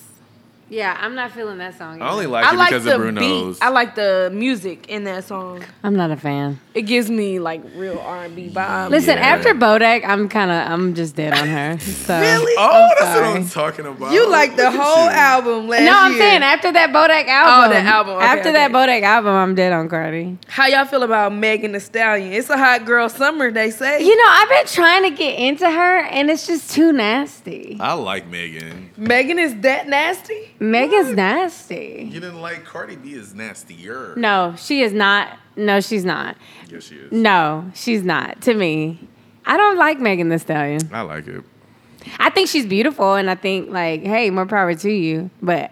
[SPEAKER 2] Yeah, I'm not feeling that song.
[SPEAKER 1] I only
[SPEAKER 2] either.
[SPEAKER 1] like
[SPEAKER 3] I
[SPEAKER 1] it
[SPEAKER 3] like
[SPEAKER 1] because
[SPEAKER 3] the
[SPEAKER 1] of Bruno's.
[SPEAKER 3] beat. I like the music in that song.
[SPEAKER 2] I'm not a fan.
[SPEAKER 3] It gives me like real R and B vibe.
[SPEAKER 2] Listen,
[SPEAKER 1] Yeah.
[SPEAKER 2] after Bodak, I'm kind of I'm just dead
[SPEAKER 1] <laughs>
[SPEAKER 2] on her. So.
[SPEAKER 3] Really?
[SPEAKER 1] oh,
[SPEAKER 2] I'm
[SPEAKER 1] that's what
[SPEAKER 2] sorry.
[SPEAKER 1] I'm talking about.
[SPEAKER 3] you like the
[SPEAKER 1] Look at
[SPEAKER 3] whole
[SPEAKER 1] you.
[SPEAKER 3] album last year.
[SPEAKER 2] No, I'm saying after that Bodak album.
[SPEAKER 3] that Oh, album. Okay,
[SPEAKER 2] after that
[SPEAKER 3] okay.
[SPEAKER 2] Bodak album, I'm dead on Cardi.
[SPEAKER 3] How y'all feel about Megan The Stallion? It's a hot girl summer. They say.
[SPEAKER 2] You know, I've been trying to get into her, and it's just too nasty.
[SPEAKER 1] I like Megan.
[SPEAKER 3] Megan is that nasty.
[SPEAKER 2] Megan's nasty.
[SPEAKER 1] You didn't like Cardi B is nastier.
[SPEAKER 2] No, she is not. No, she's not.
[SPEAKER 1] Yes, she is.
[SPEAKER 2] No, she's not. To me, I don't like Megan The Stallion.
[SPEAKER 1] I like it.
[SPEAKER 2] I think she's beautiful, and I think like, hey, more power to you. But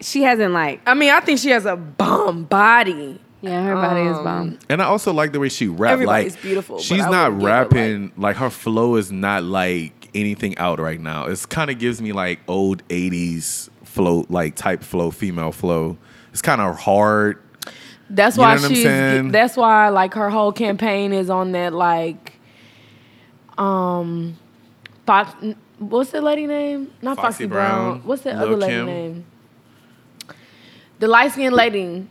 [SPEAKER 2] she hasn't like,
[SPEAKER 3] I mean, I think she has a bomb body.
[SPEAKER 2] yeah, her body is
[SPEAKER 3] Um,
[SPEAKER 2] bomb.
[SPEAKER 1] And I also like the way she rap.
[SPEAKER 3] Everybody's
[SPEAKER 1] like,
[SPEAKER 3] beautiful, but
[SPEAKER 1] She's
[SPEAKER 3] I
[SPEAKER 1] not
[SPEAKER 3] wouldn't give it, like-
[SPEAKER 1] rapping like, her flow is not like anything out right now. It's kind of gives me like old '80s flow, like type flow, female flow. It's kind of hard.
[SPEAKER 3] That's
[SPEAKER 1] You
[SPEAKER 3] why
[SPEAKER 1] know what I'm
[SPEAKER 3] she's.
[SPEAKER 1] saying?
[SPEAKER 3] That's why like her whole campaign is on that like, um, Fox. What's the lady name? Not
[SPEAKER 1] Foxy
[SPEAKER 3] Foxy, Brown.
[SPEAKER 1] Brown,
[SPEAKER 3] What's the
[SPEAKER 1] Lil'
[SPEAKER 3] other lady
[SPEAKER 1] Kim.
[SPEAKER 3] name? The light skinned
[SPEAKER 1] <laughs>
[SPEAKER 3] lady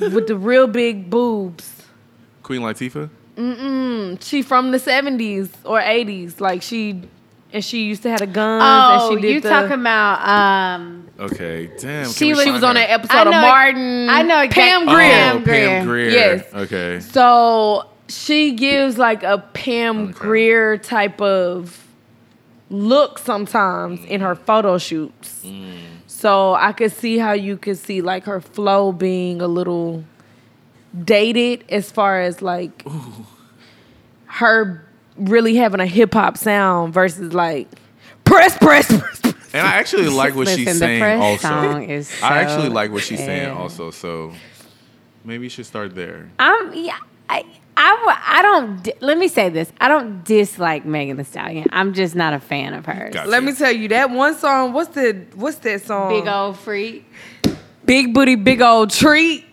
[SPEAKER 3] with the real big boobs.
[SPEAKER 1] Queen Latifah.
[SPEAKER 3] She from the seventies or eighties. Like she, and she used to have a gun.
[SPEAKER 2] Oh,
[SPEAKER 3] and she did
[SPEAKER 2] you
[SPEAKER 3] the,
[SPEAKER 2] talking about um?
[SPEAKER 1] Okay, damn. can
[SPEAKER 2] She
[SPEAKER 1] we
[SPEAKER 2] was-
[SPEAKER 1] find
[SPEAKER 3] She was on
[SPEAKER 1] her?
[SPEAKER 3] an episode
[SPEAKER 2] I
[SPEAKER 3] of
[SPEAKER 2] know-
[SPEAKER 3] Martin.
[SPEAKER 2] I know exact-
[SPEAKER 3] Pam
[SPEAKER 1] Oh,
[SPEAKER 3] Grier.
[SPEAKER 2] Pam
[SPEAKER 1] Pam,
[SPEAKER 2] Grier.
[SPEAKER 1] Greer.
[SPEAKER 3] Yes.
[SPEAKER 1] Okay.
[SPEAKER 3] So she gives like a Pam
[SPEAKER 1] Okay.
[SPEAKER 3] Greer type of look sometimes in her photo shoots. So I could see how you could see like her flow being a little dated as far as like her really having a hip hop sound versus like press, press, press, press.
[SPEAKER 1] And I actually like what she's
[SPEAKER 2] Listen, the
[SPEAKER 1] saying
[SPEAKER 2] first
[SPEAKER 1] also.
[SPEAKER 2] song is
[SPEAKER 1] I actually
[SPEAKER 2] so
[SPEAKER 1] like what she's saying
[SPEAKER 2] bad.
[SPEAKER 1] also. So maybe you should start there.
[SPEAKER 2] I'm yeah. I I, w- I don't di- let me say this. I don't dislike Megan The Stallion. I'm just not a fan of hers.
[SPEAKER 1] Got
[SPEAKER 3] Let me tell you that one song. What's the what's that song?
[SPEAKER 2] Big old freak.
[SPEAKER 3] Big Booty Big Old Treat.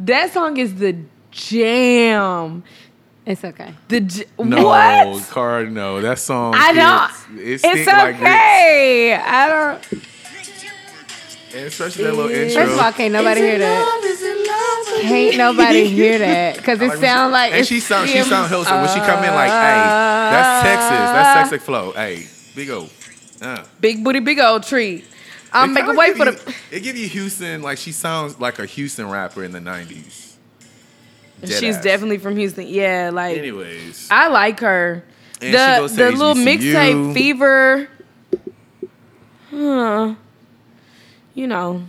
[SPEAKER 3] That song is the jam.
[SPEAKER 2] It's okay.
[SPEAKER 3] The j-
[SPEAKER 1] No,
[SPEAKER 3] what?
[SPEAKER 1] Card, no. That song.
[SPEAKER 2] I
[SPEAKER 1] don't.
[SPEAKER 2] don't.
[SPEAKER 1] It's,
[SPEAKER 2] it's okay. I don't.
[SPEAKER 1] and especially that little intro.
[SPEAKER 2] First of all, can't nobody hear that. Can't nobody hear
[SPEAKER 3] <laughs>
[SPEAKER 2] that
[SPEAKER 1] <laughs>
[SPEAKER 2] because it
[SPEAKER 1] Like,
[SPEAKER 2] sound like.
[SPEAKER 1] and
[SPEAKER 2] it's
[SPEAKER 1] she sound she
[SPEAKER 2] him.
[SPEAKER 1] sound healthy when she come in like, hey, that's Texas, that's Texas flow, hey, big O. Uh.
[SPEAKER 3] Big Booty Big Old Treat. I'm
[SPEAKER 1] It
[SPEAKER 3] making
[SPEAKER 1] kinda
[SPEAKER 3] way
[SPEAKER 1] give
[SPEAKER 3] for
[SPEAKER 1] you-
[SPEAKER 3] the.
[SPEAKER 1] It give you Houston like she sounds like a Houston rapper in the nineties.
[SPEAKER 3] She's definitely from Houston. Yeah, like
[SPEAKER 1] Anyways,
[SPEAKER 3] I like her.
[SPEAKER 1] And she
[SPEAKER 3] the
[SPEAKER 1] goes to
[SPEAKER 3] the little
[SPEAKER 1] HBCU.
[SPEAKER 3] mixtape Fever. Huh. You know,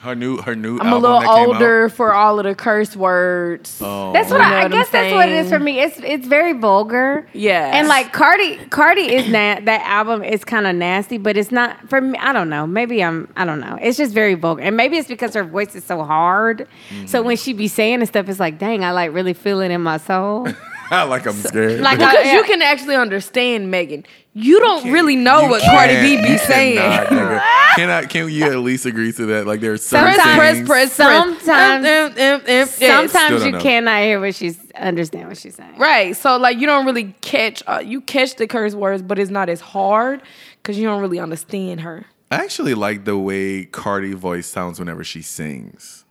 [SPEAKER 1] her new her new.
[SPEAKER 3] I'm a
[SPEAKER 1] album
[SPEAKER 3] little
[SPEAKER 1] that came out-
[SPEAKER 3] older for all of the curse words.
[SPEAKER 1] Oh.
[SPEAKER 2] That's what
[SPEAKER 3] You know
[SPEAKER 2] I, I
[SPEAKER 3] what I'm
[SPEAKER 2] guess. That's what it is
[SPEAKER 3] saying?
[SPEAKER 2] for me. It's it's very vulgar.
[SPEAKER 3] Yeah.
[SPEAKER 2] And like Cardi, Cardi is na- that album is kind of nasty, but it's not for me. I don't know. Maybe I'm. I don't know. It's just very vulgar, and maybe it's because her voice is so hard. So when she be saying and stuff, it's like, dang, I like really feel it in my soul.
[SPEAKER 1] Oh, <laughs> like I'm scared.
[SPEAKER 2] like, I-
[SPEAKER 3] Because
[SPEAKER 2] yeah.
[SPEAKER 3] you can actually understand Megan. You don't really know
[SPEAKER 1] You
[SPEAKER 3] what
[SPEAKER 1] can't-
[SPEAKER 3] Cardi B
[SPEAKER 1] you <laughs>
[SPEAKER 3] be saying.
[SPEAKER 1] cannot, nigga. can
[SPEAKER 3] <laughs>
[SPEAKER 1] I? Can you at least agree to that? Like there's certain
[SPEAKER 2] Press, press,
[SPEAKER 1] things-
[SPEAKER 2] press. Sometimes-
[SPEAKER 3] Um, um, um, um, yes.
[SPEAKER 1] Still
[SPEAKER 2] Sometimes
[SPEAKER 1] don't
[SPEAKER 2] you
[SPEAKER 1] know.
[SPEAKER 2] cannot hear what she's understand what she's saying.
[SPEAKER 3] Right. So like you don't really catch uh, you catch the curse words, but it's not as hard because you don't really understand her.
[SPEAKER 1] I actually like the way Cardi voice sounds whenever she sings.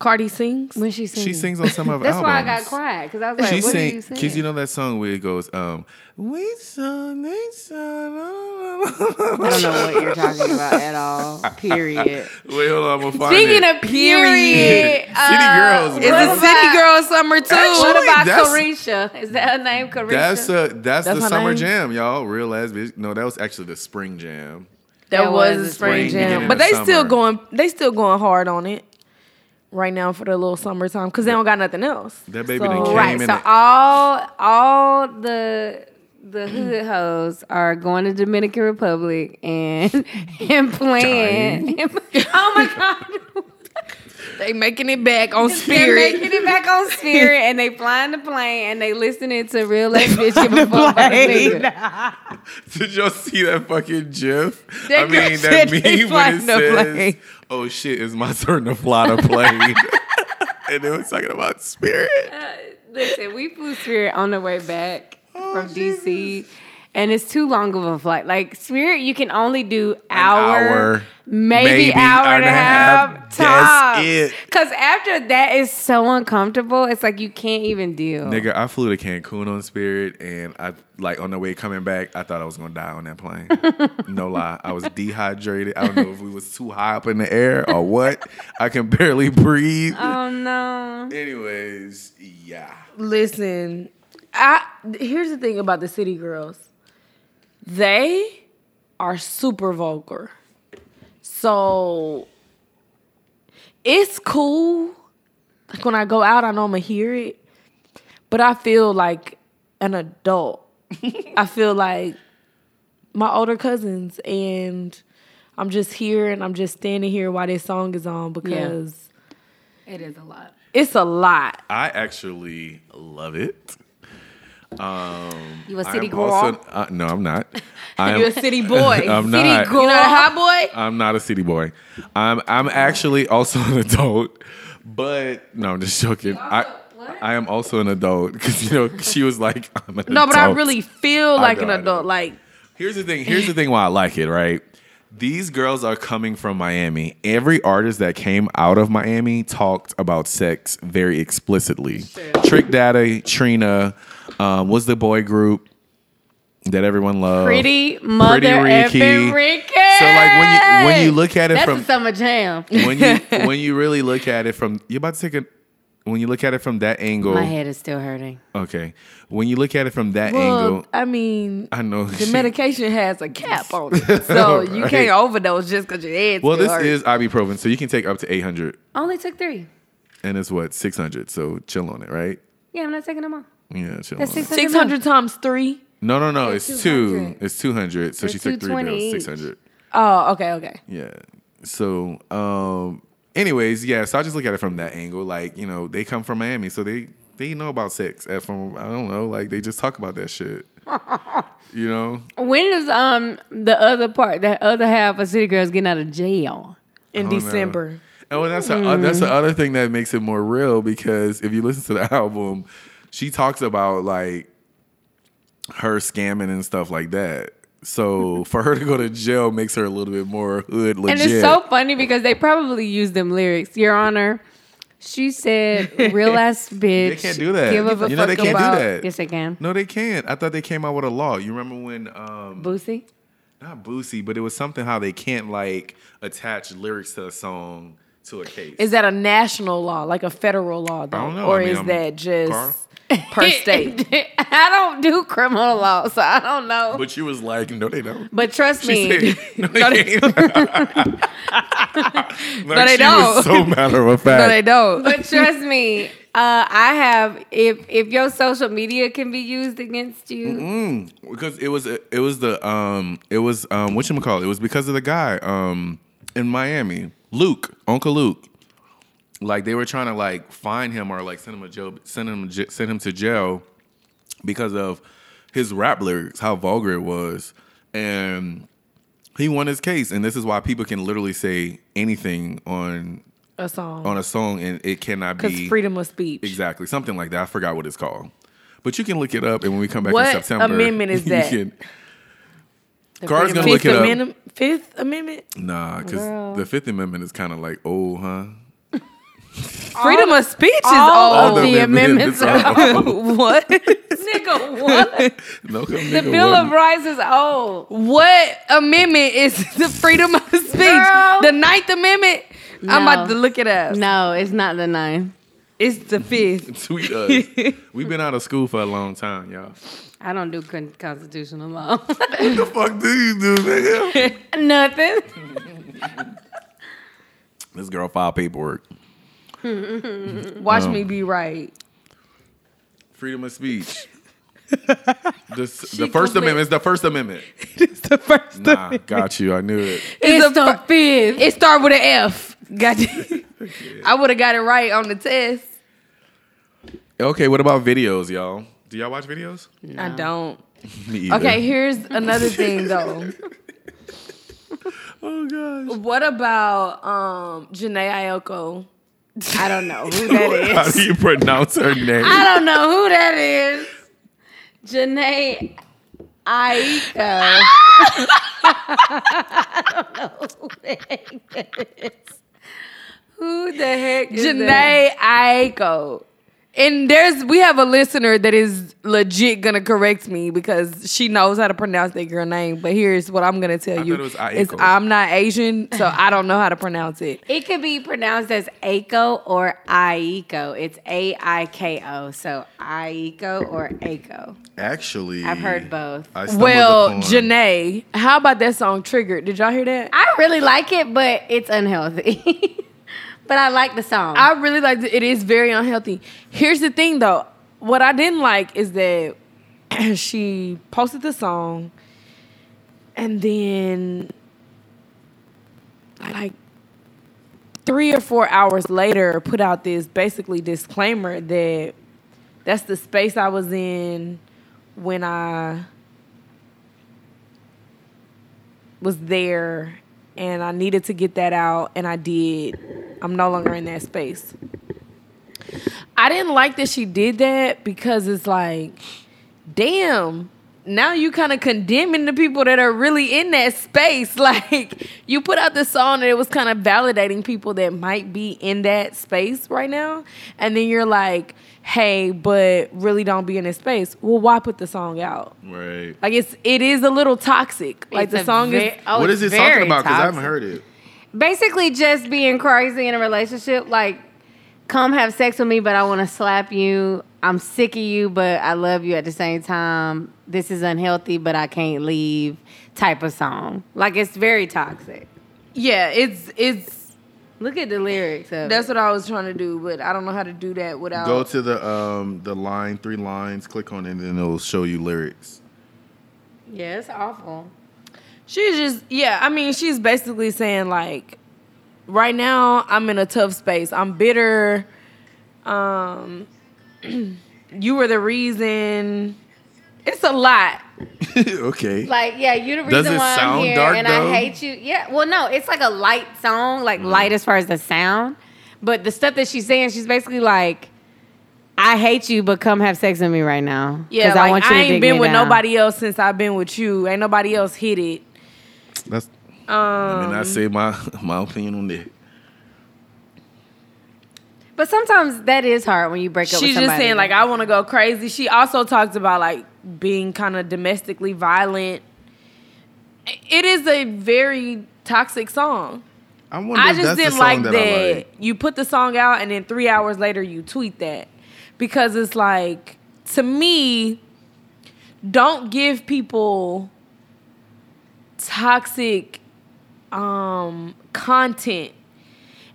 [SPEAKER 3] Cardi sings.
[SPEAKER 2] When she sings.
[SPEAKER 1] She sings on some of her
[SPEAKER 2] <laughs> That's
[SPEAKER 1] albums.
[SPEAKER 2] why I got quiet because I was like,
[SPEAKER 1] She
[SPEAKER 2] what
[SPEAKER 1] sing,
[SPEAKER 2] are you saying?
[SPEAKER 1] cause you know that song where it goes, um, we sung, we sung, la, la, la, la,
[SPEAKER 2] I
[SPEAKER 1] la."
[SPEAKER 2] <laughs> don't know what you're talking about at all. Period.
[SPEAKER 1] Wait, hold on, I'm gonna find
[SPEAKER 3] Speaking
[SPEAKER 1] it. <laughs>
[SPEAKER 3] of period,
[SPEAKER 1] City
[SPEAKER 2] uh,
[SPEAKER 1] Girls,
[SPEAKER 3] is
[SPEAKER 1] bro.
[SPEAKER 3] a city girl summer too.
[SPEAKER 1] Actually,
[SPEAKER 2] What about
[SPEAKER 1] that's-
[SPEAKER 2] Carisha? Is that her name, Carisha?
[SPEAKER 1] that's a that's,
[SPEAKER 3] That's
[SPEAKER 1] the
[SPEAKER 3] my
[SPEAKER 1] summer
[SPEAKER 3] name?
[SPEAKER 1] jam, y'all. Real ass bitch. No, that was actually the spring jam.
[SPEAKER 3] that
[SPEAKER 2] That
[SPEAKER 3] was
[SPEAKER 2] was
[SPEAKER 3] a spring
[SPEAKER 1] spring beginning
[SPEAKER 3] jam, but
[SPEAKER 1] of
[SPEAKER 3] they still
[SPEAKER 1] summer.
[SPEAKER 3] going they still going hard on it right now for the little summertime because they don't got nothing else.
[SPEAKER 1] That baby done came
[SPEAKER 2] right.
[SPEAKER 1] in
[SPEAKER 2] So
[SPEAKER 1] it.
[SPEAKER 2] all all the the hood hoes are going to Dominican <laughs>
[SPEAKER 3] <laughs>
[SPEAKER 2] Republic and and playing. oh my god.
[SPEAKER 3] They making it back on
[SPEAKER 2] They're
[SPEAKER 3] Spirit.
[SPEAKER 2] making it back on Spirit, and they flying the plane, and they listening to real life bitch give
[SPEAKER 3] The
[SPEAKER 2] a fuck about a
[SPEAKER 3] plane.
[SPEAKER 2] nigga.
[SPEAKER 1] <laughs> Did y'all see that fucking GIF?
[SPEAKER 3] That
[SPEAKER 1] I
[SPEAKER 3] girl
[SPEAKER 1] mean,
[SPEAKER 3] said
[SPEAKER 1] that
[SPEAKER 3] they
[SPEAKER 1] meme when
[SPEAKER 3] flying
[SPEAKER 1] it
[SPEAKER 3] the
[SPEAKER 1] says,
[SPEAKER 3] plane.
[SPEAKER 1] "Oh shit, it's my <laughs> turn to fly the
[SPEAKER 2] <laughs>
[SPEAKER 1] plane," and it was talking about spirit.
[SPEAKER 2] Listen, we flew Spirit on the way back from DC, and it's too long of a flight. Like Spirit, you can only do hour,
[SPEAKER 1] hour,
[SPEAKER 2] maybe,
[SPEAKER 1] maybe
[SPEAKER 2] hour and a half.
[SPEAKER 1] That's
[SPEAKER 2] tops.
[SPEAKER 1] it.
[SPEAKER 2] Cause after that is so uncomfortable. It's like you can't even
[SPEAKER 3] Oh.
[SPEAKER 2] deal.
[SPEAKER 1] Nigga, I flew to Cancun on Spirit, and I like on the way coming back, I thought I was gonna die on that
[SPEAKER 3] <laughs>
[SPEAKER 1] plane. no lie, I was dehydrated. I don't know if we was too high up in the air or what. I can barely breathe.
[SPEAKER 3] Uh.
[SPEAKER 2] Oh no.
[SPEAKER 1] Anyways, yeah.
[SPEAKER 3] Listen, I here's the thing about the city girls. They are super vulgar. So it's cool. Like when I go out, I know I'm gonna hear it. But I feel like
[SPEAKER 2] <laughs>
[SPEAKER 3] an adult. I feel like my older cousins and I'm just here and I'm just standing here while this song is on because
[SPEAKER 2] It is a lot.
[SPEAKER 3] it's a lot.
[SPEAKER 1] I actually love it. Um,
[SPEAKER 2] You a
[SPEAKER 1] I
[SPEAKER 2] city
[SPEAKER 1] am
[SPEAKER 2] girl?
[SPEAKER 1] also- uh, no, I'm
[SPEAKER 3] <laughs>
[SPEAKER 1] not. I'm,
[SPEAKER 3] You're a city boy.
[SPEAKER 1] I'm
[SPEAKER 3] city
[SPEAKER 1] not.
[SPEAKER 3] girl. You not a hot boy?
[SPEAKER 1] I'm not a city boy. I'm I'm actually also an adult, but no, I'm just joking. I
[SPEAKER 2] what?
[SPEAKER 1] I am also an adult because you know she was like I'm an
[SPEAKER 3] No, but I
[SPEAKER 1] adult.
[SPEAKER 3] really feel like
[SPEAKER 1] know,
[SPEAKER 3] an
[SPEAKER 1] I know.
[SPEAKER 3] adult. Like
[SPEAKER 1] Here's the thing. Here's the thing. Why I like it, right? These girls are coming from Miami. Every artist that came out of Miami talked about sex very explicitly. Trick Daddy, Trina, um, was the boy group that everyone loved.
[SPEAKER 2] Pretty mother
[SPEAKER 1] Ricky.
[SPEAKER 2] effing Ricky.
[SPEAKER 1] So like when you when you look at it
[SPEAKER 2] That's
[SPEAKER 1] from
[SPEAKER 2] a summer jam.
[SPEAKER 1] <laughs> when
[SPEAKER 2] <laughs>
[SPEAKER 1] you when you really look at it from you're about to take a when you look at it from that angle.
[SPEAKER 2] My head is still hurting.
[SPEAKER 1] Okay. When you look at it from that
[SPEAKER 3] well,
[SPEAKER 1] angle,
[SPEAKER 3] I mean,
[SPEAKER 1] I know <laughs>
[SPEAKER 3] the
[SPEAKER 1] she-
[SPEAKER 3] medication has a cap on
[SPEAKER 1] <laughs>
[SPEAKER 3] it, so you
[SPEAKER 1] Right.
[SPEAKER 3] can't overdose just because your head's
[SPEAKER 1] Well,
[SPEAKER 3] still
[SPEAKER 1] this
[SPEAKER 3] hurt.
[SPEAKER 1] is ibuprofen, so you can take up to 800
[SPEAKER 2] Only took three.
[SPEAKER 1] and it's what 600, so chill on it, right?
[SPEAKER 2] Yeah, I'm not taking them all.
[SPEAKER 1] Yeah, chill
[SPEAKER 2] That's
[SPEAKER 1] on it.
[SPEAKER 2] 600.
[SPEAKER 3] six hundred times three.
[SPEAKER 1] No, no, no, it's 2.
[SPEAKER 2] 200.
[SPEAKER 1] It's 200, so
[SPEAKER 2] They're
[SPEAKER 1] she took 3
[SPEAKER 2] 220
[SPEAKER 1] pills,
[SPEAKER 2] each.
[SPEAKER 1] 600.
[SPEAKER 3] Oh, okay, okay.
[SPEAKER 1] Yeah. So, um, anyways, yeah. So I just look at it from that angle. Like, you know, they come from Miami, so they they know about sex. And from I don't know, like they just talk about that shit. you know,
[SPEAKER 2] When is um the other part, that other half of City Girls getting out of jail?
[SPEAKER 3] In
[SPEAKER 1] know.
[SPEAKER 3] December,
[SPEAKER 1] and well, that's the, uh, that's the other thing that makes it more real because if you listen to the <laughs> album, she talks about like her scamming and stuff like that. So for her to go to jail makes her a little bit more hood legit.
[SPEAKER 2] And it's so funny because they probably use them lyrics. Your Honor,
[SPEAKER 1] <laughs>
[SPEAKER 2] she said, real ass bitch.
[SPEAKER 1] they can't do that.
[SPEAKER 2] Give up a
[SPEAKER 1] you know they
[SPEAKER 2] fuck
[SPEAKER 1] can't
[SPEAKER 2] about-
[SPEAKER 1] do that.
[SPEAKER 2] Yes, they can. <laughs>
[SPEAKER 1] No, they can't. I thought they came out with a law. You remember when um
[SPEAKER 2] Boosie?
[SPEAKER 1] not Boosie, but it was something how they can't like attach lyrics to a song to a case.
[SPEAKER 3] is that a national law, like a federal law, though,
[SPEAKER 1] don't know.
[SPEAKER 3] or
[SPEAKER 1] I mean,
[SPEAKER 3] is
[SPEAKER 1] I'm-
[SPEAKER 3] that just
[SPEAKER 1] Carl?
[SPEAKER 3] <laughs> per <laughs> state?
[SPEAKER 2] I don't do criminal law, so I don't know.
[SPEAKER 1] <laughs>
[SPEAKER 2] But,
[SPEAKER 1] but you was like, no, they don't.
[SPEAKER 2] trust me.
[SPEAKER 1] She
[SPEAKER 3] <laughs>
[SPEAKER 1] said, no, <laughs> they <laughs> don't.
[SPEAKER 3] they don't.
[SPEAKER 1] so matter of fact.
[SPEAKER 3] No, they
[SPEAKER 1] <laughs>
[SPEAKER 3] don't.
[SPEAKER 2] but trust me, uh, I have. If if your social media can be used against you,
[SPEAKER 1] because it was it was the um it was um what you call it was because of the guy um in Miami Luke Uncle Luke like they were trying to like find him or like send him a jail send him j- send him to jail because of his rap lyrics how vulgar it was and he won his case and this is why people can literally say anything on
[SPEAKER 3] a song
[SPEAKER 1] on a song and it cannot
[SPEAKER 3] because
[SPEAKER 1] be
[SPEAKER 3] freedom of speech.
[SPEAKER 1] Exactly, something like that. I forgot what it's called, but you can look it up. And when we come back
[SPEAKER 3] What
[SPEAKER 1] in September,
[SPEAKER 3] amendment
[SPEAKER 1] <laughs>
[SPEAKER 3] is
[SPEAKER 1] you
[SPEAKER 3] that?
[SPEAKER 2] The
[SPEAKER 1] Car's
[SPEAKER 2] freedom
[SPEAKER 1] gonna look
[SPEAKER 3] Fifth,
[SPEAKER 1] it up.
[SPEAKER 3] amendment, Fifth Amendment,
[SPEAKER 1] Nah,
[SPEAKER 2] Girl.
[SPEAKER 1] because the Fifth Amendment is kind of like old, huh? <laughs>
[SPEAKER 3] freedom of speech is
[SPEAKER 2] all
[SPEAKER 3] all
[SPEAKER 2] of the <laughs> amendments
[SPEAKER 1] are old.
[SPEAKER 3] <laughs> what?
[SPEAKER 2] nigga,
[SPEAKER 3] <laughs>
[SPEAKER 2] what?
[SPEAKER 1] no, come
[SPEAKER 2] the
[SPEAKER 1] nigga,
[SPEAKER 2] Bill
[SPEAKER 1] what?
[SPEAKER 2] of Rights is old.
[SPEAKER 3] What amendment is the freedom of speech?
[SPEAKER 2] Girl.
[SPEAKER 3] The Ninth Amendment. I'm
[SPEAKER 2] No.
[SPEAKER 3] about to look it up.
[SPEAKER 2] No, it's not the nine.
[SPEAKER 3] It's
[SPEAKER 2] <laughs>
[SPEAKER 3] the fifth.
[SPEAKER 1] <laughs> Tweet us. We've been out of school for a long time, y'all.
[SPEAKER 2] I don't do con- constitutional law. <laughs>
[SPEAKER 1] What the fuck do you do, nigga?
[SPEAKER 2] Nothing.
[SPEAKER 1] this girl filed paperwork.
[SPEAKER 3] Watch me be right.
[SPEAKER 1] Freedom of
[SPEAKER 3] <laughs>
[SPEAKER 1] speech. the the
[SPEAKER 3] complete-
[SPEAKER 1] First Amendment is the First Amendment.
[SPEAKER 3] <laughs> It's the first.
[SPEAKER 1] Nah, got you. I knew it.
[SPEAKER 2] It's,
[SPEAKER 3] the
[SPEAKER 2] the fifth. <laughs>
[SPEAKER 3] It start with an F. Got you. I would have got it right on the test.
[SPEAKER 1] Okay, what about videos, y'all? Do y'all watch videos?
[SPEAKER 3] I don't.
[SPEAKER 1] Me either.
[SPEAKER 3] <laughs> Okay, here's another thing though.
[SPEAKER 1] Oh gosh.
[SPEAKER 3] What about um Janae Ioko? I don't know
[SPEAKER 1] <laughs>
[SPEAKER 3] who that
[SPEAKER 1] <laughs>
[SPEAKER 3] is.
[SPEAKER 1] How do you pronounce her name?
[SPEAKER 2] I don't know who that is. Janae Aiko. <laughs> Who the heck is that?
[SPEAKER 3] Janae Aiko. And there's we have a listener that is legit gonna correct me because she knows how to pronounce that girl name. But here's what I'm gonna tell
[SPEAKER 1] I
[SPEAKER 3] you:
[SPEAKER 1] thought it was Aiko.
[SPEAKER 3] It's- I'm not Asian, so I don't know how to pronounce it.
[SPEAKER 2] It could be pronounced as Aiko or Aiko. It's A I K O. So Aiko or Aiko.
[SPEAKER 1] Actually,
[SPEAKER 2] I've heard both.
[SPEAKER 1] I stumbled
[SPEAKER 3] Well,
[SPEAKER 1] upon-
[SPEAKER 3] Janae, how about that song "Triggered"? Did y'all hear that?
[SPEAKER 2] I really like it, but it's unhealthy. <laughs> but I like the song.
[SPEAKER 3] I really like it. It is very unhealthy. Here's the thing, though. What I didn't like is that <clears throat> she posted the song, and then like three or four hours later, put out this basically disclaimer that that's the space I was in when I was there and I needed to get that out and I did. I'm no longer in that space. I didn't like that she did that because it's like, damn, now you kind of condemning the people that are really in that space. <laughs> Like you put out this song and it was kind of validating people that might be in that space right now. And then you're like, hey, but really don't be in this space. Well, why put the song out?
[SPEAKER 1] Right.
[SPEAKER 3] Like it's it is a little toxic. Like
[SPEAKER 2] It's
[SPEAKER 3] the
[SPEAKER 2] a
[SPEAKER 3] song
[SPEAKER 2] ve-
[SPEAKER 3] is
[SPEAKER 2] oh,
[SPEAKER 1] what
[SPEAKER 2] it's
[SPEAKER 1] is it
[SPEAKER 2] very
[SPEAKER 1] talking about? Because I haven't
[SPEAKER 2] toxic.
[SPEAKER 1] heard it.
[SPEAKER 2] basically just being crazy in a relationship like come have sex with me but i want to slap you i'm sick of you but i love you at the same time this is unhealthy but i can't leave type of song like it's very toxic
[SPEAKER 3] yeah, it's it's
[SPEAKER 2] look at the lyrics of
[SPEAKER 3] that's what I was trying to do, but I don't know how to do that without
[SPEAKER 1] Go to the um the line, three lines, click on it, and then it'll show you lyrics.
[SPEAKER 2] it. yeah it's awful
[SPEAKER 3] She's just yeah, I mean, she's basically saying like right now I'm in a tough space. I'm bitter. Um <clears throat> you were the reason. It's a lot.
[SPEAKER 1] <laughs> okay.
[SPEAKER 2] like yeah you're the
[SPEAKER 1] Does
[SPEAKER 2] reason
[SPEAKER 1] it
[SPEAKER 2] why i'm
[SPEAKER 1] sound
[SPEAKER 2] here
[SPEAKER 1] dark,
[SPEAKER 2] and
[SPEAKER 1] though? Mm.
[SPEAKER 2] i hate you yeah well no it's like a light song like light as far as the sound but the stuff that she's saying she's basically like i hate you but come have sex with me right now
[SPEAKER 3] Yeah,
[SPEAKER 2] 'Cause
[SPEAKER 3] like, I,
[SPEAKER 2] i want you to dig
[SPEAKER 3] ain't been
[SPEAKER 2] me
[SPEAKER 3] with
[SPEAKER 2] down."
[SPEAKER 3] nobody else since I've been with you. Ain't nobody else hit it.
[SPEAKER 1] That's. I mean, I say my <laughs> my opinion on that.
[SPEAKER 2] But sometimes that is hard when you break up. with
[SPEAKER 3] She's just
[SPEAKER 2] somebody.
[SPEAKER 3] saying like I want to go crazy. She also talks about like being kind of domestically violent. It is a very toxic song.
[SPEAKER 1] I wonder.
[SPEAKER 3] I
[SPEAKER 1] if
[SPEAKER 3] just
[SPEAKER 1] that's the
[SPEAKER 3] didn't
[SPEAKER 1] song
[SPEAKER 3] like that,
[SPEAKER 1] that. I like.
[SPEAKER 3] you put the song out and then three hours later you tweet that because it's like to me, don't give people toxic um, content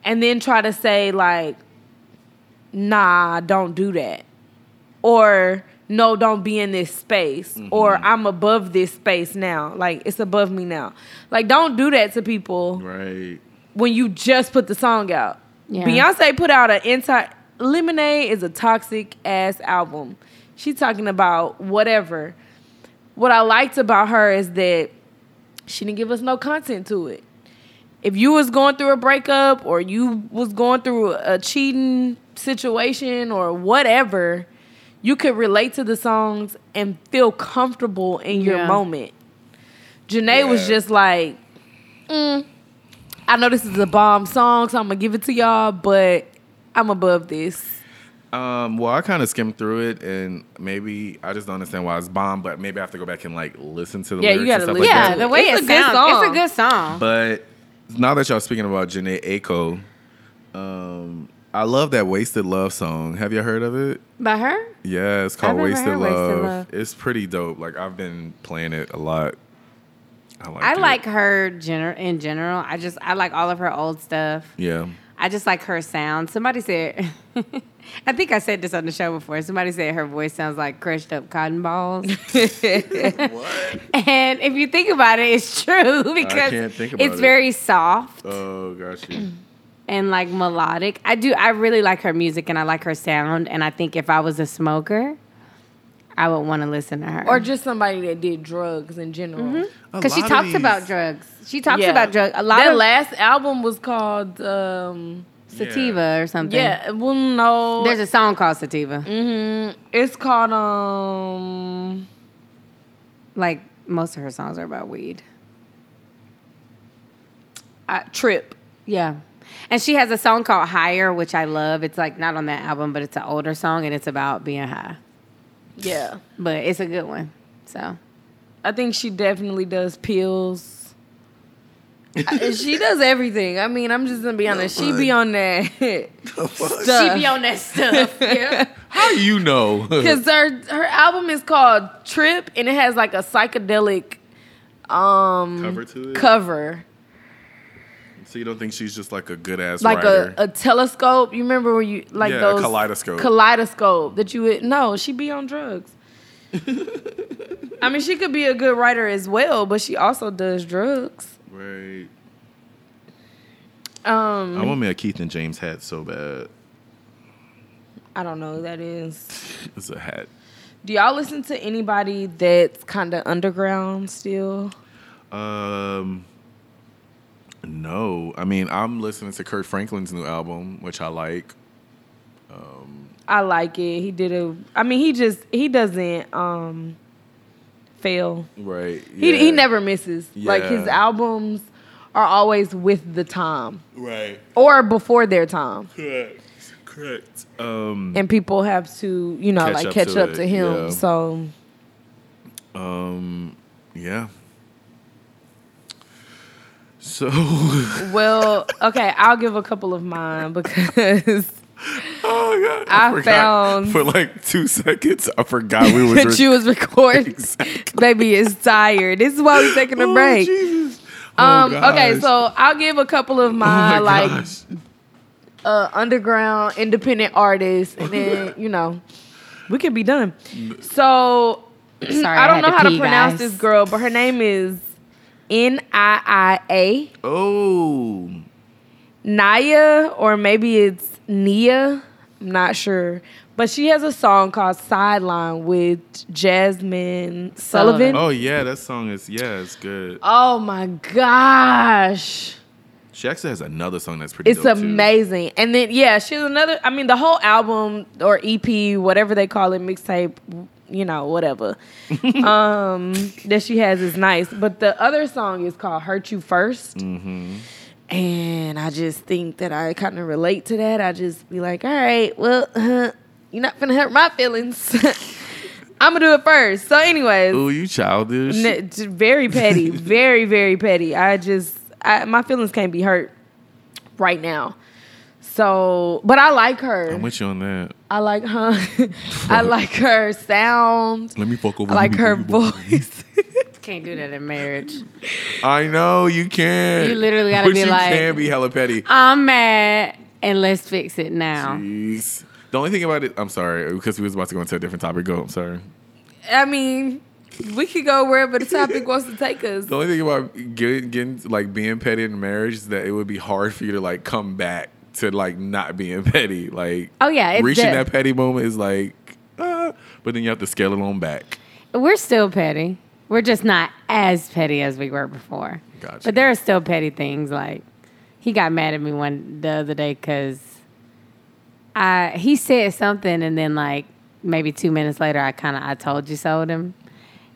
[SPEAKER 3] and then try to say like, nah, don't do that, or no, don't be in this space,
[SPEAKER 1] Mm-hmm.
[SPEAKER 3] or I'm above this space now, like it's above me now. Like, don't do that to people
[SPEAKER 1] Right.
[SPEAKER 3] when you just put the song out.
[SPEAKER 2] Yeah.
[SPEAKER 3] Beyonce put out an entire Lemonade is a toxic ass album. She's talking about whatever. What I liked about her is that she didn't give us no content to it. If you was going through a breakup or you was going through a cheating situation or whatever, you could relate to the songs and feel comfortable in your
[SPEAKER 2] Yeah.
[SPEAKER 3] moment. Janae was
[SPEAKER 1] Yeah.
[SPEAKER 3] just like, Mm. I know this is a bomb song, so I'm gonna give it to y'all, but I'm above this.
[SPEAKER 1] Um, well, I kind of skimmed through it, and maybe I just don't understand why it's bomb. But maybe I have to go back and like listen to the
[SPEAKER 3] Yeah, you
[SPEAKER 1] lyrics and stuff
[SPEAKER 3] gotta listen
[SPEAKER 1] like
[SPEAKER 2] yeah,
[SPEAKER 1] that.
[SPEAKER 3] to
[SPEAKER 2] the way
[SPEAKER 3] It's
[SPEAKER 2] it's
[SPEAKER 3] a
[SPEAKER 2] it
[SPEAKER 3] good
[SPEAKER 2] sounds, it's
[SPEAKER 3] song.
[SPEAKER 2] a good song.
[SPEAKER 1] But now that y'all speaking about Janae Aiko, um, I love that "Wasted Love" song. Have you all heard of it?
[SPEAKER 2] By her,
[SPEAKER 1] Yeah, it's called
[SPEAKER 2] I've never
[SPEAKER 1] Wasted
[SPEAKER 2] heard
[SPEAKER 1] Love.
[SPEAKER 2] Wasted Love.
[SPEAKER 1] It's pretty dope. Like I've been playing it a lot. I like.
[SPEAKER 2] I
[SPEAKER 1] it.
[SPEAKER 2] like her gener- in general. I just I like all of her old stuff.
[SPEAKER 1] Yeah.
[SPEAKER 2] I just like her sound. Somebody said, <laughs> I think I said this on the show before. Somebody said her voice sounds like crushed up cotton balls. <laughs> And if you think about it, it's true because
[SPEAKER 1] can't think about
[SPEAKER 2] it's
[SPEAKER 1] it.
[SPEAKER 2] very soft.
[SPEAKER 1] Oh, gotcha.
[SPEAKER 2] and like melodic. I do. I really like her music and I like her sound. And I think if I was a smoker, I would want to listen to her.
[SPEAKER 3] or just somebody that did drugs in general.
[SPEAKER 1] A
[SPEAKER 2] because she
[SPEAKER 1] lot of
[SPEAKER 2] talks
[SPEAKER 1] these-
[SPEAKER 2] about drugs. She talks
[SPEAKER 3] Mm-hmm. Yeah.
[SPEAKER 2] about drugs a lot.
[SPEAKER 3] That
[SPEAKER 2] of
[SPEAKER 3] last album was called um,
[SPEAKER 2] sativa or something.
[SPEAKER 3] yeah. Well, no,
[SPEAKER 2] There's a song called Sativa,
[SPEAKER 1] Mm.
[SPEAKER 3] Mhm. It's called um.
[SPEAKER 2] like most of her songs are about weed.
[SPEAKER 3] I, Trip.
[SPEAKER 2] Yeah. And she has a song called Higher, which I love. It's like not on that album, but it's an older song and it's about being high.
[SPEAKER 3] Yeah,
[SPEAKER 2] But it's a good one. So
[SPEAKER 3] I think she definitely does pills. I- Uh, she does everything. I mean, I'm just gonna
[SPEAKER 2] <laughs>
[SPEAKER 3] be honest. She be on that <laughs> stuff.
[SPEAKER 2] she be <laughs> on that stuff. Yeah.
[SPEAKER 1] How do you know? <laughs>
[SPEAKER 3] Because her her album is called Trip, and it has like a psychedelic um
[SPEAKER 1] Cover to it?
[SPEAKER 3] cover.
[SPEAKER 1] so you don't think she's just like a good ass
[SPEAKER 3] like a,
[SPEAKER 1] writer?
[SPEAKER 3] a telescope. You remember when you like
[SPEAKER 1] Yeah, a
[SPEAKER 3] those
[SPEAKER 1] kaleidoscope.
[SPEAKER 3] Kaleidoscope that you would no, she be
[SPEAKER 1] <laughs>
[SPEAKER 3] on drugs. I mean, she could be a good writer as well, but she also does drugs.
[SPEAKER 1] right.
[SPEAKER 3] Um,
[SPEAKER 1] I want me a Keith and James hat so bad.
[SPEAKER 3] I don't know who that is.
[SPEAKER 1] It's a hat.
[SPEAKER 3] Do y'all listen to anybody that's kind of underground still?
[SPEAKER 1] Um, no, I mean I'm listening to Kurt Franklin's new album, which I like.
[SPEAKER 3] I like it. He did a. I mean, he just he doesn't um fail.
[SPEAKER 1] Right.
[SPEAKER 3] He he
[SPEAKER 1] yeah,
[SPEAKER 3] never misses. Like his
[SPEAKER 1] Yeah.
[SPEAKER 3] albums are always with the time
[SPEAKER 1] Right.
[SPEAKER 3] or before their time.
[SPEAKER 1] Correct. Correct. Um.
[SPEAKER 3] and people have to, you know,
[SPEAKER 1] Catch
[SPEAKER 3] like
[SPEAKER 1] up
[SPEAKER 3] catch
[SPEAKER 1] to
[SPEAKER 3] up
[SPEAKER 1] it,
[SPEAKER 3] to him.
[SPEAKER 1] yeah.
[SPEAKER 3] So
[SPEAKER 1] Um. Yeah. So <laughs>
[SPEAKER 3] well, okay, I'll give a couple of mine because
[SPEAKER 1] Oh god!
[SPEAKER 3] I
[SPEAKER 1] forgot.
[SPEAKER 3] found-
[SPEAKER 1] for like two seconds. I forgot <laughs>
[SPEAKER 3] <laughs>
[SPEAKER 1] we was.
[SPEAKER 3] that you was recording.
[SPEAKER 1] Exactly.
[SPEAKER 3] Baby is tired. This is why we're taking a
[SPEAKER 1] Oh,
[SPEAKER 3] break.
[SPEAKER 1] Jesus. Oh,
[SPEAKER 3] um, okay,
[SPEAKER 1] gosh.
[SPEAKER 3] so I'll give a couple of
[SPEAKER 1] Oh, my
[SPEAKER 3] my, like
[SPEAKER 1] gosh.
[SPEAKER 3] uh, underground independent artists, and then you know, we could be done.
[SPEAKER 1] Mm.
[SPEAKER 3] So
[SPEAKER 2] Sorry,
[SPEAKER 3] I don't
[SPEAKER 2] had
[SPEAKER 3] know how
[SPEAKER 2] pee,
[SPEAKER 3] to pronounce
[SPEAKER 2] guys.
[SPEAKER 3] this girl, but her name is N I I A.
[SPEAKER 1] Oh,
[SPEAKER 3] Naya, or maybe it's Nia. I'm not sure. But she has a song called Sideline with Jasmine Sullivan.
[SPEAKER 2] Sullivan.
[SPEAKER 1] oh yeah, that song is yeah, it's good.
[SPEAKER 3] Oh my gosh.
[SPEAKER 1] She actually has another song that's pretty.
[SPEAKER 3] It's
[SPEAKER 1] dope, too.
[SPEAKER 3] amazing. And then, yeah, she has another. I mean, the whole album or EP, whatever they call it, mixtape, you know,
[SPEAKER 1] <laughs>
[SPEAKER 3] whatever, um, that she has is nice. But the other song is called Hurt You 1st
[SPEAKER 1] Mm-hmm.
[SPEAKER 3] And I just think that I kind of relate to that. I just be like, all right, well, <laughs> uh, you're not going to hurt my feelings. <laughs> I'm going to do it first. So, anyways.
[SPEAKER 1] Ooh, you childish.
[SPEAKER 3] N- j- very
[SPEAKER 1] <laughs>
[SPEAKER 3] petty, very very petty. I just I, my feelings can't be hurt right now. So, but I like
[SPEAKER 1] I'm
[SPEAKER 3] her.
[SPEAKER 1] with you on that.
[SPEAKER 3] I like her. <laughs> I like her sound.
[SPEAKER 1] Let me fuck over.
[SPEAKER 3] I like
[SPEAKER 1] you.
[SPEAKER 3] her voice. <laughs>
[SPEAKER 2] Can't do that in marriage.
[SPEAKER 1] I know you can.
[SPEAKER 2] You literally gotta
[SPEAKER 1] But
[SPEAKER 2] be
[SPEAKER 1] you
[SPEAKER 2] like-
[SPEAKER 1] can be hella petty.
[SPEAKER 2] I'm mad and let's fix it now.
[SPEAKER 1] Jeez. The only thing about it, I'm sorry, because we was about to go into a different topic. Go. I'm sorry.
[SPEAKER 3] I mean, we could go wherever the topic wants to take us.
[SPEAKER 1] The only thing about getting, getting like being petty in marriage is that it would be hard for you to like come back to like not being <laughs> petty. Like,
[SPEAKER 2] Oh, yeah, it's
[SPEAKER 1] reaching
[SPEAKER 2] the-
[SPEAKER 1] that petty moment is like, ah, but then you have to scale it on back.
[SPEAKER 2] We're still petty. We're just not as petty as we were before.
[SPEAKER 1] Gotcha.
[SPEAKER 2] But there are still petty things. Like he got mad at me one the other day because I he said something and then like maybe two minutes later I kind of I told you so to him,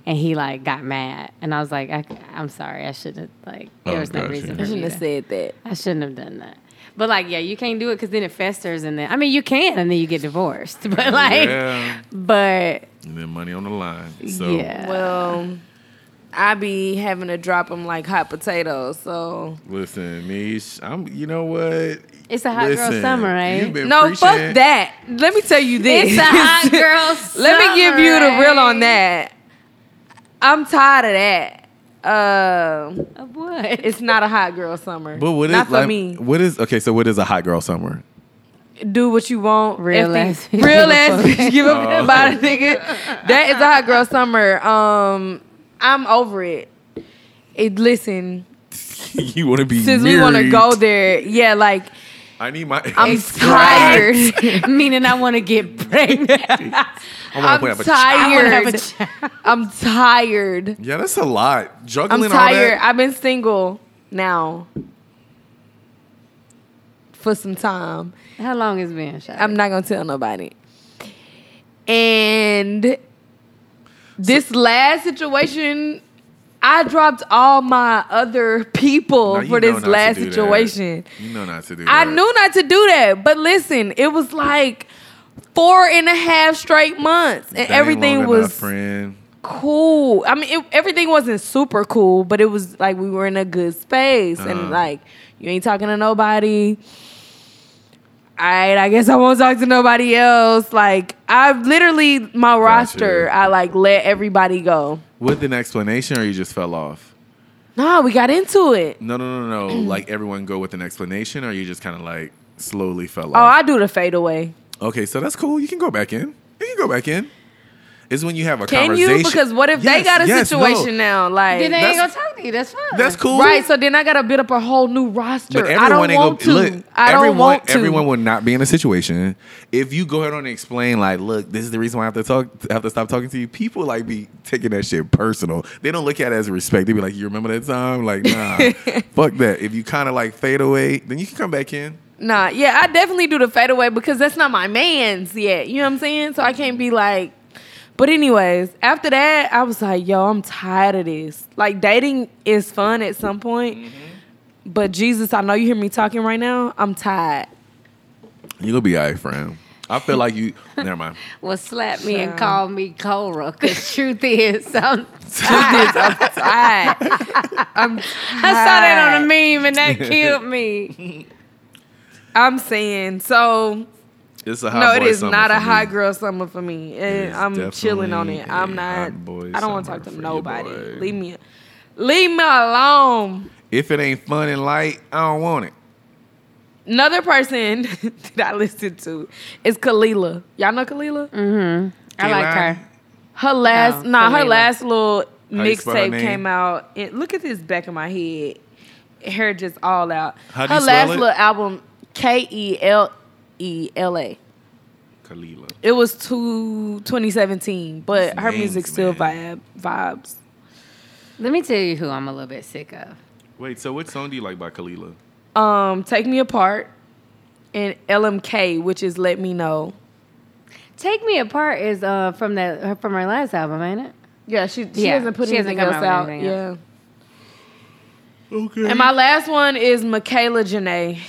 [SPEAKER 2] and he like got mad and I was like I, I'm sorry I shouldn't have, like there
[SPEAKER 1] Oh,
[SPEAKER 2] was no
[SPEAKER 1] gotcha.
[SPEAKER 2] reason
[SPEAKER 3] I
[SPEAKER 2] for me
[SPEAKER 3] shouldn't have
[SPEAKER 2] to-
[SPEAKER 3] said that.
[SPEAKER 2] I shouldn't have done that. But like yeah you can't do it because then it festers and then I mean you can and then you get divorced <laughs> but <laughs> like
[SPEAKER 1] yeah.
[SPEAKER 2] but
[SPEAKER 1] And then money on the line. So,
[SPEAKER 2] yeah
[SPEAKER 3] Well, I be having to drop them like hot potatoes. So
[SPEAKER 1] listen, Mish, I'm, you know what?
[SPEAKER 2] It's a hot girl summer, right?
[SPEAKER 1] you've been
[SPEAKER 3] no,
[SPEAKER 1] preaching
[SPEAKER 3] fuck
[SPEAKER 1] it.
[SPEAKER 3] that. Let me tell you this.
[SPEAKER 2] It's a hot <laughs> girl.
[SPEAKER 3] Let me give you the real on
[SPEAKER 2] summer,
[SPEAKER 3] that. I'm tired of that. Um,
[SPEAKER 2] right? Of what?
[SPEAKER 3] it's not a hot girl summer.
[SPEAKER 1] But what is
[SPEAKER 3] not for
[SPEAKER 1] like,
[SPEAKER 3] me.
[SPEAKER 1] What is okay? So what is a hot girl summer? <laughs>
[SPEAKER 3] Do what you want.
[SPEAKER 2] Real
[SPEAKER 3] If the-
[SPEAKER 2] ass bitch,
[SPEAKER 3] Real
[SPEAKER 2] give a <laughs>
[SPEAKER 3] ass
[SPEAKER 2] fuck.
[SPEAKER 3] bitch. Give a
[SPEAKER 1] Oh.
[SPEAKER 3] fuck about it, nigga. That is a hot girl summer. Um, I'm over it. It listen.
[SPEAKER 1] you want to be
[SPEAKER 3] Since we
[SPEAKER 1] married.
[SPEAKER 3] want to go there, yeah, like
[SPEAKER 1] I need my. <laughs>
[SPEAKER 3] I'm
[SPEAKER 2] tired. <laughs>
[SPEAKER 3] tired.
[SPEAKER 2] Meaning I want to get
[SPEAKER 1] <laughs>
[SPEAKER 2] pregnant.
[SPEAKER 1] I
[SPEAKER 3] I'm
[SPEAKER 1] wanna have a child.
[SPEAKER 2] I wanna have a
[SPEAKER 3] tired. I'm tired.
[SPEAKER 1] <laughs> Yeah, that's a lot. Juggling
[SPEAKER 3] I'm tired. I've been single now for some time.
[SPEAKER 2] How long has it been? Shot?
[SPEAKER 3] I'm not gonna tell nobody. And this last situation, I dropped all my other people
[SPEAKER 1] all that. Now, you
[SPEAKER 3] for
[SPEAKER 1] know
[SPEAKER 3] this
[SPEAKER 1] not to
[SPEAKER 3] last
[SPEAKER 1] do that.
[SPEAKER 3] situation.
[SPEAKER 1] You know not to do that.
[SPEAKER 3] I knew not to do that, but listen, it was like four and a half straight months, and
[SPEAKER 1] That ain't
[SPEAKER 3] everything
[SPEAKER 1] long
[SPEAKER 3] was
[SPEAKER 1] Enough, friend.
[SPEAKER 3] cool. I mean, it, everything wasn't super cool, but it was like we were in a good space,
[SPEAKER 1] Uh-huh.
[SPEAKER 3] and like you ain't talking to nobody. All right, I guess I won't talk to nobody else. Like I've literally my roster, I like let everybody go.
[SPEAKER 1] With an explanation, or you just fell off?
[SPEAKER 3] Nah, we got into it.
[SPEAKER 1] No, no, no,
[SPEAKER 3] <clears throat>
[SPEAKER 1] no. like everyone go with an explanation, or you just kind of like slowly fell
[SPEAKER 3] Oh,
[SPEAKER 1] off.
[SPEAKER 3] I do the fadeaway.
[SPEAKER 1] okay, so that's cool. You can go back in. You can go back in. It's when you have a
[SPEAKER 3] Can
[SPEAKER 1] conversation.
[SPEAKER 3] you? Because what if they
[SPEAKER 1] Yes,
[SPEAKER 3] got a
[SPEAKER 1] yes, no.
[SPEAKER 3] situation now? Like
[SPEAKER 2] then they ain't gonna
[SPEAKER 1] That's-
[SPEAKER 2] talk to you. That's fine.
[SPEAKER 1] That's cool.
[SPEAKER 3] Right, so then I gotta build up a whole new roster.
[SPEAKER 1] But
[SPEAKER 3] I
[SPEAKER 1] everyone
[SPEAKER 3] don't
[SPEAKER 1] ain't
[SPEAKER 3] want to.
[SPEAKER 1] gonna look.
[SPEAKER 3] I don't
[SPEAKER 1] everyone,
[SPEAKER 3] want to.
[SPEAKER 1] Everyone will not be in a situation if you go ahead on and explain like, look, this is the reason why I have to talk. I have to stop talking to you. People like be taking that shit personal. They don't look at it as respect. They be like, you remember that time? Like,
[SPEAKER 3] <laughs>
[SPEAKER 1] nah, fuck that. If you kind of like fade away, then you can come back in.
[SPEAKER 3] Nah, yeah, I definitely do the fadeaway because that's not my man's yet. You know what I'm saying? So I can't be like. But anyways, after that, I was like, yo, I'm tired of this. Like dating is fun at some point,
[SPEAKER 1] Mm-hmm.
[SPEAKER 3] but Jesus, I know you hear me talking right now. I'm tired.
[SPEAKER 1] You gonna be alright, friend. I feel like you. never mind.
[SPEAKER 2] Well, slap me and
[SPEAKER 3] Child.
[SPEAKER 2] call me Cora. <laughs> Cause truth is, I'm
[SPEAKER 3] Jesus, I'm
[SPEAKER 1] <laughs>
[SPEAKER 3] tired. I'm
[SPEAKER 2] I saw that on a meme and that killed <laughs> me.
[SPEAKER 3] I'm saying so.
[SPEAKER 1] It's a hot
[SPEAKER 3] <laughs> No, it
[SPEAKER 1] boy
[SPEAKER 3] is
[SPEAKER 1] summer
[SPEAKER 3] not
[SPEAKER 1] for
[SPEAKER 3] a
[SPEAKER 1] me.
[SPEAKER 3] hot girl summer for me.
[SPEAKER 1] It
[SPEAKER 3] And
[SPEAKER 1] is
[SPEAKER 3] I'm chilling on it.
[SPEAKER 1] definitely
[SPEAKER 3] I'm
[SPEAKER 1] a
[SPEAKER 3] not.
[SPEAKER 1] hot boy
[SPEAKER 3] I don't want to
[SPEAKER 1] summer
[SPEAKER 3] talk to
[SPEAKER 1] for your
[SPEAKER 3] nobody.
[SPEAKER 1] boy.
[SPEAKER 3] Leave me. Leave me alone.
[SPEAKER 1] If it ain't fun and light, I don't want it.
[SPEAKER 3] Another person <laughs> that I listen to is Kalila. Y'all know Kalila?
[SPEAKER 2] I like her.
[SPEAKER 3] Her last,
[SPEAKER 2] No,
[SPEAKER 3] nah, her
[SPEAKER 2] Kalila.
[SPEAKER 3] last little
[SPEAKER 1] How you spell her
[SPEAKER 3] mixtape
[SPEAKER 1] name?
[SPEAKER 3] came out. It, look at this back of my head, hair just all out.
[SPEAKER 1] How do
[SPEAKER 3] her
[SPEAKER 1] you spell
[SPEAKER 3] last
[SPEAKER 1] it?
[SPEAKER 3] little album, K E L E L A.
[SPEAKER 1] Kalila.
[SPEAKER 3] It was two, 2017, but
[SPEAKER 1] These
[SPEAKER 3] her
[SPEAKER 1] names,
[SPEAKER 3] music still vibe,
[SPEAKER 1] man.
[SPEAKER 3] vibes.
[SPEAKER 2] Let me tell you who I'm a little bit sick of.
[SPEAKER 1] Wait, so what song do you like by Kalila?
[SPEAKER 3] Um, Take Me Apart and LMK, which is Let Me Know.
[SPEAKER 2] Take Me Apart is uh, from that her- from her last album, ain't it?
[SPEAKER 3] Yeah, she, she
[SPEAKER 2] Yeah,
[SPEAKER 3] hasn't put
[SPEAKER 2] she hasn't
[SPEAKER 3] anything
[SPEAKER 2] come
[SPEAKER 3] else
[SPEAKER 2] out
[SPEAKER 3] out.
[SPEAKER 2] with anything
[SPEAKER 3] yeah.
[SPEAKER 2] else.
[SPEAKER 1] Okay.
[SPEAKER 3] And my last one is Michaela Janae.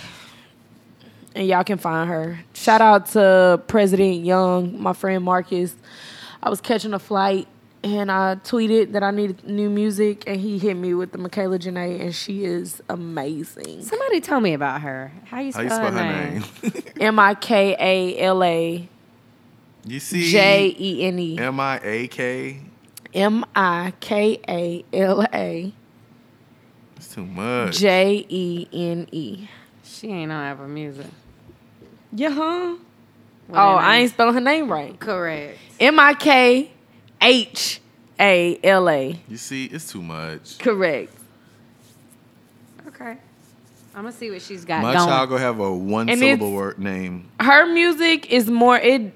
[SPEAKER 3] And y'all can find her. Shout out to President Young, my friend Marcus. I was catching a flight and I tweeted that I needed new music and he hit me with the Michaela Janae and she is amazing.
[SPEAKER 2] Somebody told me about her. How you
[SPEAKER 1] How
[SPEAKER 2] spell,
[SPEAKER 1] you spell
[SPEAKER 2] her, name?
[SPEAKER 3] M I K A L A
[SPEAKER 1] <laughs> You see
[SPEAKER 3] J E N E.
[SPEAKER 1] M I A K.
[SPEAKER 3] M I K A L A
[SPEAKER 1] It's too much.
[SPEAKER 3] J E N E.
[SPEAKER 2] She ain't on Apple Music.
[SPEAKER 3] Yeah, huh?
[SPEAKER 2] What
[SPEAKER 3] Oh,
[SPEAKER 2] her
[SPEAKER 3] I
[SPEAKER 2] name?
[SPEAKER 3] ain't spelling her name right.
[SPEAKER 2] correct.
[SPEAKER 3] M I K H A L A.
[SPEAKER 1] you see, it's too much.
[SPEAKER 3] Correct.
[SPEAKER 2] Okay, I'm gonna see what she's got
[SPEAKER 1] My
[SPEAKER 2] going.
[SPEAKER 1] child gonna have a one
[SPEAKER 3] And
[SPEAKER 1] syllable
[SPEAKER 3] it's-
[SPEAKER 1] word name.
[SPEAKER 3] Her music is more it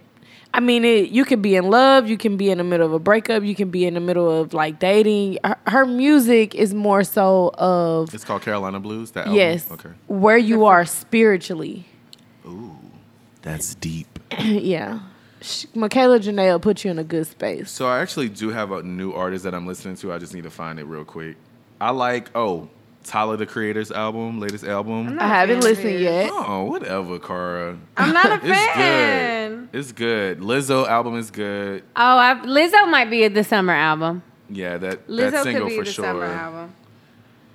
[SPEAKER 3] I mean it you can be in love, you can be in the middle of a breakup, you can be in the middle of like dating. Her, her music is more so of
[SPEAKER 1] It's called Carolina Blues. That album?
[SPEAKER 3] yes,
[SPEAKER 1] Okay.
[SPEAKER 3] where you are spiritually. <clears throat>
[SPEAKER 1] Ooh, that's deep.
[SPEAKER 3] yeah. Sh Michaela Janae will put you in a good space.
[SPEAKER 1] So I actually do have a new artist that I'm listening to. I just need to find it real quick. I like oh Tyler the Creator's album, latest album.
[SPEAKER 2] not-
[SPEAKER 3] I haven't
[SPEAKER 2] Fancy.
[SPEAKER 3] listened yet.
[SPEAKER 1] Oh, whatever, Cara.
[SPEAKER 2] I'm not a
[SPEAKER 1] It's
[SPEAKER 2] fan.
[SPEAKER 1] good. It's good. Lizzo album is good.
[SPEAKER 2] Oh, i Lizzo might be at the summer album.
[SPEAKER 1] Yeah, that
[SPEAKER 2] Lizzo
[SPEAKER 1] that
[SPEAKER 2] could
[SPEAKER 1] single
[SPEAKER 2] be
[SPEAKER 1] for
[SPEAKER 2] the
[SPEAKER 1] sure.
[SPEAKER 2] summer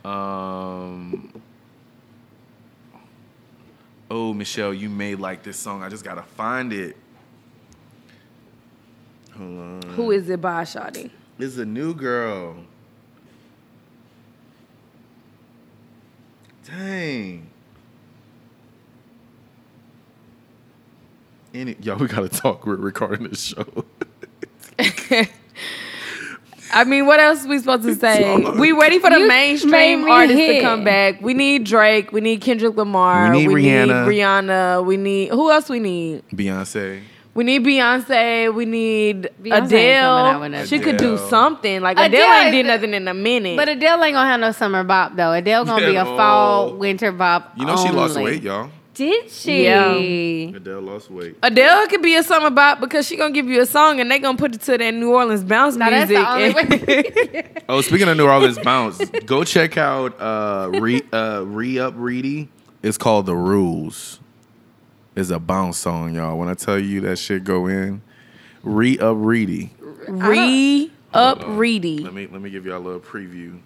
[SPEAKER 2] album.
[SPEAKER 1] Um. Oh, Michelle, you may like this song. I just gotta find it. Hold on.
[SPEAKER 3] Who is it by Shawty?
[SPEAKER 1] It's a new girl. Dang. Any, y'all, we gotta talk. We're recording this show.
[SPEAKER 3] I mean, what else we
[SPEAKER 1] <laughs>
[SPEAKER 3] supposed to say?
[SPEAKER 1] Sorry.
[SPEAKER 3] We ready for the
[SPEAKER 2] You made
[SPEAKER 3] mainstream
[SPEAKER 2] me
[SPEAKER 3] artists to
[SPEAKER 2] hit.
[SPEAKER 3] come back. We need Drake. We need Kendrick Lamar.
[SPEAKER 1] We need Rihanna.
[SPEAKER 3] Rihanna. We need who else? We need.
[SPEAKER 1] <laughs> Beyonce.
[SPEAKER 3] We need Beyonce. We need
[SPEAKER 2] Beyonce ain't coming out with
[SPEAKER 3] Adele.
[SPEAKER 2] nothing.
[SPEAKER 3] She could do
[SPEAKER 1] Adele.
[SPEAKER 3] something. Like Adele,
[SPEAKER 2] Adele
[SPEAKER 3] ain't
[SPEAKER 2] is
[SPEAKER 3] did
[SPEAKER 2] the-
[SPEAKER 3] nothing in a minute.
[SPEAKER 2] But Adele ain't gonna have no summer bop though. Adele gonna be a
[SPEAKER 1] No.
[SPEAKER 2] fall winter bop.
[SPEAKER 1] You know she lost
[SPEAKER 2] only.
[SPEAKER 1] weight, y'all.
[SPEAKER 2] Did she?
[SPEAKER 3] Yeah.
[SPEAKER 1] Adele lost weight.
[SPEAKER 3] Adele could be a summer bop because she gonna give you a song and they gonna put it to that New Orleans bounce
[SPEAKER 2] Now that's
[SPEAKER 3] music.
[SPEAKER 2] the only way. <laughs>
[SPEAKER 1] Oh, speaking of New Orleans bounce, go check out uh, re uh, re up Reedy. It's called The Rules. It's a bounce song, y'all. When I tell you that shit go in, re up Reedy.
[SPEAKER 3] Re up Reedy.
[SPEAKER 1] Let me let me give y'all a little preview.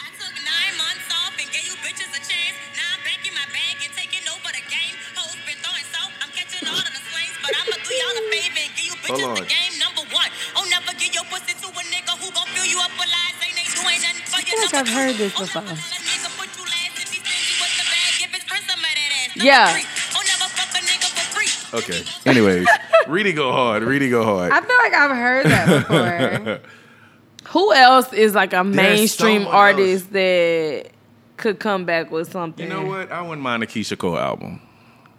[SPEAKER 4] I took nine months off and gave you bitches a chance. Now I'm back in my bag and taking over the game. Hoes been throwing salt. I'm catching all of the slings, but I'ma do y'all a favor and give you bitches
[SPEAKER 1] Hold on.
[SPEAKER 4] the game number one. Oh, never give your pussy to a nigga who gon' fill you up with lies. Ain't they doing nothing for you?
[SPEAKER 2] feel like
[SPEAKER 4] number
[SPEAKER 2] I've
[SPEAKER 4] two.
[SPEAKER 2] heard this
[SPEAKER 4] Oh, never
[SPEAKER 2] before.
[SPEAKER 4] let a nigga put you last if he stingy with the bag. Give his friend some of that ass. Number
[SPEAKER 3] Yeah.
[SPEAKER 4] three. Oh, never fuck a nigga for free.
[SPEAKER 1] Okay.
[SPEAKER 3] <laughs>
[SPEAKER 1] Anyways, Reedy go hard. Reedy go hard.
[SPEAKER 2] I feel like I've heard that
[SPEAKER 1] <laughs>
[SPEAKER 2] before.
[SPEAKER 3] Who else is like a mainstream
[SPEAKER 1] someone
[SPEAKER 3] artist that could come back with something?
[SPEAKER 1] You know what? I wouldn't mind a Keisha Cole album.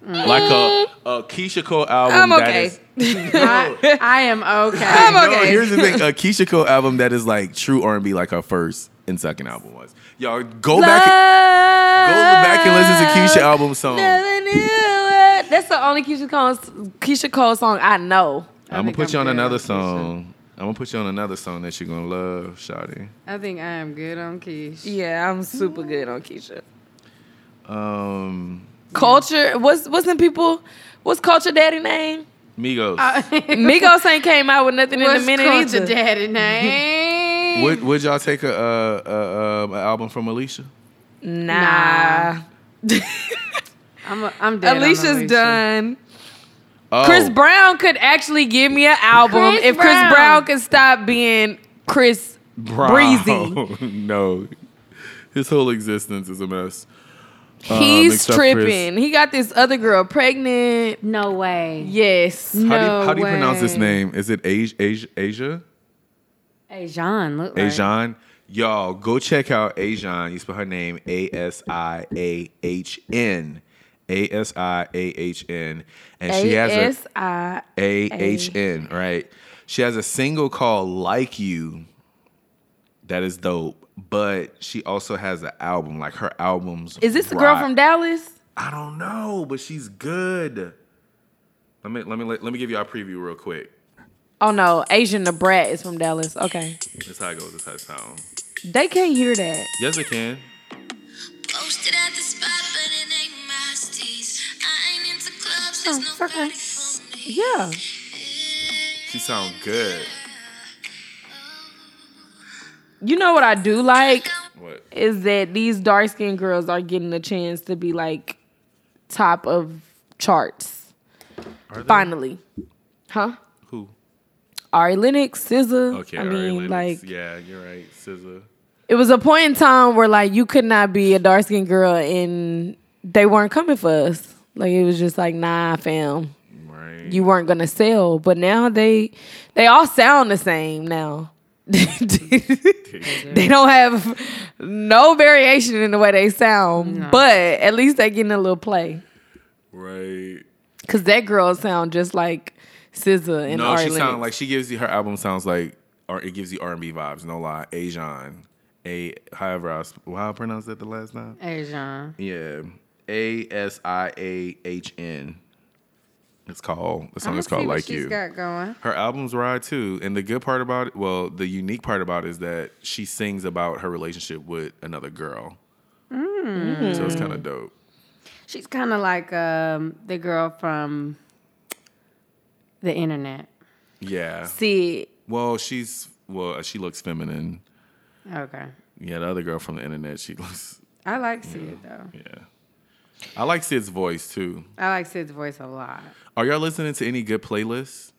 [SPEAKER 1] Like a, a Keisha Cole album.
[SPEAKER 3] Mm. I'm
[SPEAKER 1] that
[SPEAKER 3] okay.
[SPEAKER 1] is-
[SPEAKER 3] <laughs>
[SPEAKER 2] I, I am okay.
[SPEAKER 3] I'm
[SPEAKER 1] No,
[SPEAKER 3] okay.
[SPEAKER 1] here's the thing:
[SPEAKER 3] <laughs>
[SPEAKER 1] a Keisha Cole album that is like true R and B, like her first and second album was. Y'all go back, go back and listen to Keisha
[SPEAKER 3] Ah.
[SPEAKER 1] album song.
[SPEAKER 3] Never knew it. That's the only Keisha Cole, Keisha Cole song I know.
[SPEAKER 1] I'm gonna
[SPEAKER 2] think
[SPEAKER 1] put
[SPEAKER 2] I'm
[SPEAKER 1] you on
[SPEAKER 2] good
[SPEAKER 1] another
[SPEAKER 2] on Keisha.
[SPEAKER 1] song. I'm gonna put you on another song that you're gonna love, Shawty.
[SPEAKER 2] I think I am good on
[SPEAKER 3] <laughs>
[SPEAKER 2] Keish.
[SPEAKER 3] Yeah, I'm super good on Keisha.
[SPEAKER 1] Um,
[SPEAKER 3] Culture, what's what's in people? What's Culture Daddy name?
[SPEAKER 1] Migos.
[SPEAKER 2] Uh, <laughs>
[SPEAKER 3] Migos ain't came out with nothing in a
[SPEAKER 2] What's
[SPEAKER 3] minute
[SPEAKER 2] culture,
[SPEAKER 3] either.
[SPEAKER 2] daddy name?
[SPEAKER 1] would would y'all take a, uh uh um an album from Alicia?
[SPEAKER 3] <laughs> Nah,
[SPEAKER 2] I'm, a, I'm dead on
[SPEAKER 3] Alicia's
[SPEAKER 2] Alicia.
[SPEAKER 3] done.
[SPEAKER 1] Oh,
[SPEAKER 3] Chris Brown could actually give me an album
[SPEAKER 2] Chris
[SPEAKER 3] if
[SPEAKER 2] Brown.
[SPEAKER 3] Chris Brown could stop being Chris
[SPEAKER 1] Uh,
[SPEAKER 3] Breezy.
[SPEAKER 1] Oh, <laughs> no, his whole existence is a mess. Um,
[SPEAKER 3] He's
[SPEAKER 1] except Chris.
[SPEAKER 3] tripping. He got this other girl pregnant.
[SPEAKER 2] No way.
[SPEAKER 3] Yes.
[SPEAKER 1] How do you,
[SPEAKER 2] No
[SPEAKER 1] how do you pronounce this
[SPEAKER 2] way.
[SPEAKER 1] name? Is it Asia? Asia? Asia?
[SPEAKER 2] Ajan, look like.
[SPEAKER 1] Ajon. Y'all go check out Ajon. You spell her name A S I A H N. A S I A H N. And she has
[SPEAKER 3] S I.
[SPEAKER 1] a A H N, right? She has a single called Like You that is dope. But she also has an album. Like her albums.
[SPEAKER 3] Is this the girl from Dallas?
[SPEAKER 1] I don't know, but she's good. Let me let me let, me give y'all a preview real quick.
[SPEAKER 3] Oh no, Asian the Brat is from Dallas. Okay,
[SPEAKER 1] This is how it goes, this is how it sounds.
[SPEAKER 3] they can't hear that.
[SPEAKER 1] Yes, it can.
[SPEAKER 4] Posted at the spot, but it ain't my steez. I ain't into clubs, there's
[SPEAKER 2] Oh, it's okay.
[SPEAKER 4] nobody for me.
[SPEAKER 3] Yeah,
[SPEAKER 1] She sound good.
[SPEAKER 3] you know what I do like
[SPEAKER 1] What?
[SPEAKER 3] is that these dark skinned girls are getting a chance to be like top of charts
[SPEAKER 1] Are they-
[SPEAKER 3] finally, huh?
[SPEAKER 1] Who?
[SPEAKER 3] Ari Lennox, SZA.
[SPEAKER 1] Okay,
[SPEAKER 3] I
[SPEAKER 1] all right,
[SPEAKER 3] mean,
[SPEAKER 1] Lennox.
[SPEAKER 3] like
[SPEAKER 1] yeah, you're right, SZA.
[SPEAKER 3] it was a point in time where like you could not be a dark skinned girl and they weren't coming for us. Like it was just like nah, fam.
[SPEAKER 1] Right.
[SPEAKER 3] you weren't gonna sell. But now they they all sound the same now. <laughs> they don't have no variation in the way they sound, but at least they getting a little play.
[SPEAKER 1] right.
[SPEAKER 3] Cause that girl sound just like SZA and
[SPEAKER 1] No,
[SPEAKER 3] Ari
[SPEAKER 1] she sound
[SPEAKER 3] Lennox.
[SPEAKER 1] like she gives you her album sounds like or it gives you R and B vibes. No lie, Ajon. A however I was, how I pronounced that the last time.
[SPEAKER 2] Ajan.
[SPEAKER 1] Yeah, A S I A H N. It's called the song
[SPEAKER 2] I'ma
[SPEAKER 1] is called
[SPEAKER 2] see what
[SPEAKER 1] Like
[SPEAKER 2] she's
[SPEAKER 1] You.
[SPEAKER 2] got going.
[SPEAKER 1] her albums ride too, and the good part about it, well, the unique part about it is that she sings about her relationship with another girl. So it's kind of dope.
[SPEAKER 2] She's kind of like um, the girl from the internet.
[SPEAKER 1] Yeah.
[SPEAKER 3] See,
[SPEAKER 1] Well, she's well, she looks feminine.
[SPEAKER 2] Okay.
[SPEAKER 1] Yeah, the other girl from the internet, she <laughs> looks
[SPEAKER 2] I like Sid though.
[SPEAKER 1] yeah. I like Sid's voice too.
[SPEAKER 2] I like Sid's voice a lot.
[SPEAKER 1] Are y'all listening to any good playlists?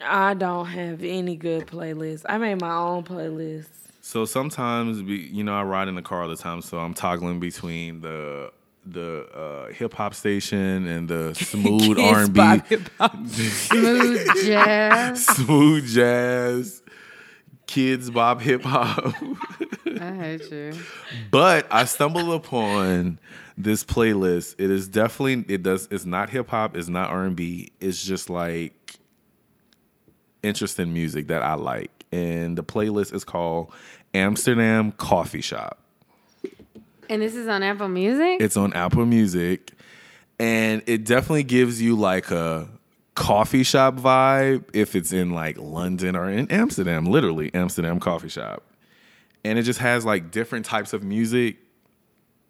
[SPEAKER 3] I don't have any good playlist. I made my own playlist.
[SPEAKER 1] So sometimes, be, you know, I ride in the car all the time, so I'm toggling between the the uh, hip hop station and the smooth R
[SPEAKER 3] Kids
[SPEAKER 1] and
[SPEAKER 3] by
[SPEAKER 1] B,
[SPEAKER 3] hip
[SPEAKER 1] <laughs>
[SPEAKER 3] hop.
[SPEAKER 2] Smooth jazz.
[SPEAKER 1] smooth jazz, kids bop hip hop.
[SPEAKER 2] <laughs> I hate you.
[SPEAKER 1] but I stumbled upon this playlist. It is definitely it does it's not hip hop, it's not R and B. It's just like interesting music that I like. And the playlist is called Amsterdam Coffee Shop.
[SPEAKER 2] <laughs> And this is on Apple Music.
[SPEAKER 1] It's on Apple Music, and it definitely gives you like a coffee shop vibe if it's in like London or in Amsterdam, literally Amsterdam coffee shop. And it just has like different types of music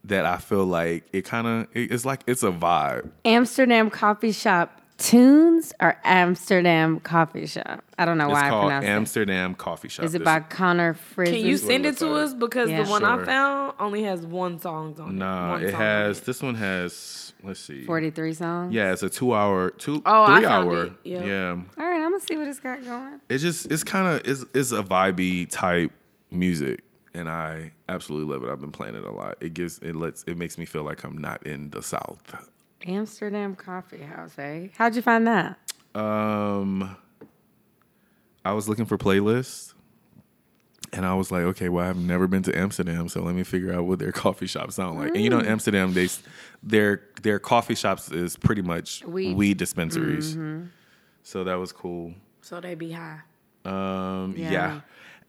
[SPEAKER 1] that I feel like it kind of it's like it's a vibe.
[SPEAKER 2] Amsterdam coffee shop tunes or Amsterdam coffee shop. I don't know
[SPEAKER 1] It's
[SPEAKER 2] why I
[SPEAKER 1] called
[SPEAKER 2] pronounced it.
[SPEAKER 1] Amsterdam Coffee Shop.
[SPEAKER 2] Is it
[SPEAKER 1] It's-
[SPEAKER 2] by Connor Frizz?
[SPEAKER 3] Can you send it to
[SPEAKER 1] website.
[SPEAKER 3] us? Because
[SPEAKER 2] Yeah.
[SPEAKER 3] the one I
[SPEAKER 1] Sure.
[SPEAKER 3] found only has one song on it.
[SPEAKER 1] Nah,
[SPEAKER 3] One
[SPEAKER 1] it
[SPEAKER 3] song on
[SPEAKER 1] has this one has let's see.
[SPEAKER 2] forty-three songs?
[SPEAKER 1] Yeah, it's a two hour, two,
[SPEAKER 3] Oh, I
[SPEAKER 1] three
[SPEAKER 3] found
[SPEAKER 1] hour.
[SPEAKER 3] it. Yeah.
[SPEAKER 1] yeah.
[SPEAKER 2] All right, I'm gonna see what it's got going.
[SPEAKER 1] it's just it's kind of it's, it's a vibey type music and i absolutely love it i've been playing it a lot it gives it lets it makes me feel like i'm not in the south
[SPEAKER 2] Amsterdam coffee house, eh? How'd you find that?
[SPEAKER 1] um i was looking for playlists and i was like okay well i've never been to amsterdam so let me figure out what their <laughs> coffee shops sound like and you know in amsterdam they s- their their coffee shops is pretty much
[SPEAKER 2] Weed.
[SPEAKER 1] weed, dispensaries so that was cool
[SPEAKER 3] So they be high.
[SPEAKER 1] um
[SPEAKER 2] Yeah.
[SPEAKER 1] yeah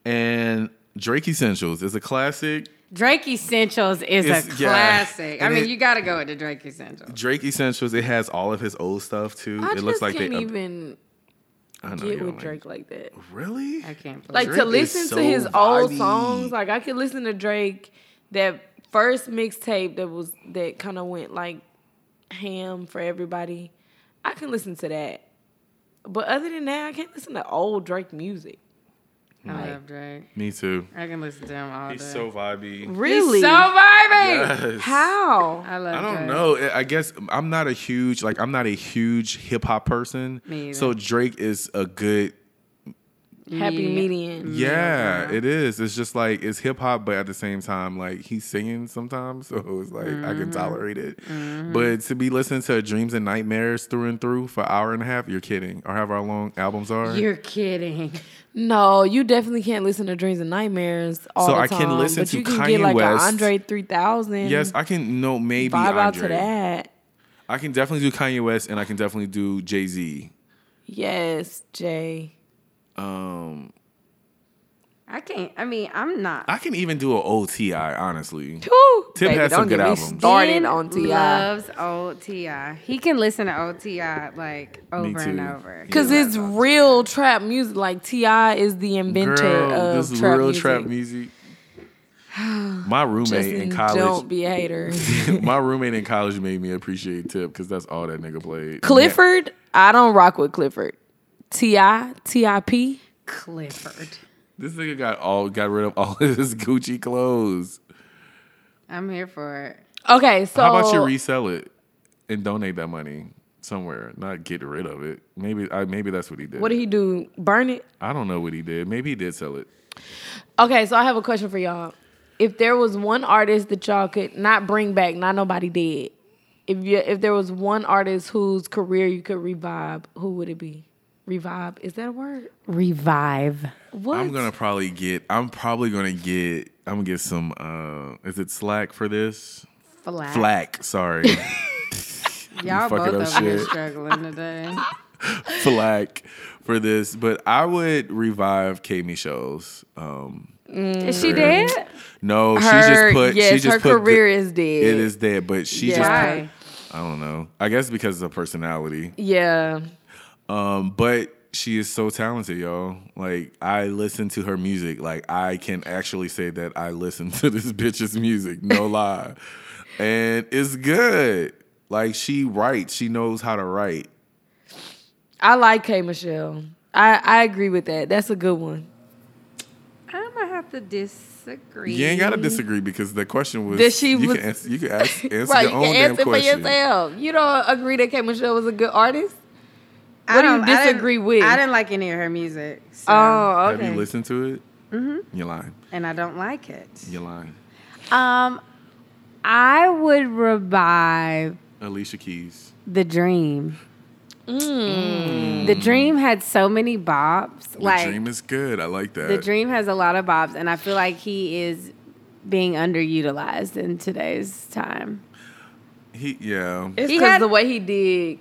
[SPEAKER 1] and drake essentials is a classic
[SPEAKER 2] Drake Essentials is a
[SPEAKER 1] It's- yeah.
[SPEAKER 2] classic. I
[SPEAKER 1] And
[SPEAKER 2] mean,
[SPEAKER 1] it-
[SPEAKER 2] you gotta go into Drake Essentials.
[SPEAKER 1] Drake Essentials. It has all of his old stuff too.
[SPEAKER 3] I
[SPEAKER 1] it looks
[SPEAKER 3] just
[SPEAKER 1] like
[SPEAKER 3] can't
[SPEAKER 1] they up-
[SPEAKER 3] even
[SPEAKER 1] I know, you
[SPEAKER 3] get
[SPEAKER 1] don't
[SPEAKER 3] with
[SPEAKER 1] like-
[SPEAKER 3] Drake like that.
[SPEAKER 1] Really?
[SPEAKER 2] I can't believe
[SPEAKER 3] Like
[SPEAKER 1] Drake
[SPEAKER 3] to
[SPEAKER 1] is
[SPEAKER 3] listen
[SPEAKER 1] so
[SPEAKER 3] to his old
[SPEAKER 1] vibey.
[SPEAKER 3] songs, like I could listen to Drake that first mixtape that was that kind of went like ham for everybody. I can listen to that, but other than that, I can't listen to old Drake music.
[SPEAKER 2] I love Drake.
[SPEAKER 1] Me too.
[SPEAKER 2] I can listen to him all
[SPEAKER 1] He's
[SPEAKER 2] day.
[SPEAKER 1] so vibey.
[SPEAKER 3] Really?
[SPEAKER 2] He's so vibey.
[SPEAKER 1] Yes.
[SPEAKER 3] How?
[SPEAKER 2] I love.
[SPEAKER 1] I don't
[SPEAKER 2] Drake.
[SPEAKER 1] know. I I guess I'm not a huge like I'm not a huge hip hop person.
[SPEAKER 2] Me either.
[SPEAKER 1] so Drake is a good
[SPEAKER 3] Happy
[SPEAKER 2] Me-
[SPEAKER 3] median.
[SPEAKER 1] yeah, it is. It's just like it's hip hop, but at the same time, like he's singing sometimes, <laughs> so it's like I
[SPEAKER 3] Mm-hmm.
[SPEAKER 1] can tolerate it. But to be listening to Dreams and Nightmares through and through for an hour and a half, you're kidding. Or however long albums are.
[SPEAKER 2] You're kidding.
[SPEAKER 3] No, you definitely can't listen to Dreams and Nightmares all
[SPEAKER 1] So
[SPEAKER 3] the
[SPEAKER 1] I
[SPEAKER 3] time.
[SPEAKER 1] can listen
[SPEAKER 3] but
[SPEAKER 1] to
[SPEAKER 3] you can
[SPEAKER 1] Kanye
[SPEAKER 3] get like
[SPEAKER 1] West.
[SPEAKER 3] an Andre 3000.
[SPEAKER 1] yes, I can no maybe
[SPEAKER 3] vibe out
[SPEAKER 1] Andre.
[SPEAKER 3] to that.
[SPEAKER 1] I can definitely do Kanye West and I can definitely do Jay Z.
[SPEAKER 3] Yes, Jay.
[SPEAKER 1] Um,
[SPEAKER 2] I can't. I mean, I'm not.
[SPEAKER 1] I can even do an old Ti, honestly.
[SPEAKER 3] Woo!
[SPEAKER 1] Tip
[SPEAKER 3] Baby,
[SPEAKER 1] has
[SPEAKER 3] don't
[SPEAKER 1] some good
[SPEAKER 3] get me
[SPEAKER 1] albums.
[SPEAKER 3] Started
[SPEAKER 2] Ben
[SPEAKER 3] on Ti
[SPEAKER 2] Loves old Ti. He can listen to old Ti like over and
[SPEAKER 1] too.
[SPEAKER 2] over.
[SPEAKER 3] because it's real trap music. Like Ti is the inventor
[SPEAKER 1] Girl,
[SPEAKER 3] of
[SPEAKER 1] this
[SPEAKER 3] uh, trap
[SPEAKER 1] real
[SPEAKER 3] music.
[SPEAKER 1] trap music.
[SPEAKER 3] <sighs>
[SPEAKER 1] My roommate
[SPEAKER 3] Justin,
[SPEAKER 1] in
[SPEAKER 3] Don't
[SPEAKER 1] college,
[SPEAKER 3] be a
[SPEAKER 1] <laughs>
[SPEAKER 3] hater.
[SPEAKER 1] my roommate in college made me appreciate Tip because that's all that nigga played.
[SPEAKER 3] Clifford, I don't rock with Clifford. Ti, Tip.
[SPEAKER 2] Clifford.
[SPEAKER 1] This nigga got all got rid of all of his Gucci clothes.
[SPEAKER 2] I'm here for it.
[SPEAKER 3] Okay, so
[SPEAKER 1] How about you resell it and donate that money somewhere, not get rid of it? Maybe I maybe that's what he did.
[SPEAKER 3] What did he do? Burn it.
[SPEAKER 1] I don't know what he did. Maybe he did sell it.
[SPEAKER 3] Okay, so I have a question for y'all. If there was one artist that y'all could not bring back, not nobody did. If you, if there was one artist whose career you could revive, who would it be? Revive is that a word?
[SPEAKER 2] Revive.
[SPEAKER 3] What?
[SPEAKER 1] I'm gonna probably get. I'm probably gonna get. I'm gonna get some. Uh, is it slack for this?
[SPEAKER 2] Flat.
[SPEAKER 1] Flack.
[SPEAKER 3] <laughs>
[SPEAKER 1] Sorry,
[SPEAKER 2] Y'all
[SPEAKER 1] fucking
[SPEAKER 2] both
[SPEAKER 1] up
[SPEAKER 2] up here
[SPEAKER 1] shit.
[SPEAKER 2] struggling today.
[SPEAKER 1] <laughs> flack for this. But I would revive K Michelle's. Um,
[SPEAKER 2] Is <laughs> she dead?
[SPEAKER 1] no, she
[SPEAKER 3] her,
[SPEAKER 1] just put.
[SPEAKER 3] yes,
[SPEAKER 1] she just
[SPEAKER 3] her
[SPEAKER 1] put
[SPEAKER 3] career
[SPEAKER 1] the-
[SPEAKER 3] is dead.
[SPEAKER 1] It is dead, but she just.
[SPEAKER 3] Yeah.
[SPEAKER 1] Put, I don't know. I guess because of personality.
[SPEAKER 3] Yeah,
[SPEAKER 1] Um, but she is so talented, y'all. Like I listen to her music. Like I can actually say that I listen <laughs> to this bitch's music.
[SPEAKER 3] <laughs>
[SPEAKER 1] No lie, and it's good. Like she writes. She knows how to write.
[SPEAKER 3] I like K Michelle. I I agree with that. That's a good one. <laughs>
[SPEAKER 2] I'm gonna have to disagree.
[SPEAKER 1] You ain't gotta disagree because the question was.
[SPEAKER 3] That she
[SPEAKER 1] you
[SPEAKER 3] was-
[SPEAKER 1] can answer, you can ask, answer
[SPEAKER 3] <laughs> Right,
[SPEAKER 1] your
[SPEAKER 3] you
[SPEAKER 1] own
[SPEAKER 3] can
[SPEAKER 1] damn
[SPEAKER 3] answer for
[SPEAKER 1] question.
[SPEAKER 3] yourself. You don't agree that K Michelle was a good artist?
[SPEAKER 2] I
[SPEAKER 3] What do you
[SPEAKER 2] don't- I didn't-
[SPEAKER 3] disagree with?
[SPEAKER 2] I didn't like any of her music. So,
[SPEAKER 3] Oh,
[SPEAKER 1] Have you
[SPEAKER 3] okay.
[SPEAKER 1] listened to it? Mm-hmm. You're lying.
[SPEAKER 2] and I don't like it.
[SPEAKER 1] You're lying.
[SPEAKER 2] Um, I would revive
[SPEAKER 1] Alicia Keys.
[SPEAKER 2] the dream. The dream had so many bops. like
[SPEAKER 1] the dream is good. I like that.
[SPEAKER 2] the dream has a lot of bops, and I feel like he is being underutilized in today's time.
[SPEAKER 1] He yeah. <laughs>
[SPEAKER 3] It's
[SPEAKER 2] He
[SPEAKER 3] because
[SPEAKER 2] had-
[SPEAKER 3] the way he <laughs> did.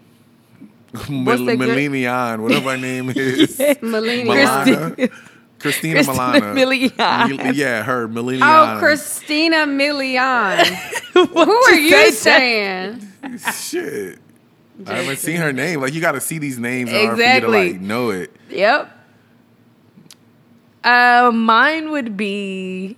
[SPEAKER 1] Mel-
[SPEAKER 3] what's the good-
[SPEAKER 1] Melanian, whatever her
[SPEAKER 3] <laughs>
[SPEAKER 1] name is.
[SPEAKER 2] Melania.
[SPEAKER 1] Milana. Christina
[SPEAKER 3] Christina
[SPEAKER 1] Milana.
[SPEAKER 3] Milian.
[SPEAKER 1] Mil- yeah, her Melania.
[SPEAKER 2] Oh, Christina
[SPEAKER 3] <laughs>
[SPEAKER 2] Milian. Who are you saying?
[SPEAKER 1] Shit. I haven't seen her name. Like you got to see these names in order for you
[SPEAKER 3] Exactly.
[SPEAKER 1] to like know it.
[SPEAKER 3] Yep. Uh, mine would be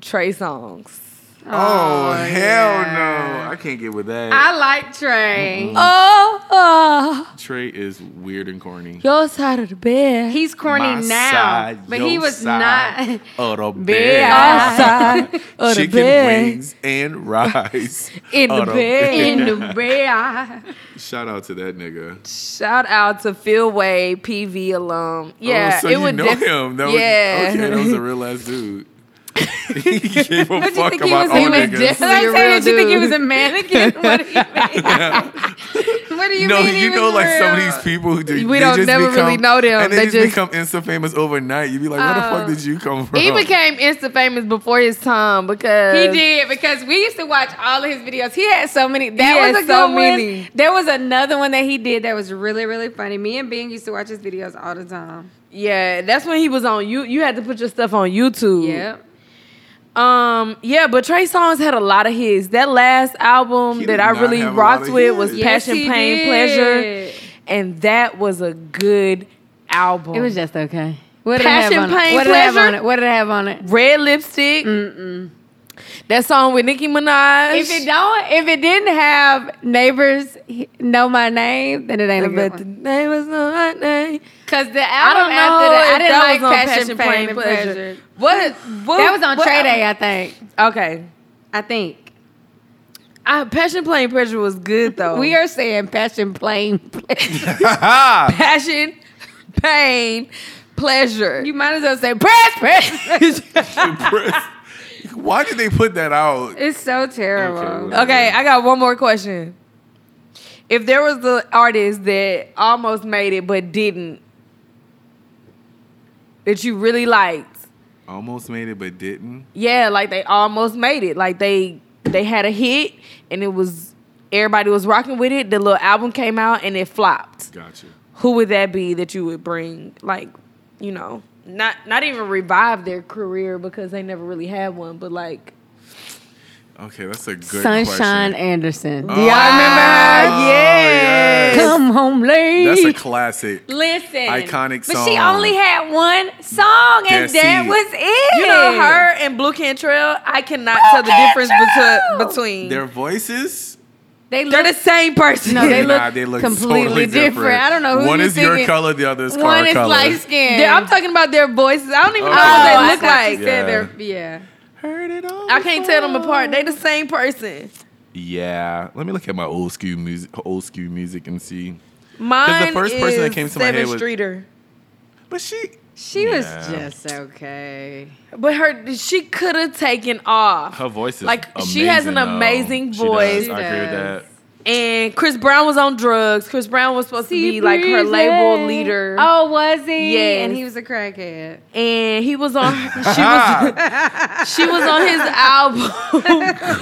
[SPEAKER 3] Trey Songs.
[SPEAKER 1] Oh, hell no! I can't get with that.
[SPEAKER 2] I like Trey.
[SPEAKER 3] Oh, oh,
[SPEAKER 1] Trey is weird and corny.
[SPEAKER 3] your side of the bed.
[SPEAKER 2] He's corny
[SPEAKER 1] My
[SPEAKER 2] now,
[SPEAKER 1] side,
[SPEAKER 2] but
[SPEAKER 1] your
[SPEAKER 2] he was
[SPEAKER 1] side
[SPEAKER 2] <laughs> not.
[SPEAKER 1] Of the
[SPEAKER 2] Bed.
[SPEAKER 1] bed.
[SPEAKER 3] Our side of the
[SPEAKER 1] Chicken
[SPEAKER 3] bed.
[SPEAKER 1] wings and
[SPEAKER 2] <laughs>
[SPEAKER 1] rice
[SPEAKER 3] In the
[SPEAKER 1] Of <laughs>
[SPEAKER 3] bed.
[SPEAKER 2] in the bed.
[SPEAKER 1] Shout out to that nigga.
[SPEAKER 3] Shout out to Phil Wade, PV alum. Yeah,
[SPEAKER 1] oh, so
[SPEAKER 3] it
[SPEAKER 1] you
[SPEAKER 3] would
[SPEAKER 1] know
[SPEAKER 3] def-
[SPEAKER 1] him. That was,
[SPEAKER 3] yeah.
[SPEAKER 1] okay, that was a real ass dude. <laughs> he gave a fuck
[SPEAKER 2] think he
[SPEAKER 1] about
[SPEAKER 2] was-
[SPEAKER 1] all
[SPEAKER 2] he was
[SPEAKER 1] niggas.
[SPEAKER 3] This
[SPEAKER 2] Did
[SPEAKER 3] is
[SPEAKER 2] I
[SPEAKER 3] a
[SPEAKER 2] say,
[SPEAKER 3] real
[SPEAKER 2] did you think he
[SPEAKER 3] dude.
[SPEAKER 2] was a mannequin? What do you <laughs> mean? <laughs> what do you
[SPEAKER 1] no,
[SPEAKER 2] mean? he
[SPEAKER 1] you
[SPEAKER 2] was
[SPEAKER 1] know, like some of
[SPEAKER 2] real?
[SPEAKER 1] these people who do,
[SPEAKER 3] We
[SPEAKER 1] they
[SPEAKER 3] don't
[SPEAKER 1] just
[SPEAKER 3] never
[SPEAKER 1] become,
[SPEAKER 3] really know them.
[SPEAKER 1] and they,
[SPEAKER 3] They
[SPEAKER 1] just,
[SPEAKER 3] just-
[SPEAKER 1] become insta famous overnight. You'd be like, where the
[SPEAKER 2] Oh.
[SPEAKER 1] fuck did you come from?
[SPEAKER 3] He became insta famous before his time because
[SPEAKER 2] He did because we used to watch all of his videos. He had so many. That
[SPEAKER 3] had
[SPEAKER 2] was a
[SPEAKER 3] so
[SPEAKER 2] good one.
[SPEAKER 3] many.
[SPEAKER 2] There was another one that he did that was really really funny. Me and Ben used to watch his videos all the time.
[SPEAKER 3] Yeah, that's when he was on you. You had to put your stuff on YouTube.
[SPEAKER 2] Yep.
[SPEAKER 3] Um. Yeah, but Trey Songz had a lot of hits. That last album
[SPEAKER 1] He
[SPEAKER 3] that
[SPEAKER 1] did
[SPEAKER 3] I
[SPEAKER 1] not
[SPEAKER 3] really
[SPEAKER 1] have a lot
[SPEAKER 3] rocked
[SPEAKER 1] of
[SPEAKER 3] with
[SPEAKER 1] hits.
[SPEAKER 3] was
[SPEAKER 1] Yes,
[SPEAKER 3] Passion,
[SPEAKER 2] he
[SPEAKER 3] Pain,
[SPEAKER 2] did.
[SPEAKER 3] Pleasure, and that was a good album.
[SPEAKER 2] It was just okay. What did
[SPEAKER 3] Passion,
[SPEAKER 2] it have on it?
[SPEAKER 3] pain,
[SPEAKER 2] What did it have
[SPEAKER 3] pleasure?
[SPEAKER 2] on it? What did it have on it?
[SPEAKER 3] Red Lipstick. Mm-mm. That song with Nicki Minaj.
[SPEAKER 2] If it don't, if it didn't have neighbors he- know my name, then it ain't a good
[SPEAKER 3] but the
[SPEAKER 2] one.
[SPEAKER 3] name was not my name.
[SPEAKER 2] Cause the
[SPEAKER 3] I
[SPEAKER 2] album
[SPEAKER 3] don't
[SPEAKER 2] after
[SPEAKER 3] know.
[SPEAKER 2] that, I
[SPEAKER 3] if
[SPEAKER 2] didn't
[SPEAKER 3] that
[SPEAKER 2] like
[SPEAKER 3] was on
[SPEAKER 2] Passion, Pain, and Pleasure.
[SPEAKER 3] What, what?
[SPEAKER 2] That was on
[SPEAKER 3] what-
[SPEAKER 2] Trey Day, I think.
[SPEAKER 3] Okay.
[SPEAKER 2] I think
[SPEAKER 3] I, Passion Plain Pleasure was good though.
[SPEAKER 2] we are saying Passion Plain. Pleasure.
[SPEAKER 1] Ha!
[SPEAKER 3] passion, <laughs> pain, pleasure.
[SPEAKER 2] you might as well say press press.
[SPEAKER 1] <laughs> Why did they put that out?
[SPEAKER 2] It's so
[SPEAKER 1] Okay,
[SPEAKER 2] terrible.
[SPEAKER 1] well-
[SPEAKER 3] Okay, I got one more question. If there was the artist that almost made it but didn't, that you really liked,
[SPEAKER 1] Almost made it, but didn't.
[SPEAKER 3] yeah, like they almost made it, like they they had a hit and it was everybody was rocking with it. The little album came out and it flopped.
[SPEAKER 1] Gotcha.
[SPEAKER 3] Who would that be that you would bring? Like, you know, not not even revive their career because they never really had one, but like.
[SPEAKER 1] Okay, that's a good
[SPEAKER 2] Sunshine
[SPEAKER 1] question.
[SPEAKER 2] Anderson.
[SPEAKER 1] Oh, yes.
[SPEAKER 2] Come home late.
[SPEAKER 1] That's a classic.
[SPEAKER 2] Listen,
[SPEAKER 1] Iconic
[SPEAKER 2] But she
[SPEAKER 1] song.
[SPEAKER 2] only had one song, and
[SPEAKER 1] That's
[SPEAKER 2] that
[SPEAKER 1] it.
[SPEAKER 2] was it.
[SPEAKER 3] You know her and Blue Cantrell. I cannot tell the difference
[SPEAKER 2] Cantrell!
[SPEAKER 3] between between.
[SPEAKER 1] Their voices.
[SPEAKER 2] They
[SPEAKER 3] They're
[SPEAKER 2] look.
[SPEAKER 3] the same person.
[SPEAKER 2] No, they
[SPEAKER 1] <laughs> Nah,
[SPEAKER 2] look completely
[SPEAKER 1] totally
[SPEAKER 2] different. I don't know who
[SPEAKER 1] One
[SPEAKER 2] you
[SPEAKER 1] is your
[SPEAKER 2] thinking.
[SPEAKER 1] color, the other is car
[SPEAKER 2] one is
[SPEAKER 1] color.
[SPEAKER 2] light skinned.
[SPEAKER 3] They're- I'm talking about their voices. I don't even know
[SPEAKER 1] Okay.
[SPEAKER 2] oh,
[SPEAKER 3] what
[SPEAKER 2] they
[SPEAKER 3] they
[SPEAKER 1] I
[SPEAKER 3] look
[SPEAKER 1] thought you
[SPEAKER 3] like.
[SPEAKER 1] said- Yeah.
[SPEAKER 2] they're, yeah.
[SPEAKER 1] Heard it all.
[SPEAKER 3] I can't tell them apart. They the same person.
[SPEAKER 1] Yeah, let me look at my old school music, old school music, and see.
[SPEAKER 3] Mine
[SPEAKER 1] first person that
[SPEAKER 3] is
[SPEAKER 1] came to my
[SPEAKER 3] Seven
[SPEAKER 1] head was-
[SPEAKER 3] Streeter.
[SPEAKER 1] But she,
[SPEAKER 2] She was
[SPEAKER 1] Yeah.
[SPEAKER 2] just okay.
[SPEAKER 3] But her, she could have taken off.
[SPEAKER 1] her voice is
[SPEAKER 3] Like, she has an
[SPEAKER 1] amazing, though. She
[SPEAKER 3] amazing voice.
[SPEAKER 1] does. I agree with that.
[SPEAKER 3] And Chris Brown was on drugs. Chris Brown was supposed to be like her label leader.
[SPEAKER 2] Oh, was he?
[SPEAKER 3] Yes.
[SPEAKER 2] And he was a crackhead.
[SPEAKER 3] And he was <laughs> on.
[SPEAKER 1] <laughs>
[SPEAKER 3] She was. she was on his album.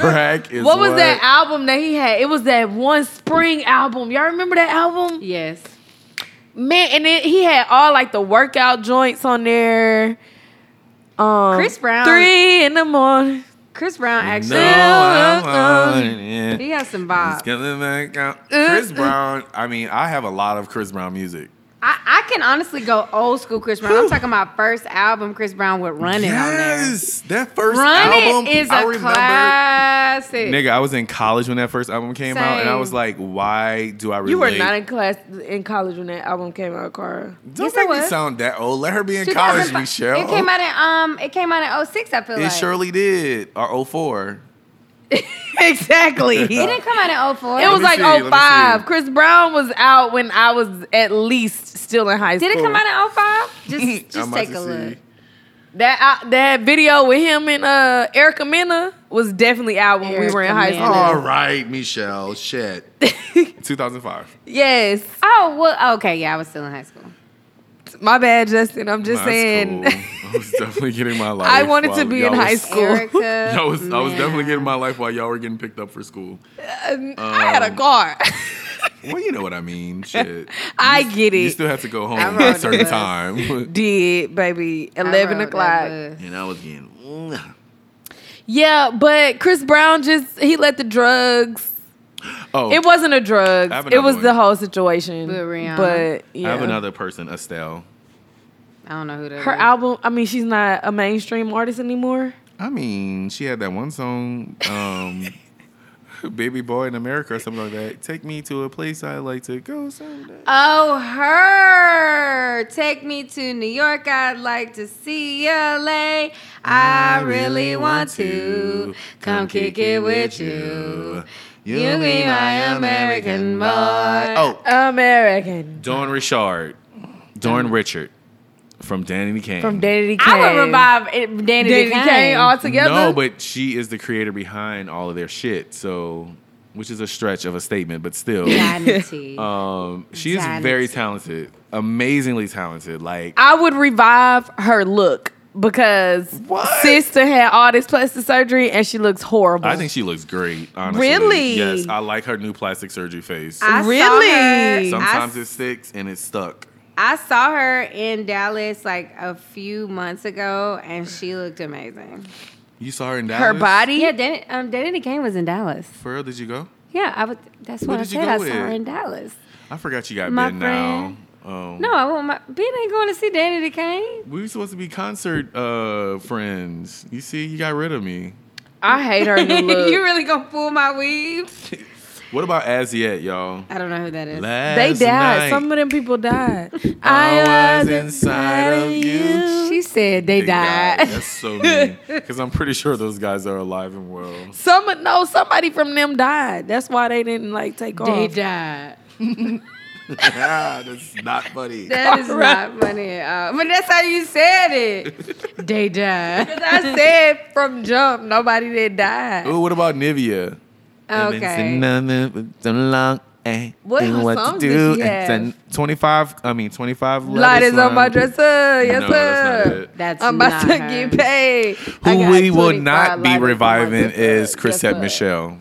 [SPEAKER 1] Crack is
[SPEAKER 3] What was that album that he had? It was that one spring album. Y'all remember that album?
[SPEAKER 2] Yes.
[SPEAKER 3] Man, and it, he had all like the workout joints on there. Um,
[SPEAKER 2] Chris Brown.
[SPEAKER 3] Three in the morning.
[SPEAKER 2] Chris Brown actually.
[SPEAKER 1] No, I'm on it.
[SPEAKER 2] He has some
[SPEAKER 1] It's
[SPEAKER 2] vibes.
[SPEAKER 1] coming back out.
[SPEAKER 2] uh,
[SPEAKER 1] Chris Brown. I mean, I have a lot of Chris Brown music.
[SPEAKER 2] I, I can honestly go old school Chris Brown. I'm talking about first album Chris Brown with Run It on there.
[SPEAKER 1] yes, that first
[SPEAKER 2] Run
[SPEAKER 1] album
[SPEAKER 2] It is
[SPEAKER 1] I
[SPEAKER 2] a
[SPEAKER 1] remember.
[SPEAKER 2] classic.
[SPEAKER 1] Nigga, I was in college when that first album came out, and I
[SPEAKER 2] Same.
[SPEAKER 1] was like, "Why do I relate?"
[SPEAKER 3] You were not in class in college when that album came out, Cara.
[SPEAKER 1] Don't
[SPEAKER 2] Yes, I
[SPEAKER 1] make me
[SPEAKER 2] was.
[SPEAKER 1] sound that old. Let her be in college,
[SPEAKER 2] 2005
[SPEAKER 1] Michelle.
[SPEAKER 2] It came out in um. It came out in 06, I feel
[SPEAKER 1] It
[SPEAKER 2] like.
[SPEAKER 1] surely did. Or 04.
[SPEAKER 3] <laughs> exactly. <laughs> it
[SPEAKER 2] It didn't come out in 04.
[SPEAKER 3] was
[SPEAKER 1] me
[SPEAKER 3] like
[SPEAKER 1] see, let me
[SPEAKER 3] oh five.
[SPEAKER 1] see.
[SPEAKER 3] Chris Brown was out when I was at least still in high school. <laughs>
[SPEAKER 2] Did it come out in 05? Just
[SPEAKER 1] I'm
[SPEAKER 2] just
[SPEAKER 1] about
[SPEAKER 2] take
[SPEAKER 1] to
[SPEAKER 2] a
[SPEAKER 1] see.
[SPEAKER 2] look.
[SPEAKER 3] That uh, that video with him and uh, Erica Mena was definitely out when we were in high
[SPEAKER 2] Erica
[SPEAKER 3] school.
[SPEAKER 2] Mena.
[SPEAKER 5] All right, Michelle. Shit.
[SPEAKER 2] <laughs>
[SPEAKER 1] 2005.
[SPEAKER 3] Yes,
[SPEAKER 2] Oh well, okay, yeah, I was still in high school.
[SPEAKER 3] my bad, Justin. I'm just
[SPEAKER 1] That's
[SPEAKER 3] saying. <laughs>
[SPEAKER 1] cool. I was definitely getting my life.
[SPEAKER 3] I wanted to
[SPEAKER 1] while
[SPEAKER 3] be
[SPEAKER 1] y'all
[SPEAKER 3] in high
[SPEAKER 1] was-
[SPEAKER 2] <laughs>
[SPEAKER 3] school.
[SPEAKER 2] Erica,
[SPEAKER 1] y'all was- I was
[SPEAKER 2] Mena.
[SPEAKER 1] definitely getting my life while y'all were getting picked up for school. Um,
[SPEAKER 3] I had a car. <laughs>
[SPEAKER 1] Well, you know what I
[SPEAKER 2] <laughs>
[SPEAKER 1] mean. Shit.
[SPEAKER 3] I get
[SPEAKER 1] You
[SPEAKER 3] it.
[SPEAKER 1] still have to go home
[SPEAKER 2] I
[SPEAKER 1] at
[SPEAKER 2] rode
[SPEAKER 1] a certain
[SPEAKER 2] the bus.
[SPEAKER 1] time. <laughs>
[SPEAKER 2] <laughs>
[SPEAKER 3] Did baby
[SPEAKER 2] I
[SPEAKER 3] eleven
[SPEAKER 2] rode that
[SPEAKER 3] o'clock?
[SPEAKER 2] bus.
[SPEAKER 5] And I was getting. mm.
[SPEAKER 3] Yeah, but Chris Brown just he let the drugs.
[SPEAKER 1] Oh,
[SPEAKER 3] It wasn't a drugs.
[SPEAKER 1] I have
[SPEAKER 3] It was
[SPEAKER 1] another
[SPEAKER 3] the
[SPEAKER 1] one.
[SPEAKER 3] whole situation.
[SPEAKER 2] With Rihanna.
[SPEAKER 3] But yeah.
[SPEAKER 1] I have another person, Estelle.
[SPEAKER 2] I don't know who that
[SPEAKER 3] Her
[SPEAKER 2] is.
[SPEAKER 3] album. I mean, she's not a mainstream artist anymore.
[SPEAKER 1] I mean, she had that one song, um, <laughs> "Baby Boy in America" or something like that. Take me to a place I like to go someday.
[SPEAKER 2] Oh, her. Take me to New York. I'd like to see LA. I really want to. Come kick it with you. You be my American boy.
[SPEAKER 5] Oh,
[SPEAKER 3] American
[SPEAKER 1] Dawn Richard, Dawn Richard, from Danny Kane.
[SPEAKER 3] from Danny Kane.
[SPEAKER 2] I would revive it, Danny,
[SPEAKER 3] Danny
[SPEAKER 2] DeKane.
[SPEAKER 3] Kane all together.
[SPEAKER 1] No, but she is the creator behind all of their shit. So, which is a stretch of a statement, but still,
[SPEAKER 2] <laughs> Vanity.
[SPEAKER 1] um, she is
[SPEAKER 2] Vanity.
[SPEAKER 1] very talented, amazingly talented. Like
[SPEAKER 3] I would revive her look because sister had all this plastic surgery and she looks horrible.
[SPEAKER 1] I think she looks great. Honestly,
[SPEAKER 3] Really?
[SPEAKER 1] Yes, I like her new plastic surgery face.
[SPEAKER 2] I saw
[SPEAKER 3] really?
[SPEAKER 2] her- I
[SPEAKER 1] Sometimes
[SPEAKER 2] s-
[SPEAKER 1] it sticks and it's stuck.
[SPEAKER 2] I saw her in Dallas like a few months ago, and she looked amazing.
[SPEAKER 1] You saw her in Dallas.
[SPEAKER 3] her body.
[SPEAKER 2] Yeah, Danny, um, Danny DeKane was in Dallas.
[SPEAKER 1] For real, did you go?
[SPEAKER 2] Yeah, I would. That's
[SPEAKER 1] Where
[SPEAKER 2] what I
[SPEAKER 1] did you
[SPEAKER 2] said.
[SPEAKER 1] go
[SPEAKER 2] I
[SPEAKER 1] with?
[SPEAKER 2] saw her in Dallas.
[SPEAKER 1] I forgot you got
[SPEAKER 2] My
[SPEAKER 1] Ben
[SPEAKER 2] friend.
[SPEAKER 1] now. Um,
[SPEAKER 2] No, I want my. Ben ain't going to see Danny
[SPEAKER 1] <laughs>
[SPEAKER 2] DeKane.
[SPEAKER 1] We were supposed to be concert uh, friends. You see, you got rid of me.
[SPEAKER 3] I hate her <laughs> new look.
[SPEAKER 2] you really gonna pull my weave?
[SPEAKER 1] What about as yet, y'all?
[SPEAKER 2] I don't know who that is.
[SPEAKER 3] they
[SPEAKER 1] Last
[SPEAKER 3] died.
[SPEAKER 1] night,
[SPEAKER 3] Some of them people died.
[SPEAKER 1] <laughs> I was inside of you.
[SPEAKER 2] She said they,
[SPEAKER 1] They
[SPEAKER 2] died.
[SPEAKER 1] died. That's so
[SPEAKER 3] <laughs>
[SPEAKER 1] mean. Because I'm pretty sure those guys are alive and well. <laughs>
[SPEAKER 3] Some no, somebody from them died. That's why they didn't like
[SPEAKER 2] <laughs>
[SPEAKER 3] take
[SPEAKER 2] They
[SPEAKER 3] off.
[SPEAKER 2] died.
[SPEAKER 5] ah, that's not funny.
[SPEAKER 2] That is not funny at all. But that's how you said
[SPEAKER 1] <laughs>
[SPEAKER 2] it. they died.
[SPEAKER 3] I said from jump, nobody that died.
[SPEAKER 1] Ooh, what about Nivea? I've been
[SPEAKER 2] Okay.
[SPEAKER 1] sitting on it for so long, eh,
[SPEAKER 3] Oh, What
[SPEAKER 1] and
[SPEAKER 3] songs did
[SPEAKER 1] and
[SPEAKER 3] she have?
[SPEAKER 1] ten- 25, I mean, 25
[SPEAKER 3] Light
[SPEAKER 1] letters
[SPEAKER 3] is on my
[SPEAKER 1] left.
[SPEAKER 3] dresser. Yes,
[SPEAKER 1] No,
[SPEAKER 3] sir.
[SPEAKER 1] that's not it.
[SPEAKER 2] That's
[SPEAKER 3] I'm about
[SPEAKER 2] not
[SPEAKER 3] to
[SPEAKER 2] her.
[SPEAKER 3] get paid. I
[SPEAKER 1] Who
[SPEAKER 3] got
[SPEAKER 1] we will
[SPEAKER 3] 25
[SPEAKER 1] not be
[SPEAKER 3] lighters on my
[SPEAKER 1] reviving
[SPEAKER 3] dresser.
[SPEAKER 1] is
[SPEAKER 3] Yes,
[SPEAKER 1] Chrisette
[SPEAKER 3] sir.
[SPEAKER 1] Michelle.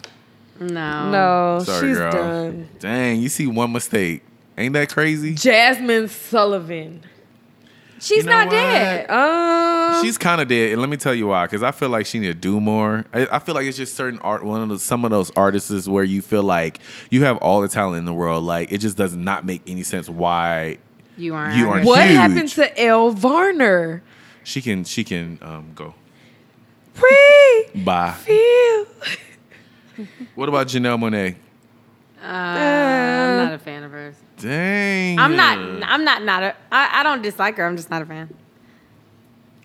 [SPEAKER 2] No.
[SPEAKER 3] No,
[SPEAKER 1] Sorry,
[SPEAKER 3] she's
[SPEAKER 1] girl.
[SPEAKER 3] done.
[SPEAKER 1] Dang, you see one mistake. Ain't that crazy?
[SPEAKER 3] Jasmine Sullivan.
[SPEAKER 2] She's
[SPEAKER 1] You know
[SPEAKER 2] not
[SPEAKER 1] what?
[SPEAKER 2] dead.
[SPEAKER 3] Um,
[SPEAKER 1] She's kind of dead, and let me tell you why. Because I feel like she need to do more. I, I feel like it's just certain art, one of those, some of those artists is where you feel like you have all the talent in the world, like it just does not make any sense why
[SPEAKER 2] You aren't.
[SPEAKER 1] You aren't.
[SPEAKER 2] What?
[SPEAKER 3] what
[SPEAKER 1] huge.
[SPEAKER 3] happened to Elle Varner?
[SPEAKER 1] she can she can um, go.
[SPEAKER 3] Free
[SPEAKER 1] Bye.
[SPEAKER 3] feel.
[SPEAKER 1] What about Janelle Monet?
[SPEAKER 3] Uh,
[SPEAKER 2] I'm not a fan of hers.
[SPEAKER 1] Dang.
[SPEAKER 2] I'm not.
[SPEAKER 1] Hmm.
[SPEAKER 2] I'm not. Not a. I, I don't dislike her. I'm just not a fan.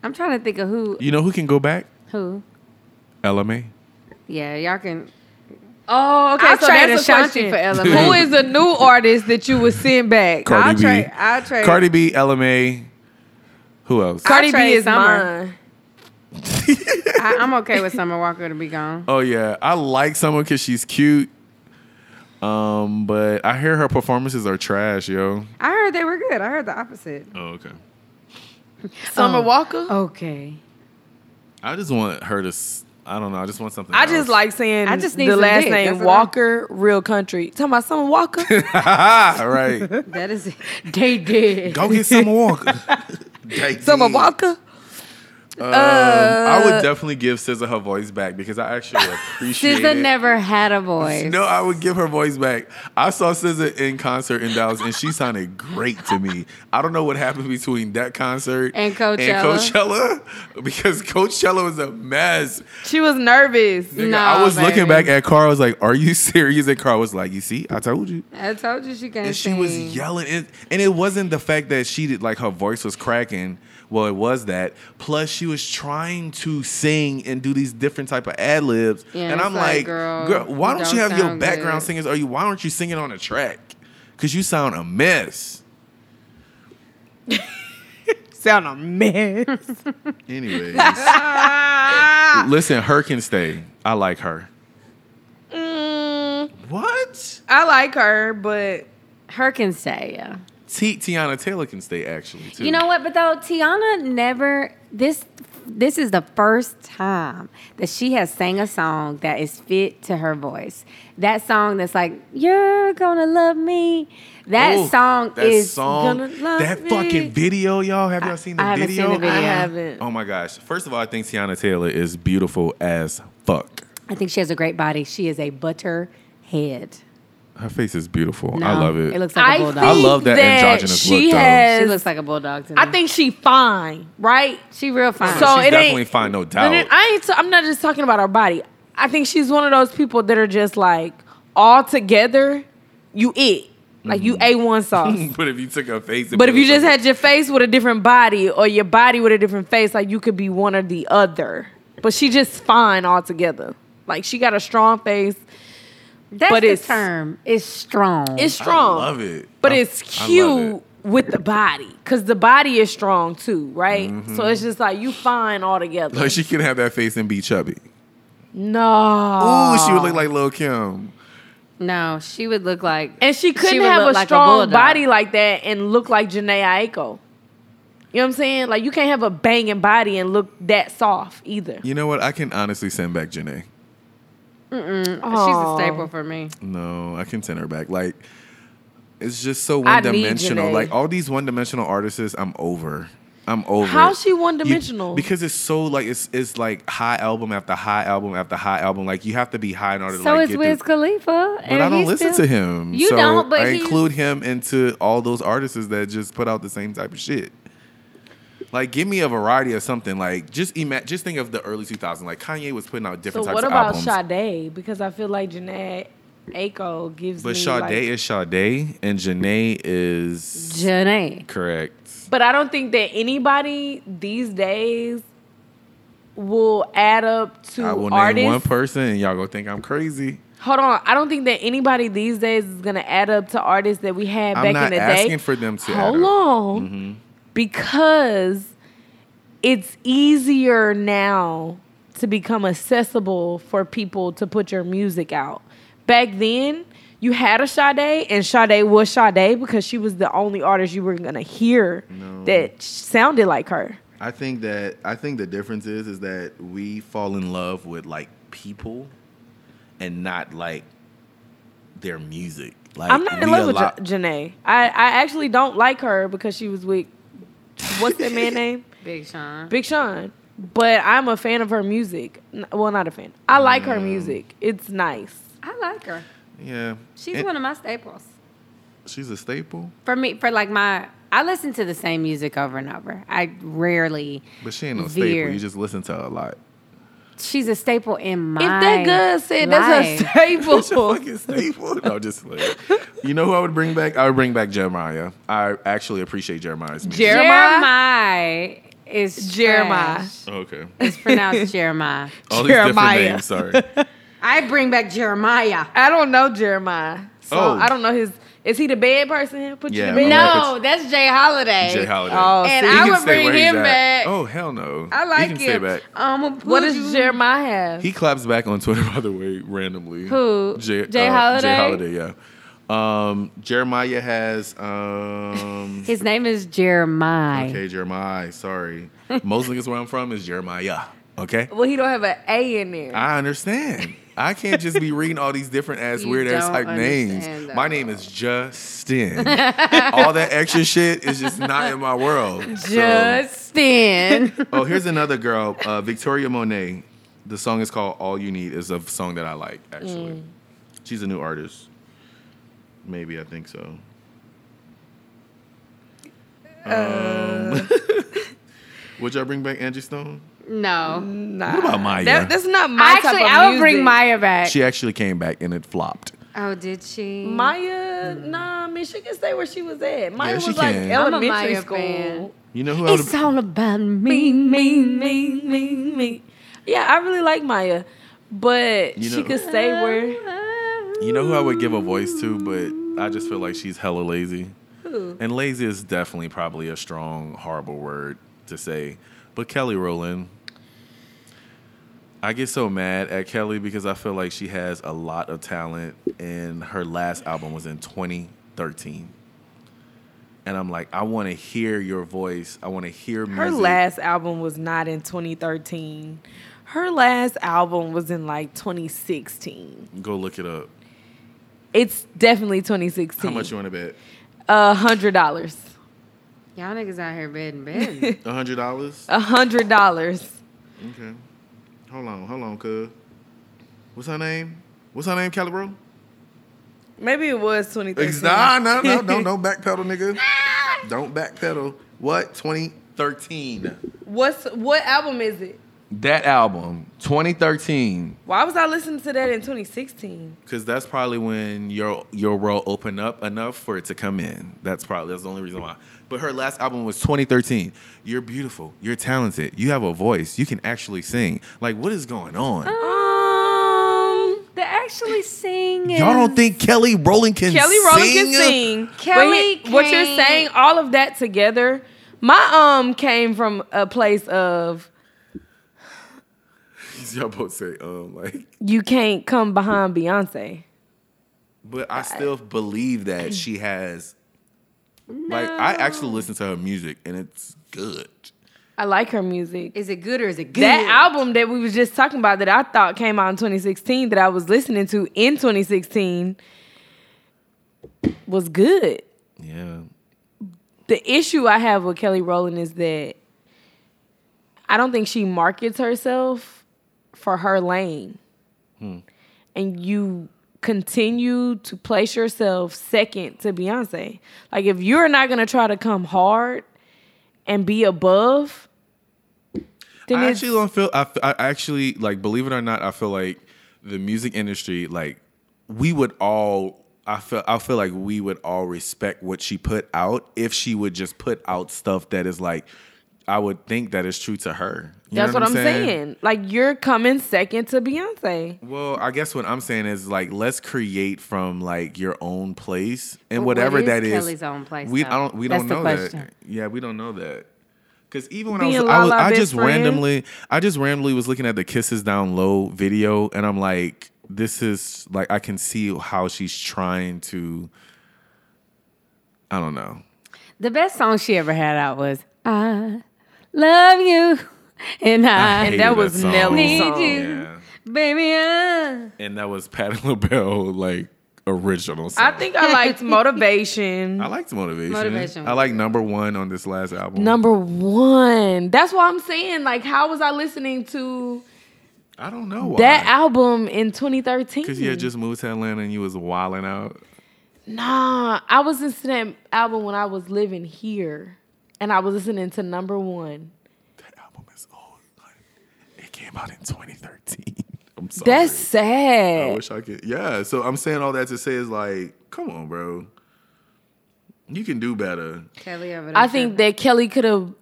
[SPEAKER 2] I'm trying to think of who.
[SPEAKER 1] You know who can go back?
[SPEAKER 2] Who?
[SPEAKER 1] LMA.
[SPEAKER 2] Yeah, y'all can.
[SPEAKER 3] Oh, okay.
[SPEAKER 2] I'll
[SPEAKER 3] so
[SPEAKER 2] trade
[SPEAKER 3] that's a
[SPEAKER 2] Ashanti
[SPEAKER 3] question.
[SPEAKER 2] for <laughs> Ella May.
[SPEAKER 3] Who is the new artist that you would send back?
[SPEAKER 1] Cardi
[SPEAKER 2] I'll
[SPEAKER 1] B.
[SPEAKER 2] trade. I'll trade.
[SPEAKER 1] Cardi B, LMA. Who else?
[SPEAKER 3] Cardi
[SPEAKER 2] trade
[SPEAKER 3] B is
[SPEAKER 2] Summer.
[SPEAKER 3] mine.
[SPEAKER 2] I, I'm okay with Summer Walker to be gone.
[SPEAKER 1] Oh yeah, I like someone because she's cute. Um, but I hear her performances are trash, yo.
[SPEAKER 2] I heard they were good. I heard the opposite.
[SPEAKER 1] Oh okay.
[SPEAKER 3] Summer
[SPEAKER 2] Oh.
[SPEAKER 3] Walker.
[SPEAKER 2] Okay.
[SPEAKER 1] I just want her to. s- I don't know. I just want something.
[SPEAKER 3] I just
[SPEAKER 1] else.
[SPEAKER 3] like saying
[SPEAKER 2] I just need
[SPEAKER 3] the
[SPEAKER 2] some
[SPEAKER 3] last
[SPEAKER 2] dick.
[SPEAKER 3] name
[SPEAKER 2] That's what I-
[SPEAKER 3] Walker, real country. Talking about Summer
[SPEAKER 1] <laughs>
[SPEAKER 3] Walker.
[SPEAKER 1] All Ah,
[SPEAKER 3] <laughs>
[SPEAKER 1] right,
[SPEAKER 2] That is <laughs> They did.
[SPEAKER 1] go get Summer Walker.
[SPEAKER 5] Take
[SPEAKER 3] Summer
[SPEAKER 5] these.
[SPEAKER 3] Walker.
[SPEAKER 1] Um, I would definitely give SZA her voice back because I
[SPEAKER 3] <laughs>
[SPEAKER 1] actually appreciate
[SPEAKER 2] SZA
[SPEAKER 1] it.
[SPEAKER 2] never had a voice.
[SPEAKER 1] No, I would give her voice back. I saw SZA in concert in Dallas, and she sounded great to me. I don't know what happened between that concert
[SPEAKER 2] And Coachella.
[SPEAKER 1] Coachella, <laughs> because Coachella was a mess.
[SPEAKER 3] She was nervous.
[SPEAKER 1] Nigga,
[SPEAKER 2] No,
[SPEAKER 1] I was looking back
[SPEAKER 2] baby.
[SPEAKER 1] at Carl. I was like, "Are you serious?" And Carl was like, "You see, I told you."
[SPEAKER 2] I told you she can't
[SPEAKER 1] And she was
[SPEAKER 2] sing.
[SPEAKER 1] yelling, and, and it wasn't the fact that she did like her voice was cracking. Well, it was that. Plus, she was trying to sing and do these different type of ad libs,
[SPEAKER 2] Yeah,
[SPEAKER 1] and
[SPEAKER 2] it's
[SPEAKER 1] I'm
[SPEAKER 2] like,
[SPEAKER 1] like,
[SPEAKER 2] girl,
[SPEAKER 1] girl, why
[SPEAKER 2] you
[SPEAKER 1] don't,
[SPEAKER 2] don't
[SPEAKER 1] you have your
[SPEAKER 2] sound
[SPEAKER 1] background
[SPEAKER 2] good."
[SPEAKER 1] singers? Are you? Why aren't you singing on a track? Because you sound a mess.
[SPEAKER 3] <laughs> sound a mess.
[SPEAKER 1] <laughs>
[SPEAKER 2] <laughs>
[SPEAKER 1] Anyways, listen, her can stay. I like her.
[SPEAKER 3] Mm,
[SPEAKER 5] What?
[SPEAKER 3] I like her, but
[SPEAKER 2] Her can stay, yeah.
[SPEAKER 1] T- Tiana Taylor can stay actually too.
[SPEAKER 2] You know what? But though Tiana never this this is the first time that she has sang a song that is fit to her voice. That song that's like "You're gonna love me." That
[SPEAKER 1] Ooh,
[SPEAKER 2] song
[SPEAKER 1] Oh, that
[SPEAKER 2] is
[SPEAKER 1] song,
[SPEAKER 3] gonna love
[SPEAKER 1] that
[SPEAKER 3] me.
[SPEAKER 1] fucking video, y'all. Have y'all seen the
[SPEAKER 2] I haven't seen
[SPEAKER 1] video?
[SPEAKER 2] the video.
[SPEAKER 3] I haven't.
[SPEAKER 1] Oh my gosh! First of all, I think Tiana Taylor is beautiful as fuck.
[SPEAKER 2] I think she has a great body. She is a butter head.
[SPEAKER 1] Her face is beautiful. I
[SPEAKER 2] No,
[SPEAKER 1] love it.
[SPEAKER 2] It looks like a
[SPEAKER 3] I
[SPEAKER 2] bulldog.
[SPEAKER 1] I love that androgynous
[SPEAKER 3] she
[SPEAKER 1] look, though.
[SPEAKER 3] has.
[SPEAKER 2] she looks like a bulldog to me.
[SPEAKER 3] I think she fine, right?
[SPEAKER 2] she real fine.
[SPEAKER 3] So
[SPEAKER 1] She's
[SPEAKER 3] it ain't-
[SPEAKER 1] definitely fine, no doubt.
[SPEAKER 3] But it- I ain't. T- I'm not just talking about her body. I think she's one of those people that are just like all together. You it like you
[SPEAKER 1] Mm-hmm.
[SPEAKER 3] a
[SPEAKER 1] <laughs>
[SPEAKER 3] one sauce.
[SPEAKER 1] but if you took her face, and
[SPEAKER 3] But
[SPEAKER 1] put
[SPEAKER 3] if you
[SPEAKER 1] it
[SPEAKER 3] just
[SPEAKER 1] somewhere-
[SPEAKER 3] had your face with a different body or your body with a different face, like you could be one or the other. But she just fine altogether. Like she got a strong face.
[SPEAKER 2] That's
[SPEAKER 3] but
[SPEAKER 2] the
[SPEAKER 3] it's-
[SPEAKER 2] term. It's strong.
[SPEAKER 3] It's strong.
[SPEAKER 1] I love it.
[SPEAKER 3] But
[SPEAKER 1] I-
[SPEAKER 3] it's
[SPEAKER 1] I love
[SPEAKER 3] cute
[SPEAKER 1] it.
[SPEAKER 3] with the body. Cause the body is strong too, right? So it's just like you fine
[SPEAKER 1] <laughs>
[SPEAKER 3] altogether.
[SPEAKER 1] Mm-hmm. like she can have that face and be chubby.
[SPEAKER 3] no.
[SPEAKER 1] Ooh, she would look like Lil Kim.
[SPEAKER 2] no, she would look like
[SPEAKER 3] And she couldn't
[SPEAKER 2] would
[SPEAKER 3] have
[SPEAKER 2] look
[SPEAKER 3] a
[SPEAKER 2] like
[SPEAKER 3] strong
[SPEAKER 2] bulldog.
[SPEAKER 3] body like that and look like Janae Aiko. You know what I'm saying? Like you can't have a banging body and look that soft either.
[SPEAKER 1] You know what? I can honestly send back Janae.
[SPEAKER 2] She's a
[SPEAKER 3] Aw.
[SPEAKER 2] staple for me.
[SPEAKER 1] No, I can send her back. Like, it's just so
[SPEAKER 3] I
[SPEAKER 1] one
[SPEAKER 3] need
[SPEAKER 1] dimensional.
[SPEAKER 3] Janae.
[SPEAKER 1] Like all these one dimensional artists, I'm over. I'm over.
[SPEAKER 3] How's she
[SPEAKER 1] You-
[SPEAKER 3] one-dimensional?
[SPEAKER 1] because it's so like it's it's like high album after high album after high album. Like you have to be high in order to
[SPEAKER 2] So
[SPEAKER 1] like
[SPEAKER 2] is
[SPEAKER 1] get
[SPEAKER 2] Wiz
[SPEAKER 1] through-
[SPEAKER 2] Khalifa.
[SPEAKER 1] But I don't listen to him.
[SPEAKER 2] You
[SPEAKER 1] so
[SPEAKER 2] don't, but
[SPEAKER 1] I
[SPEAKER 2] he's-
[SPEAKER 1] include him into all those artists that just put out the same type of shit. Like, give me a variety of something. Like, just ima- just think of the early 2000s. Like, Kanye was putting out
[SPEAKER 3] So
[SPEAKER 1] different types
[SPEAKER 3] what
[SPEAKER 1] of
[SPEAKER 3] about
[SPEAKER 1] albums.
[SPEAKER 3] Sade? Because I feel like Janae Aiko gives
[SPEAKER 1] But
[SPEAKER 3] me
[SPEAKER 1] Sade
[SPEAKER 3] like-
[SPEAKER 1] is Sade, and Janae is
[SPEAKER 2] Janae.
[SPEAKER 1] correct.
[SPEAKER 3] But I don't think that anybody these days will add up to
[SPEAKER 1] I will
[SPEAKER 3] artists.
[SPEAKER 1] name one person, and y'all gonna think I'm crazy.
[SPEAKER 3] Hold on, I don't think that anybody these days is gonna add up to artists that we had
[SPEAKER 1] I'm
[SPEAKER 3] back
[SPEAKER 1] not
[SPEAKER 3] in the day.
[SPEAKER 1] asking for them to add
[SPEAKER 3] Hold
[SPEAKER 1] up. Mm-hmm.
[SPEAKER 3] on, because it's easier now to become accessible for people to put your music out. Back then, you had a Sade, and Sade was Sade because she was the only artist you were gonna hear that sounded like her.
[SPEAKER 5] I think that I think the difference is is that we
[SPEAKER 1] Fall in love with like people, and not like their music. Like,
[SPEAKER 3] I'm not in
[SPEAKER 1] we
[SPEAKER 3] love with
[SPEAKER 1] allow-
[SPEAKER 3] Ja- Janae. I, I actually don't like her because she was with what's
[SPEAKER 1] <laughs>
[SPEAKER 3] that man name?
[SPEAKER 2] Big Sean.
[SPEAKER 3] Big Sean. But I'm a fan of her music. N- Well, not a fan. I like
[SPEAKER 1] Mm.
[SPEAKER 3] her music. It's nice.
[SPEAKER 2] I like her.
[SPEAKER 1] Yeah,
[SPEAKER 2] She's
[SPEAKER 1] And
[SPEAKER 2] one of my staples.
[SPEAKER 1] she's a staple.
[SPEAKER 2] For me, for like my, I listen to the same music over and over. I rarely.
[SPEAKER 1] But she ain't no
[SPEAKER 2] veer.
[SPEAKER 1] staple. You just listen to her a
[SPEAKER 3] <laughs>
[SPEAKER 1] lot.
[SPEAKER 2] She's a staple in my.
[SPEAKER 3] if that good said that's
[SPEAKER 2] <laughs>
[SPEAKER 3] a
[SPEAKER 2] life.
[SPEAKER 1] She's a
[SPEAKER 3] staple.
[SPEAKER 1] fucking staple. <laughs> No, just like, you know who I would bring back? I would bring back Jeremiah. I actually appreciate Jeremiah's music.
[SPEAKER 3] Jer-
[SPEAKER 2] Jeremiah is
[SPEAKER 3] Jeremiah.
[SPEAKER 2] trash.
[SPEAKER 1] okay.
[SPEAKER 2] It's <laughs> pronounced Jeremiah.
[SPEAKER 1] All
[SPEAKER 3] Jeremiah.
[SPEAKER 1] these
[SPEAKER 2] <laughs>
[SPEAKER 1] different names. Sorry.
[SPEAKER 2] I bring back Jeremiah.
[SPEAKER 3] I don't know Jeremiah. So
[SPEAKER 1] Oh.
[SPEAKER 3] I don't know his. Is he the bed person? Put
[SPEAKER 1] Yeah,
[SPEAKER 3] you to bed.
[SPEAKER 1] I'm
[SPEAKER 2] No, that's Jay Holiday.
[SPEAKER 1] Jay Holiday.
[SPEAKER 3] Oh,
[SPEAKER 2] And
[SPEAKER 3] see,
[SPEAKER 1] He
[SPEAKER 2] I
[SPEAKER 1] can
[SPEAKER 2] would
[SPEAKER 1] stay
[SPEAKER 2] bring
[SPEAKER 1] where he's
[SPEAKER 2] him
[SPEAKER 1] at.
[SPEAKER 2] back.
[SPEAKER 1] Oh hell no.
[SPEAKER 2] I like
[SPEAKER 1] he can
[SPEAKER 2] him.
[SPEAKER 1] Stay back.
[SPEAKER 2] I'm a
[SPEAKER 3] What does Jeremiah have?
[SPEAKER 1] He claps back on Twitter, <laughs> by the way, randomly.
[SPEAKER 2] Who?
[SPEAKER 1] J-
[SPEAKER 2] Jay
[SPEAKER 1] uh, Jay
[SPEAKER 2] Holiday?
[SPEAKER 1] Holiday, yeah. Um, Jeremiah has
[SPEAKER 2] <laughs>
[SPEAKER 1] um,
[SPEAKER 2] His name is Jeremiah.
[SPEAKER 1] okay, Jeremiah. Sorry, most niggas where I'm from is Jeremiah. Okay,
[SPEAKER 3] well, he don't have an A in there.
[SPEAKER 1] I understand. I can't just be reading all these different ass
[SPEAKER 2] <laughs> You
[SPEAKER 1] weird ass
[SPEAKER 2] don't
[SPEAKER 1] type names.
[SPEAKER 2] understand, though.
[SPEAKER 1] My name is
[SPEAKER 2] <laughs>
[SPEAKER 1] Justin. all that extra shit is just not in my world. So-
[SPEAKER 2] Justin.
[SPEAKER 1] <laughs> oh, here's another girl, uh, Victoria Monet. The song is called "All You Need." is a song that I like actually. She's a new artist. Maybe I think so. Um, <laughs> would y'all bring back Angie Stone?
[SPEAKER 2] <laughs> no.
[SPEAKER 3] nah.
[SPEAKER 1] What about Maya?
[SPEAKER 3] That, that's not my type
[SPEAKER 2] Actually,
[SPEAKER 3] of
[SPEAKER 2] I would bring
[SPEAKER 3] music.
[SPEAKER 2] Maya back.
[SPEAKER 1] She actually came back and it flopped.
[SPEAKER 2] oh, did she?
[SPEAKER 3] Maya, nah, I mean, she can stay where she was at. Maya
[SPEAKER 1] Yeah, she
[SPEAKER 3] was like
[SPEAKER 1] can. I'm
[SPEAKER 2] a
[SPEAKER 3] elementary
[SPEAKER 2] Maya
[SPEAKER 3] school.
[SPEAKER 2] fan.
[SPEAKER 1] You know who I
[SPEAKER 2] It's
[SPEAKER 1] would?
[SPEAKER 2] all about me,
[SPEAKER 3] Me,
[SPEAKER 2] me, me.
[SPEAKER 3] me, me, me, me. Yeah, I really like Maya, but
[SPEAKER 1] You
[SPEAKER 3] she
[SPEAKER 1] know-
[SPEAKER 3] could stay where.
[SPEAKER 1] You know who I would give a voice to, but I just feel like she's hella lazy.
[SPEAKER 2] Ooh.
[SPEAKER 1] And lazy is definitely probably a strong, horrible word to say. But Kelly Rowland, I get so mad at Kelly because I feel like she has a lot of talent, and her last album was in 2013. And I'm like, I want to hear your voice. I want to hear music.
[SPEAKER 3] Her last album was not in 2013. Her last album was in like 2016.
[SPEAKER 1] Go look it up.
[SPEAKER 3] It's definitely 2016.
[SPEAKER 1] How much you want to bet?
[SPEAKER 3] A hundred dollars.
[SPEAKER 2] Y'all niggas out here bidding, <laughs> bidding.
[SPEAKER 1] A hundred dollars.
[SPEAKER 3] A hundred dollars.
[SPEAKER 5] Okay. Hold on, hold on, cuz. What's her name? What's her name, Calibro?
[SPEAKER 3] Maybe it was 2013.
[SPEAKER 5] Ex- Nah, no, no, no, no backpedal, nigga. Don't backpedal. What? 2013.
[SPEAKER 3] <laughs> What's what album is it?
[SPEAKER 1] That album, 2013.
[SPEAKER 3] Why was I listening to that in 2016?
[SPEAKER 1] Because that's probably when your your world opened up enough for it to come in. That's probably that's the only reason why. But her last album was 2013. You're beautiful. You're talented. You have a voice. You can actually sing. Like, what is going on?
[SPEAKER 3] Oh, Um,
[SPEAKER 2] They're actually singing.
[SPEAKER 1] Y'all don't think Kelly Rowland can
[SPEAKER 3] Kelly
[SPEAKER 1] sing?
[SPEAKER 3] Rowland can sing.
[SPEAKER 2] Kelly
[SPEAKER 3] But he- what you're
[SPEAKER 2] can't-
[SPEAKER 3] saying, all of that together, my um came from a place of
[SPEAKER 1] Y'all both say, um, like,
[SPEAKER 3] you can't come behind Beyonce.
[SPEAKER 1] but I still believe that she has. Like, I actually listen to her music and it's good.
[SPEAKER 3] I like her music.
[SPEAKER 2] Is it good or is it good?
[SPEAKER 3] that album that we was just talking about that I thought came out in 2016 that I was listening to in 2016 was good.
[SPEAKER 1] Yeah.
[SPEAKER 3] The issue I have with Kelly Rowland is that I don't think she markets herself for her lane. And you continue to place yourself second to Beyonce. Like if you're not going to try to come hard and be above then
[SPEAKER 1] I
[SPEAKER 3] it's-
[SPEAKER 1] actually don't feel. I, I actually like, believe it or not, I feel like the music industry, like we would all. I feel. I feel like we would all respect what she put out if she would just put out stuff that is like. I would think that is true to her. You know
[SPEAKER 3] That's what, I'm saying? Like you're coming second to Beyonce.
[SPEAKER 1] Well, I guess what I'm saying is like let's create from like your own place and
[SPEAKER 2] But what
[SPEAKER 1] whatever
[SPEAKER 2] is
[SPEAKER 1] that is.
[SPEAKER 2] Kelly's own place,
[SPEAKER 1] We
[SPEAKER 2] though?
[SPEAKER 1] I don't. We
[SPEAKER 2] That's
[SPEAKER 1] don't
[SPEAKER 2] the
[SPEAKER 1] know
[SPEAKER 2] question.
[SPEAKER 1] that. Yeah, we don't know that. Because even when I
[SPEAKER 3] Being
[SPEAKER 1] was, I, was,
[SPEAKER 3] Lala
[SPEAKER 1] I
[SPEAKER 3] best
[SPEAKER 1] just
[SPEAKER 3] friend?
[SPEAKER 1] randomly, I just randomly was looking at the "Kisses Down Low" video, and I'm like, this is like I can see how she's trying to. I don't know.
[SPEAKER 2] The best song she ever had out was I Love You and I,
[SPEAKER 1] hated
[SPEAKER 3] that was
[SPEAKER 1] song.
[SPEAKER 3] Nelly's
[SPEAKER 2] Need
[SPEAKER 3] song.
[SPEAKER 2] You.
[SPEAKER 1] Yeah,
[SPEAKER 2] Baby Uh, I.
[SPEAKER 1] and that was Pat LaBelle like original. Song.
[SPEAKER 3] I think I liked motivation.
[SPEAKER 1] I liked motivation.
[SPEAKER 2] Motivation
[SPEAKER 1] I like number one on this last album.
[SPEAKER 3] Number one. That's why I'm saying, like, how was I listening to
[SPEAKER 1] I don't know why.
[SPEAKER 3] that album in 2013?
[SPEAKER 1] Because you had just moved to Atlanta and you was wilding out.
[SPEAKER 3] nah, I was listening to that album when I was living here, and I was listening to number one.
[SPEAKER 1] That album is old. Like, it came out in 2013. <laughs> I'm sorry.
[SPEAKER 3] That's
[SPEAKER 1] Oh, I
[SPEAKER 3] sad.
[SPEAKER 1] wish I could. Yeah. So I'm saying all that to say is like, come on, bro. You can do better.
[SPEAKER 2] Kelly over there.
[SPEAKER 3] I think that Kelly could have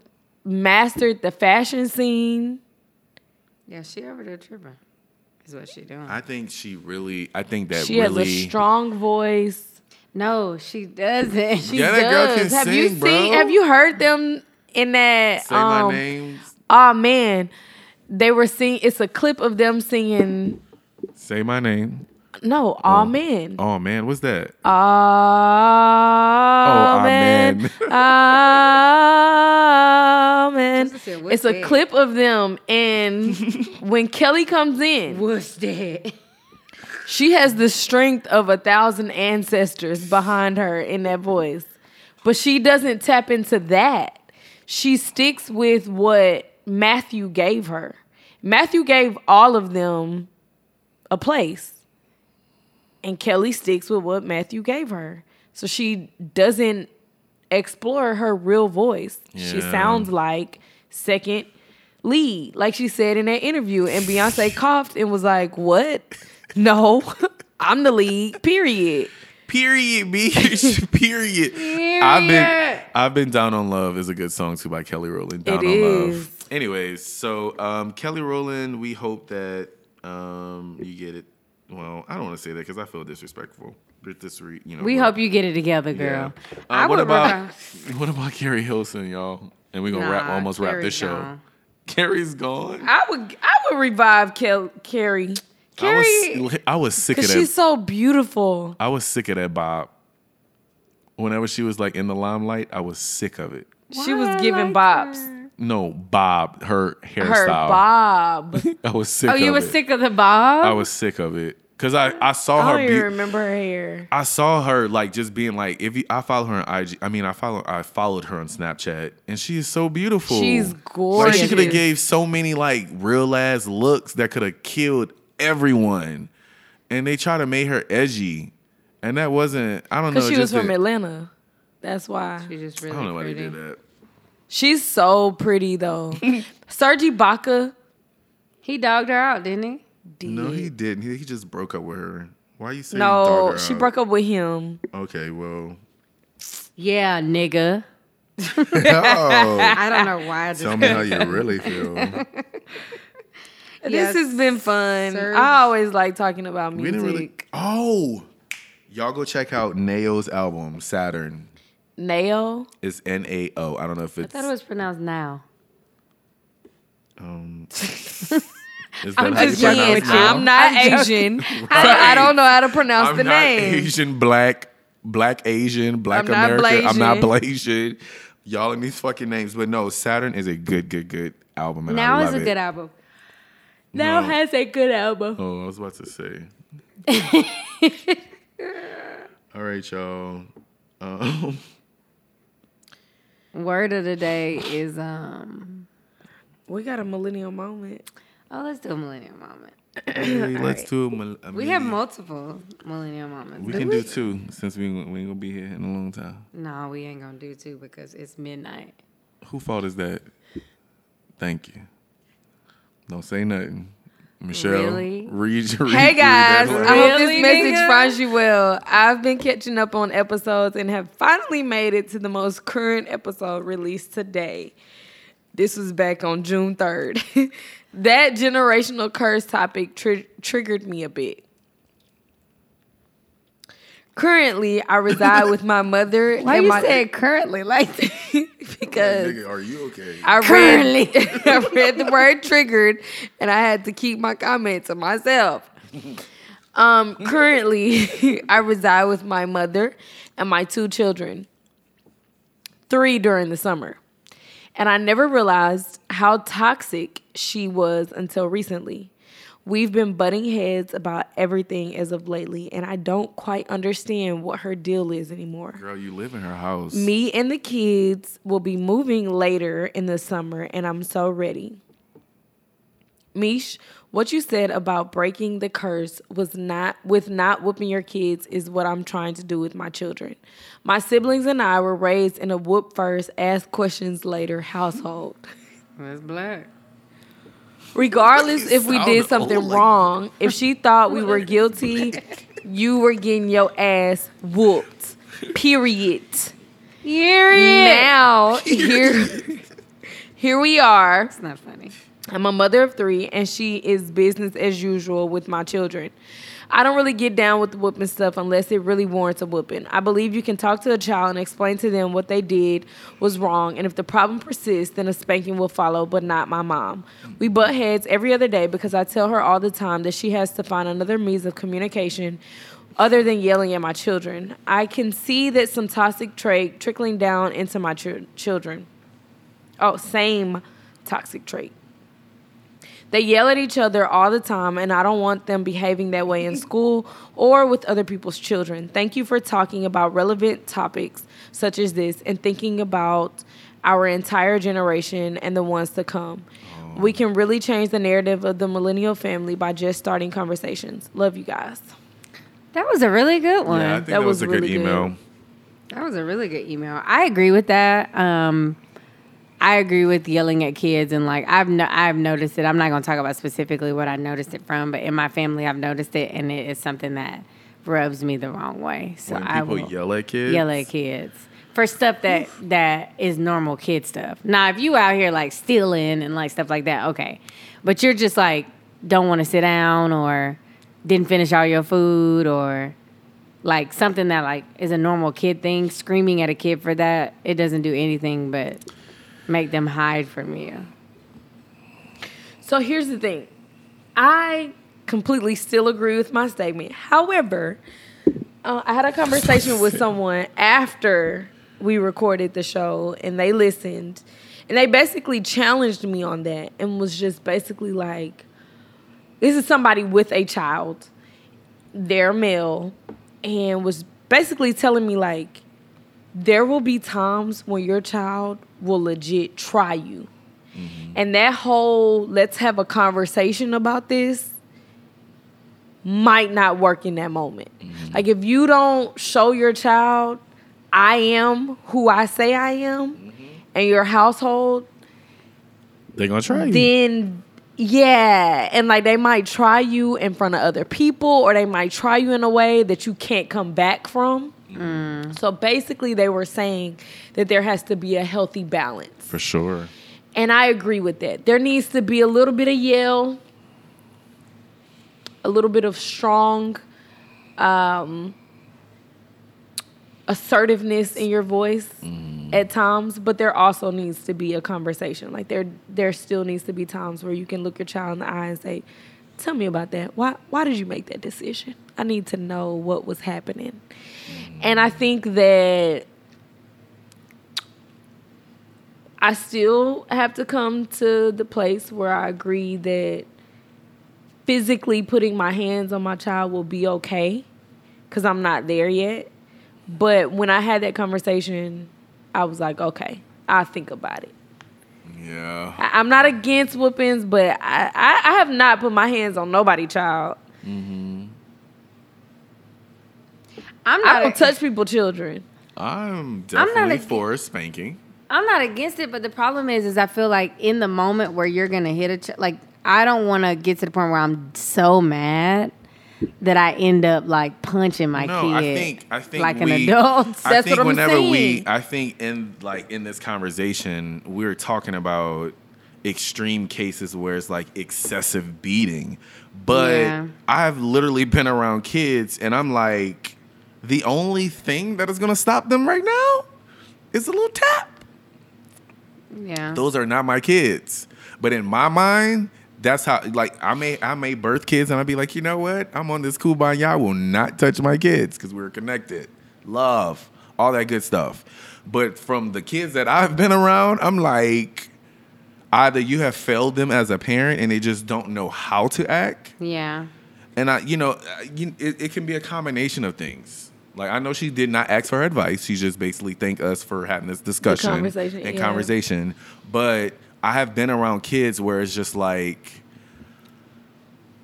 [SPEAKER 3] mastered the fashion scene.
[SPEAKER 2] Yeah, she over there tripping. Is what she doing.
[SPEAKER 1] I think she really. I think that
[SPEAKER 3] She
[SPEAKER 1] really.
[SPEAKER 3] has a strong voice.
[SPEAKER 2] no, she doesn't. She
[SPEAKER 1] Yeah,
[SPEAKER 2] yeah,
[SPEAKER 1] that girl can
[SPEAKER 3] does. have you
[SPEAKER 1] sing,
[SPEAKER 3] seen?
[SPEAKER 1] bro.
[SPEAKER 3] Have you heard them in that?
[SPEAKER 1] say
[SPEAKER 3] um,
[SPEAKER 1] my name.
[SPEAKER 3] Oh man, they were singing. It's a clip of them singing.
[SPEAKER 1] Say my name.
[SPEAKER 3] No, all men.
[SPEAKER 1] Oh man, what's that? Oh,
[SPEAKER 3] All men.
[SPEAKER 1] amen.
[SPEAKER 3] <laughs> All men.
[SPEAKER 2] Jesus said, "What's
[SPEAKER 3] It's a
[SPEAKER 2] that?"
[SPEAKER 3] clip of them,
[SPEAKER 2] <laughs>
[SPEAKER 3] and when Kelly comes
[SPEAKER 2] <laughs>
[SPEAKER 3] in,
[SPEAKER 2] What's that?
[SPEAKER 3] she has the strength of a thousand ancestors behind her in that voice. But she doesn't tap into that. She sticks with what Matthew gave her. Matthew gave all of them a place. And Kelly sticks with what Matthew gave her. So she doesn't explore her real voice. She
[SPEAKER 1] Yeah.
[SPEAKER 3] sounds like second lead, like she said in that interview. And Beyonce coughed and was like, What? No, <laughs> I'm the lead, period.
[SPEAKER 1] Period,
[SPEAKER 2] <laughs>
[SPEAKER 1] bitch. Period. I've been I've been down on love is a good song too by Kelly Rowland. Down
[SPEAKER 3] It
[SPEAKER 1] on
[SPEAKER 3] is.
[SPEAKER 1] love. Anyways, so um, Kelly Rowland, we hope that um, you get it Well, I don't want to say that because I feel disrespectful. But This, re, you know,
[SPEAKER 2] We
[SPEAKER 1] we're-
[SPEAKER 2] hope you get it together, girl.
[SPEAKER 1] Yeah. Uh,
[SPEAKER 2] I
[SPEAKER 1] what
[SPEAKER 2] would
[SPEAKER 1] about <laughs>
[SPEAKER 2] rather-
[SPEAKER 1] what about Carrie Hilson, y'all? And we're gonna wrap
[SPEAKER 2] Nah,
[SPEAKER 1] almost wrap this
[SPEAKER 2] Carrie's
[SPEAKER 1] show.
[SPEAKER 2] gone.
[SPEAKER 1] <laughs>
[SPEAKER 2] Uh,
[SPEAKER 1] Carrie's gone.
[SPEAKER 3] I would I would revive Kel- Carrie
[SPEAKER 1] I
[SPEAKER 2] Carrie,
[SPEAKER 1] was I was sick of
[SPEAKER 3] because
[SPEAKER 1] that.
[SPEAKER 3] she's so beautiful.
[SPEAKER 1] I was sick of that Bob. Whenever she was like in the limelight, I was sick of it.
[SPEAKER 3] she
[SPEAKER 2] Why
[SPEAKER 3] was
[SPEAKER 2] I
[SPEAKER 3] giving
[SPEAKER 2] like
[SPEAKER 3] bops.
[SPEAKER 1] No, Bob, her hairstyle.
[SPEAKER 3] Her bob.
[SPEAKER 1] <laughs> I was sick.
[SPEAKER 2] oh, you
[SPEAKER 1] of
[SPEAKER 2] were
[SPEAKER 1] it.
[SPEAKER 2] sick of the bob.
[SPEAKER 1] I was sick of it because I I saw
[SPEAKER 3] I
[SPEAKER 1] her.
[SPEAKER 3] don't even
[SPEAKER 1] Be-
[SPEAKER 3] remember her hair.
[SPEAKER 1] I saw her like just being like if you, I follow her on IG. I mean, I follow I followed her on Snapchat, and she is so beautiful.
[SPEAKER 3] She's
[SPEAKER 1] Like she could have
[SPEAKER 3] gorgeous.
[SPEAKER 1] gave so many like real ass looks that could have killed everyone, and they try to make her edgy, and that wasn't. I don't know.
[SPEAKER 3] Because she was
[SPEAKER 1] just
[SPEAKER 3] from
[SPEAKER 1] that-
[SPEAKER 3] Atlanta. That's why.
[SPEAKER 2] She's just
[SPEAKER 1] I
[SPEAKER 2] really
[SPEAKER 1] don't know why they
[SPEAKER 2] pretty.
[SPEAKER 1] did that.
[SPEAKER 3] She's so pretty <laughs> though. Sergi Baca
[SPEAKER 2] He dogged her out, didn't he?
[SPEAKER 3] did.
[SPEAKER 1] No, he didn't. He, he just broke up with her. Why you saying? he
[SPEAKER 3] No,
[SPEAKER 1] dogged her
[SPEAKER 3] she
[SPEAKER 1] out?
[SPEAKER 3] broke up with him.
[SPEAKER 1] Okay, well.
[SPEAKER 2] Yeah, nigga.
[SPEAKER 1] Oh,
[SPEAKER 2] <laughs> I don't know why. I just
[SPEAKER 1] tell me how you really feel.
[SPEAKER 2] Yes,
[SPEAKER 3] This has been fun.
[SPEAKER 2] Serge.
[SPEAKER 3] I always like talking about
[SPEAKER 1] We
[SPEAKER 3] music.
[SPEAKER 1] didn't really. Oh, y'all go check out Nao's album Saturn.
[SPEAKER 3] Nail.
[SPEAKER 1] It's N A O. I don't know if it's.
[SPEAKER 2] thought it was pronounced now.
[SPEAKER 1] um, is that how you
[SPEAKER 2] just
[SPEAKER 1] pronounce
[SPEAKER 2] being-
[SPEAKER 1] it? <laughs>
[SPEAKER 3] I'm not Asian. I, I don't know how to pronounce
[SPEAKER 1] I'm
[SPEAKER 3] the
[SPEAKER 1] not
[SPEAKER 3] name.
[SPEAKER 1] Asian, black, black Asian, black
[SPEAKER 3] I'm not
[SPEAKER 1] American. I'm not
[SPEAKER 3] Blasian.
[SPEAKER 1] Blasian. Y'all in these fucking names, but no, Saturn is a good, good, good album. And
[SPEAKER 2] now
[SPEAKER 1] I
[SPEAKER 2] is
[SPEAKER 1] love
[SPEAKER 2] a
[SPEAKER 1] it.
[SPEAKER 2] good album.
[SPEAKER 3] Now
[SPEAKER 1] No.
[SPEAKER 3] has a good album.
[SPEAKER 1] Oh, I was about to say. All right, y'all. Um,
[SPEAKER 2] Word of the day is um.
[SPEAKER 3] We got a millennial moment.
[SPEAKER 2] Oh, let's do a millennial moment.
[SPEAKER 1] hey, let's do a, mil- a
[SPEAKER 2] We have
[SPEAKER 1] mini-
[SPEAKER 2] multiple millennial moments.
[SPEAKER 1] We can do two since we, we ain't gonna be here in a long time.
[SPEAKER 2] No, we ain't gonna do two because it's midnight.
[SPEAKER 1] Who fault is that? Thank you. Don't say nothing, Michelle.
[SPEAKER 2] Really?
[SPEAKER 1] Read your.
[SPEAKER 3] Hey guys, I hope
[SPEAKER 2] Really,
[SPEAKER 3] this message
[SPEAKER 2] nigga?
[SPEAKER 3] finds you well. I've been catching up on episodes and have finally made it to the most current episode released today. This was back on June 3rd. <laughs> that generational curse topic tri- triggered me a bit. Currently, I reside with my mother.
[SPEAKER 2] Why
[SPEAKER 3] and
[SPEAKER 2] you
[SPEAKER 3] my-
[SPEAKER 2] <laughs>
[SPEAKER 3] <laughs>
[SPEAKER 2] said currently like that?
[SPEAKER 3] because
[SPEAKER 5] Nigga, are you okay?
[SPEAKER 3] I
[SPEAKER 2] Currently.
[SPEAKER 3] read, <laughs> I read the word triggered, and I had to keep my comment to myself. Um, currently, <laughs> I reside with my mother and my two children, three during the summer. And I never realized how toxic she was until recently. We've been butting heads about everything as of lately, and I don't quite understand what her deal is anymore.
[SPEAKER 1] Girl, you live in her house.
[SPEAKER 3] Me and the kids will be moving later in the summer, and I'm so ready. Mish, what you said about breaking the curse was not with not whooping your kids is what I'm trying to do with my children. My siblings and I were raised in a whoop first, ask questions later household.
[SPEAKER 2] That's black.
[SPEAKER 3] Regardless if we did something wrong, if she thought we were guilty, you were getting your ass whooped. Period.
[SPEAKER 2] Period.
[SPEAKER 1] <laughs>
[SPEAKER 3] Now here, here we are.
[SPEAKER 2] It's not funny.
[SPEAKER 3] I'm a mother of three, and she is business as usual with my children. I don't really get down with the whooping stuff unless it really warrants a whooping. I believe you can talk to a child and explain to them what they did was wrong, and if the problem persists, then a spanking will follow, but not my mom. We butt heads every other day because I tell her all the time that she has to find another means of communication other than yelling at my children. I can see that some toxic trait trickling down into my chil- children. Oh, same toxic trait. They yell at each other all the time, and I don't want them behaving that way in school or with other people's children. Thank you for talking about relevant topics such as this and thinking about our entire generation and the ones to come. We can really change the narrative of the millennial family by just starting conversations. Love you guys.
[SPEAKER 2] That was a really good one.
[SPEAKER 1] yeah, I think that,
[SPEAKER 3] That
[SPEAKER 1] was,
[SPEAKER 3] was
[SPEAKER 1] a
[SPEAKER 3] really
[SPEAKER 1] good
[SPEAKER 3] good.
[SPEAKER 1] email.
[SPEAKER 2] That was a really good email. I agree with that. Um, I agree with yelling at kids and like I've no, I've noticed it. I'm not going to talk about specifically what I noticed it from, but in my family, I've noticed it, and it is something that rubs me the wrong way. So
[SPEAKER 1] When
[SPEAKER 2] I
[SPEAKER 1] people
[SPEAKER 2] will
[SPEAKER 1] yell at kids,
[SPEAKER 2] yell at kids for stuff that that is normal kid stuff. Now, if you out here like stealing and like stuff like that, okay, but you're just like don't want to sit down or didn't finish all your food or like something that like is a normal kid thing. Screaming at a kid for that it doesn't do anything but make them hide from you.
[SPEAKER 3] So here's the thing. I completely still agree with my statement. However, uh, I had a conversation with someone after we recorded the show and they listened and they basically challenged me on that and was just basically like, this is somebody with a child, they're male, and was basically telling me like, there will be times when your child will legit try you. And that whole let's have a conversation about this might not work in that moment. Like if you don't show your child I am who I say I am and your household,
[SPEAKER 1] They're gonna try you.
[SPEAKER 3] then yeah, and like they might try you in front of other people or they might try you in a way that you can't come back from. So basically they were saying that there has to be a healthy balance.
[SPEAKER 1] for sure.
[SPEAKER 3] And I agree with that. There needs to be a little bit of yell, a little bit of strong um, assertiveness in your voice at times, but there also needs to be a conversation. Like there there still needs to be times where you can look your child in the eye and say, Tell me about that. Why why did you make that decision? I need to know what was happening. And I think that I still have to come to the place where I agree that physically putting my hands on my child will be okay because I'm not there yet. But when I had that conversation, I was like, okay, I'll think about it.
[SPEAKER 1] Yeah.
[SPEAKER 3] I- I'm not against whoopings, but I, I, I have not put my hands on nobody, child.
[SPEAKER 2] I'm
[SPEAKER 3] I
[SPEAKER 2] not
[SPEAKER 3] don't touch people, children.
[SPEAKER 1] I'm
[SPEAKER 2] not
[SPEAKER 1] definitely
[SPEAKER 2] a-
[SPEAKER 1] for spanking.
[SPEAKER 2] I'm not against it, but the problem is, is I feel like in the moment where you're gonna hit a ch- like I don't want to get to the point where I'm so mad that I end up like punching my
[SPEAKER 1] no,
[SPEAKER 2] kid.
[SPEAKER 1] I think I think
[SPEAKER 2] like an
[SPEAKER 1] we-
[SPEAKER 2] adult.
[SPEAKER 1] I
[SPEAKER 2] That's
[SPEAKER 1] think
[SPEAKER 2] what I'm
[SPEAKER 1] whenever
[SPEAKER 2] saying.
[SPEAKER 1] we, I think in like in this conversation, we were talking about extreme cases where it's like excessive beating, but
[SPEAKER 2] Yeah.
[SPEAKER 1] I've literally been around kids, and I'm like, the only thing that is gonna stop them right now is a little tap
[SPEAKER 2] yeah.
[SPEAKER 1] those are not my kids. But in my mind, that's how like I may I may birth kids and I'd be like, you know what? I'm on this kumbaya. I will not touch my kids because we're connected. Love, all that good stuff. But from the kids that I've been around, I'm like, either you have failed them as a parent and they just don't know how to act.
[SPEAKER 2] yeah.
[SPEAKER 1] And I, you know, uh, you, it, it can be a combination of things. Like I know she did not ask for advice. She just basically thanked us for having this discussion
[SPEAKER 3] conversation,
[SPEAKER 1] and
[SPEAKER 3] yeah.
[SPEAKER 1] conversation. But I have been around kids where it's just like,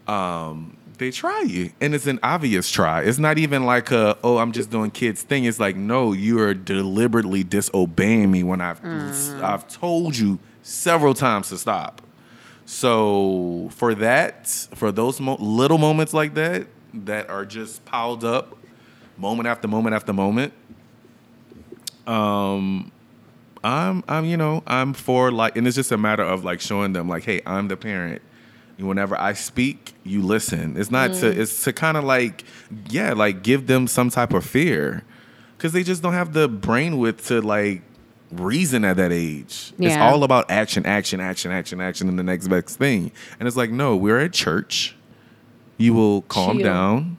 [SPEAKER 1] um, they try you, and it's an obvious try. It's not even like a oh, I'm just doing kids thing. It's like no, you are deliberately disobeying me when I've
[SPEAKER 3] Mm.
[SPEAKER 1] I've told you several times to stop. So for that, for those mo- little moments like that that are just piled up, moment after moment after moment, um, I'm I'm you know I'm for like, and it's just a matter of like showing them like, hey, I'm the parent. And Whenever I speak, you listen. It's not to it's to kind of like yeah, like give them some type of fear because they just don't have the brain width to like reason at that age. It's
[SPEAKER 2] Yeah.
[SPEAKER 1] all about action, action, action, action, action, and the next best thing. And it's like, no, we're at church. You will calm
[SPEAKER 3] Chill.
[SPEAKER 1] down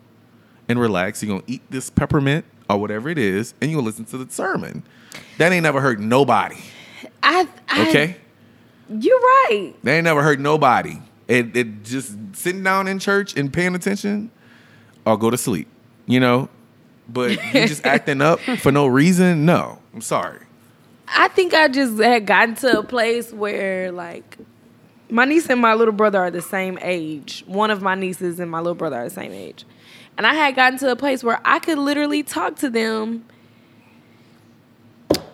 [SPEAKER 1] and relax. You're gonna eat this peppermint or whatever it is, and you'll listen to the sermon. That ain't never hurt nobody.
[SPEAKER 3] I, I
[SPEAKER 1] Okay?
[SPEAKER 3] You're right.
[SPEAKER 1] That ain't never hurt nobody. It, it just sitting down in church and paying attention or go to sleep, you know? But
[SPEAKER 3] <laughs>
[SPEAKER 1] you just acting up for no reason, no. I'm sorry.
[SPEAKER 3] I think I just had gotten to a place where like my niece and my little brother are the same age. One of my nieces and my little brother are the same age. And I had gotten to a place where I could literally talk to them.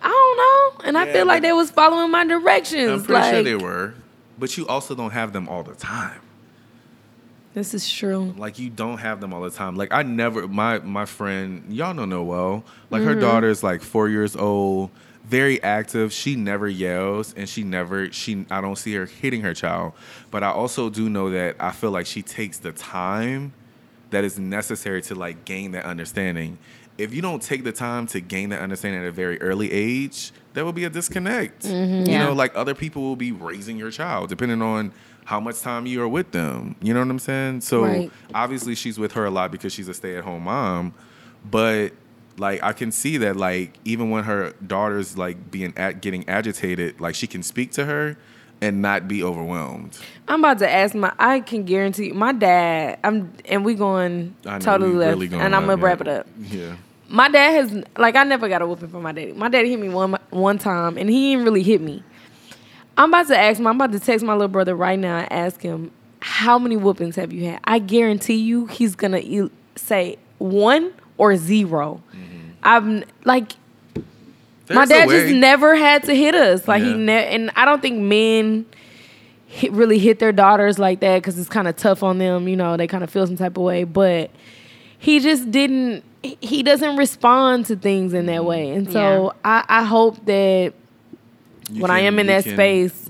[SPEAKER 3] I don't know. And I
[SPEAKER 1] Yeah,
[SPEAKER 3] feel like
[SPEAKER 1] but-
[SPEAKER 3] they was following my directions.
[SPEAKER 1] I'm pretty sure
[SPEAKER 3] like,
[SPEAKER 1] they were. But you also don't have them all the time.
[SPEAKER 3] This is true.
[SPEAKER 1] Like you don't have them all the time. Like I never my my friend, y'all don't know well. Like her daughter is like four years old, very active. She never yells and she never she I don't see her hitting her child. But I also do know that I feel like she takes the time that is necessary to like gain that understanding. If you don't take the time to gain that understanding at a very early age, there will be a disconnect.
[SPEAKER 3] Mm-hmm,
[SPEAKER 1] You
[SPEAKER 2] Yeah.
[SPEAKER 1] know, like other people will be raising your child depending on how much time you are with them. You know what I'm saying? So
[SPEAKER 3] Right.
[SPEAKER 1] obviously she's with her a lot because she's a stay-at-home mom, but like I can see that like even when her daughter's like being at getting agitated, like she can speak to her and not be overwhelmed.
[SPEAKER 3] I'm about to ask my. I can guarantee my dad. I'm and we going
[SPEAKER 1] I know
[SPEAKER 3] totally
[SPEAKER 1] we
[SPEAKER 3] left,
[SPEAKER 1] really going
[SPEAKER 3] and I'm gonna
[SPEAKER 1] left,
[SPEAKER 3] wrap
[SPEAKER 1] yeah.
[SPEAKER 3] it up.
[SPEAKER 1] Yeah.
[SPEAKER 3] My dad has like I never got a whooping from my daddy. My daddy hit me one one time, and he didn't really hit me. I'm about to ask my. I'm about to text my little brother right now and ask him how many whoopings have you had. I guarantee you, he's gonna e- say one or 0 i I'm like my
[SPEAKER 1] There's a
[SPEAKER 3] dad just
[SPEAKER 1] way.
[SPEAKER 3] never had to hit us. Like he
[SPEAKER 1] Yeah.
[SPEAKER 3] ne- and I don't think men hit, really hit their daughters like that because it's kind of tough on them. You know, they kind of feel some type of way. But he just didn't. he- He doesn't respond to things in that way. And so I, I hope that
[SPEAKER 1] You
[SPEAKER 3] when I
[SPEAKER 1] can-
[SPEAKER 3] am in
[SPEAKER 1] you
[SPEAKER 3] that
[SPEAKER 1] can-
[SPEAKER 3] space,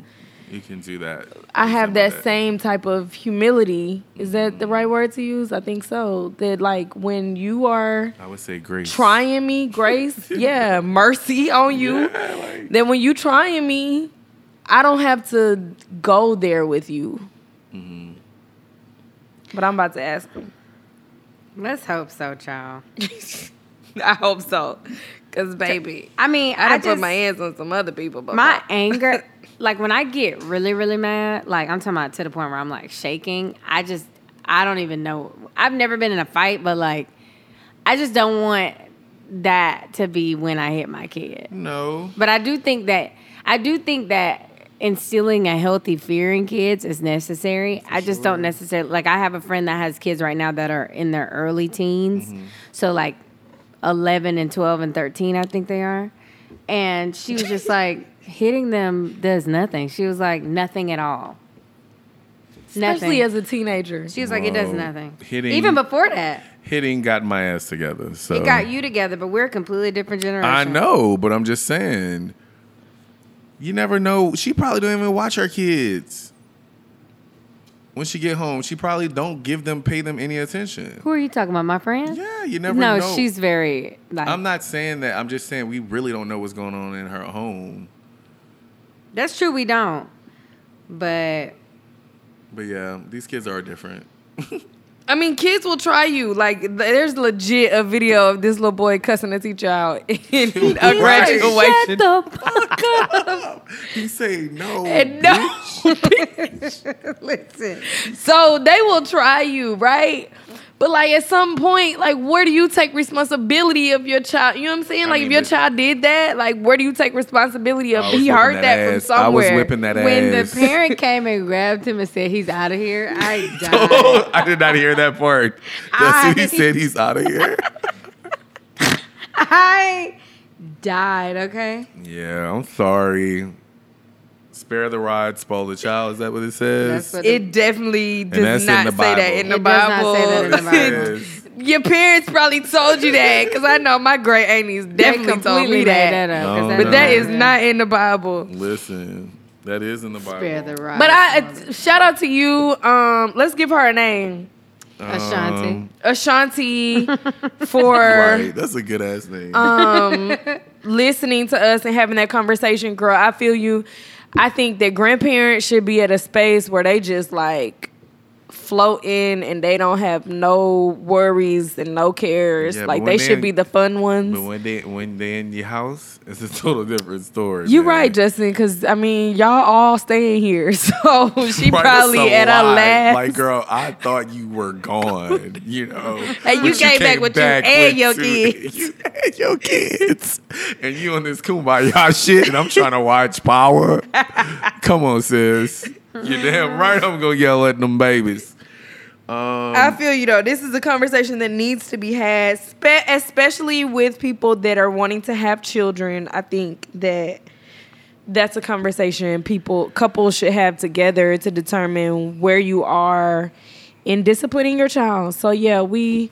[SPEAKER 1] you can do that.
[SPEAKER 3] I have
[SPEAKER 1] Something
[SPEAKER 3] that,
[SPEAKER 1] like
[SPEAKER 3] same type of humility. Is that the right word to use? I think so. That like when you are
[SPEAKER 1] I would say grace.
[SPEAKER 3] trying me, grace, <laughs> yeah, mercy on you.
[SPEAKER 1] Yeah, like-
[SPEAKER 3] Then when you trying me, I don't have to go there with you. But I'm about to ask him. <laughs>
[SPEAKER 2] Let's hope so, child.
[SPEAKER 3] I hope so, cause baby,
[SPEAKER 2] I mean,
[SPEAKER 3] I,
[SPEAKER 2] I,
[SPEAKER 3] done
[SPEAKER 2] just
[SPEAKER 3] put my hands on some other people. But
[SPEAKER 2] my anger, like when I get really, really mad, like I'm talking about to the point where I'm like shaking. I just, I don't even know. I've never been in a fight, but like, I just don't want that to be when I hit my kid.
[SPEAKER 1] No.
[SPEAKER 2] But I do think that I do think that instilling a healthy fear in kids is necessary. I just don't necessarily like I have a friend that has kids right now that are in their early teens.
[SPEAKER 1] Mm-hmm.
[SPEAKER 2] So like 11 and 12 and 13 I think they are. And she
[SPEAKER 1] <laughs>
[SPEAKER 2] was just like hitting them does nothing. She was like nothing at all.
[SPEAKER 3] especially
[SPEAKER 2] nothing.
[SPEAKER 3] as a teenager,
[SPEAKER 2] she was like it does
[SPEAKER 1] Whoa.
[SPEAKER 2] nothing.
[SPEAKER 1] Hitting- Oh.
[SPEAKER 2] Even before that,
[SPEAKER 1] Hitting got my ass together. So
[SPEAKER 2] it got you together, but we're a completely different generation.
[SPEAKER 1] I know, but I'm just saying. You never know. She probably don't even watch her kids. When she get home, she probably don't give them, pay them any attention.
[SPEAKER 2] Who are you talking about, my friend?
[SPEAKER 1] Yeah, you never
[SPEAKER 2] no,
[SPEAKER 1] know.
[SPEAKER 2] she's very like
[SPEAKER 1] I'm not saying that. I'm just saying we really don't know what's going on in her home.
[SPEAKER 2] That's true. We don't. But
[SPEAKER 1] But yeah, these kids are different. <laughs>
[SPEAKER 3] I mean, kids will try you. Like, th- there's legit a video of this little boy cussing a teacher out <laughs> in a
[SPEAKER 2] Shut
[SPEAKER 3] graduation.
[SPEAKER 2] the fuck
[SPEAKER 3] <laughs>
[SPEAKER 1] He say no.
[SPEAKER 3] And no. <laughs>
[SPEAKER 2] up. Listen.
[SPEAKER 3] So they will try you, right? But like at some point, like where do you take responsibility of your child? You know what I'm saying?
[SPEAKER 1] I
[SPEAKER 3] Like
[SPEAKER 1] mean,
[SPEAKER 3] if your
[SPEAKER 1] but-
[SPEAKER 3] child did that, like where do you take responsibility of?
[SPEAKER 1] I was
[SPEAKER 3] He
[SPEAKER 1] whipping
[SPEAKER 3] heard that, from
[SPEAKER 1] ass.
[SPEAKER 3] somewhere.
[SPEAKER 1] I was whipping that
[SPEAKER 2] When
[SPEAKER 1] ass.
[SPEAKER 2] the <laughs> parent came and grabbed him and said he's out of here, <laughs> I died.
[SPEAKER 1] <laughs> I did not hear that
[SPEAKER 2] <laughs>
[SPEAKER 1] part. That's
[SPEAKER 2] Ah,
[SPEAKER 1] what he said. He's out of here.
[SPEAKER 2] I died. Okay.
[SPEAKER 1] yeah, I'm sorry. Spare the rod, spoil the child. Is that what it says? <laughs>
[SPEAKER 2] That's what
[SPEAKER 3] It definitely
[SPEAKER 1] that's
[SPEAKER 3] does
[SPEAKER 1] in
[SPEAKER 3] not
[SPEAKER 1] the
[SPEAKER 3] say that
[SPEAKER 1] Bible.
[SPEAKER 3] in the
[SPEAKER 2] It does
[SPEAKER 3] Bible.
[SPEAKER 2] not say that in the
[SPEAKER 1] It <laughs>
[SPEAKER 2] Bible.
[SPEAKER 1] says.
[SPEAKER 3] Your parents probably told you that because I know my great aunties
[SPEAKER 2] they
[SPEAKER 3] definitely told me
[SPEAKER 2] made
[SPEAKER 3] that.
[SPEAKER 2] up, 'cause
[SPEAKER 1] No,
[SPEAKER 2] that's
[SPEAKER 3] But that
[SPEAKER 1] No.
[SPEAKER 3] is not in the Bible.
[SPEAKER 1] Listen, that is in the Bible.
[SPEAKER 2] Spare the rod.
[SPEAKER 3] But I shout out to you. Um, let's give her a name,
[SPEAKER 2] Ashanti.
[SPEAKER 1] Um,
[SPEAKER 3] Ashanti, for.
[SPEAKER 1] Right, that's a good ass name.
[SPEAKER 2] Um,
[SPEAKER 3] listening to us and having that conversation, girl, I feel you. I think that grandparents should be at a space where they just like float in and they don't have no worries and no cares.
[SPEAKER 1] Yeah, but
[SPEAKER 3] like
[SPEAKER 1] when
[SPEAKER 3] they
[SPEAKER 1] they-
[SPEAKER 3] should be the fun ones.
[SPEAKER 1] but when they when they in your house, it's a total different story.
[SPEAKER 3] you
[SPEAKER 1] man.
[SPEAKER 3] right, Justin, because I mean, y'all all staying here. <laughs>
[SPEAKER 1] <laughs>
[SPEAKER 3] So she
[SPEAKER 1] Right, that's
[SPEAKER 3] probably
[SPEAKER 1] a
[SPEAKER 3] at her
[SPEAKER 1] lie.
[SPEAKER 3] last.
[SPEAKER 1] Like, girl, I thought you were gone. You know,
[SPEAKER 3] And you
[SPEAKER 1] But
[SPEAKER 3] came back with you and
[SPEAKER 1] with
[SPEAKER 3] your
[SPEAKER 1] two-
[SPEAKER 3] kids.
[SPEAKER 1] you and your kids, and you on this kumbaya <laughs> shit, and I'm trying to watch Power. Come on, sis. You damn right. I'm gonna yell at them babies.
[SPEAKER 3] I feel you though. This is a conversation that needs to be had, spe- especially with people that are wanting to have children. I think that that's a conversation people couples should have together to determine where you are in disciplining your child. So yeah, we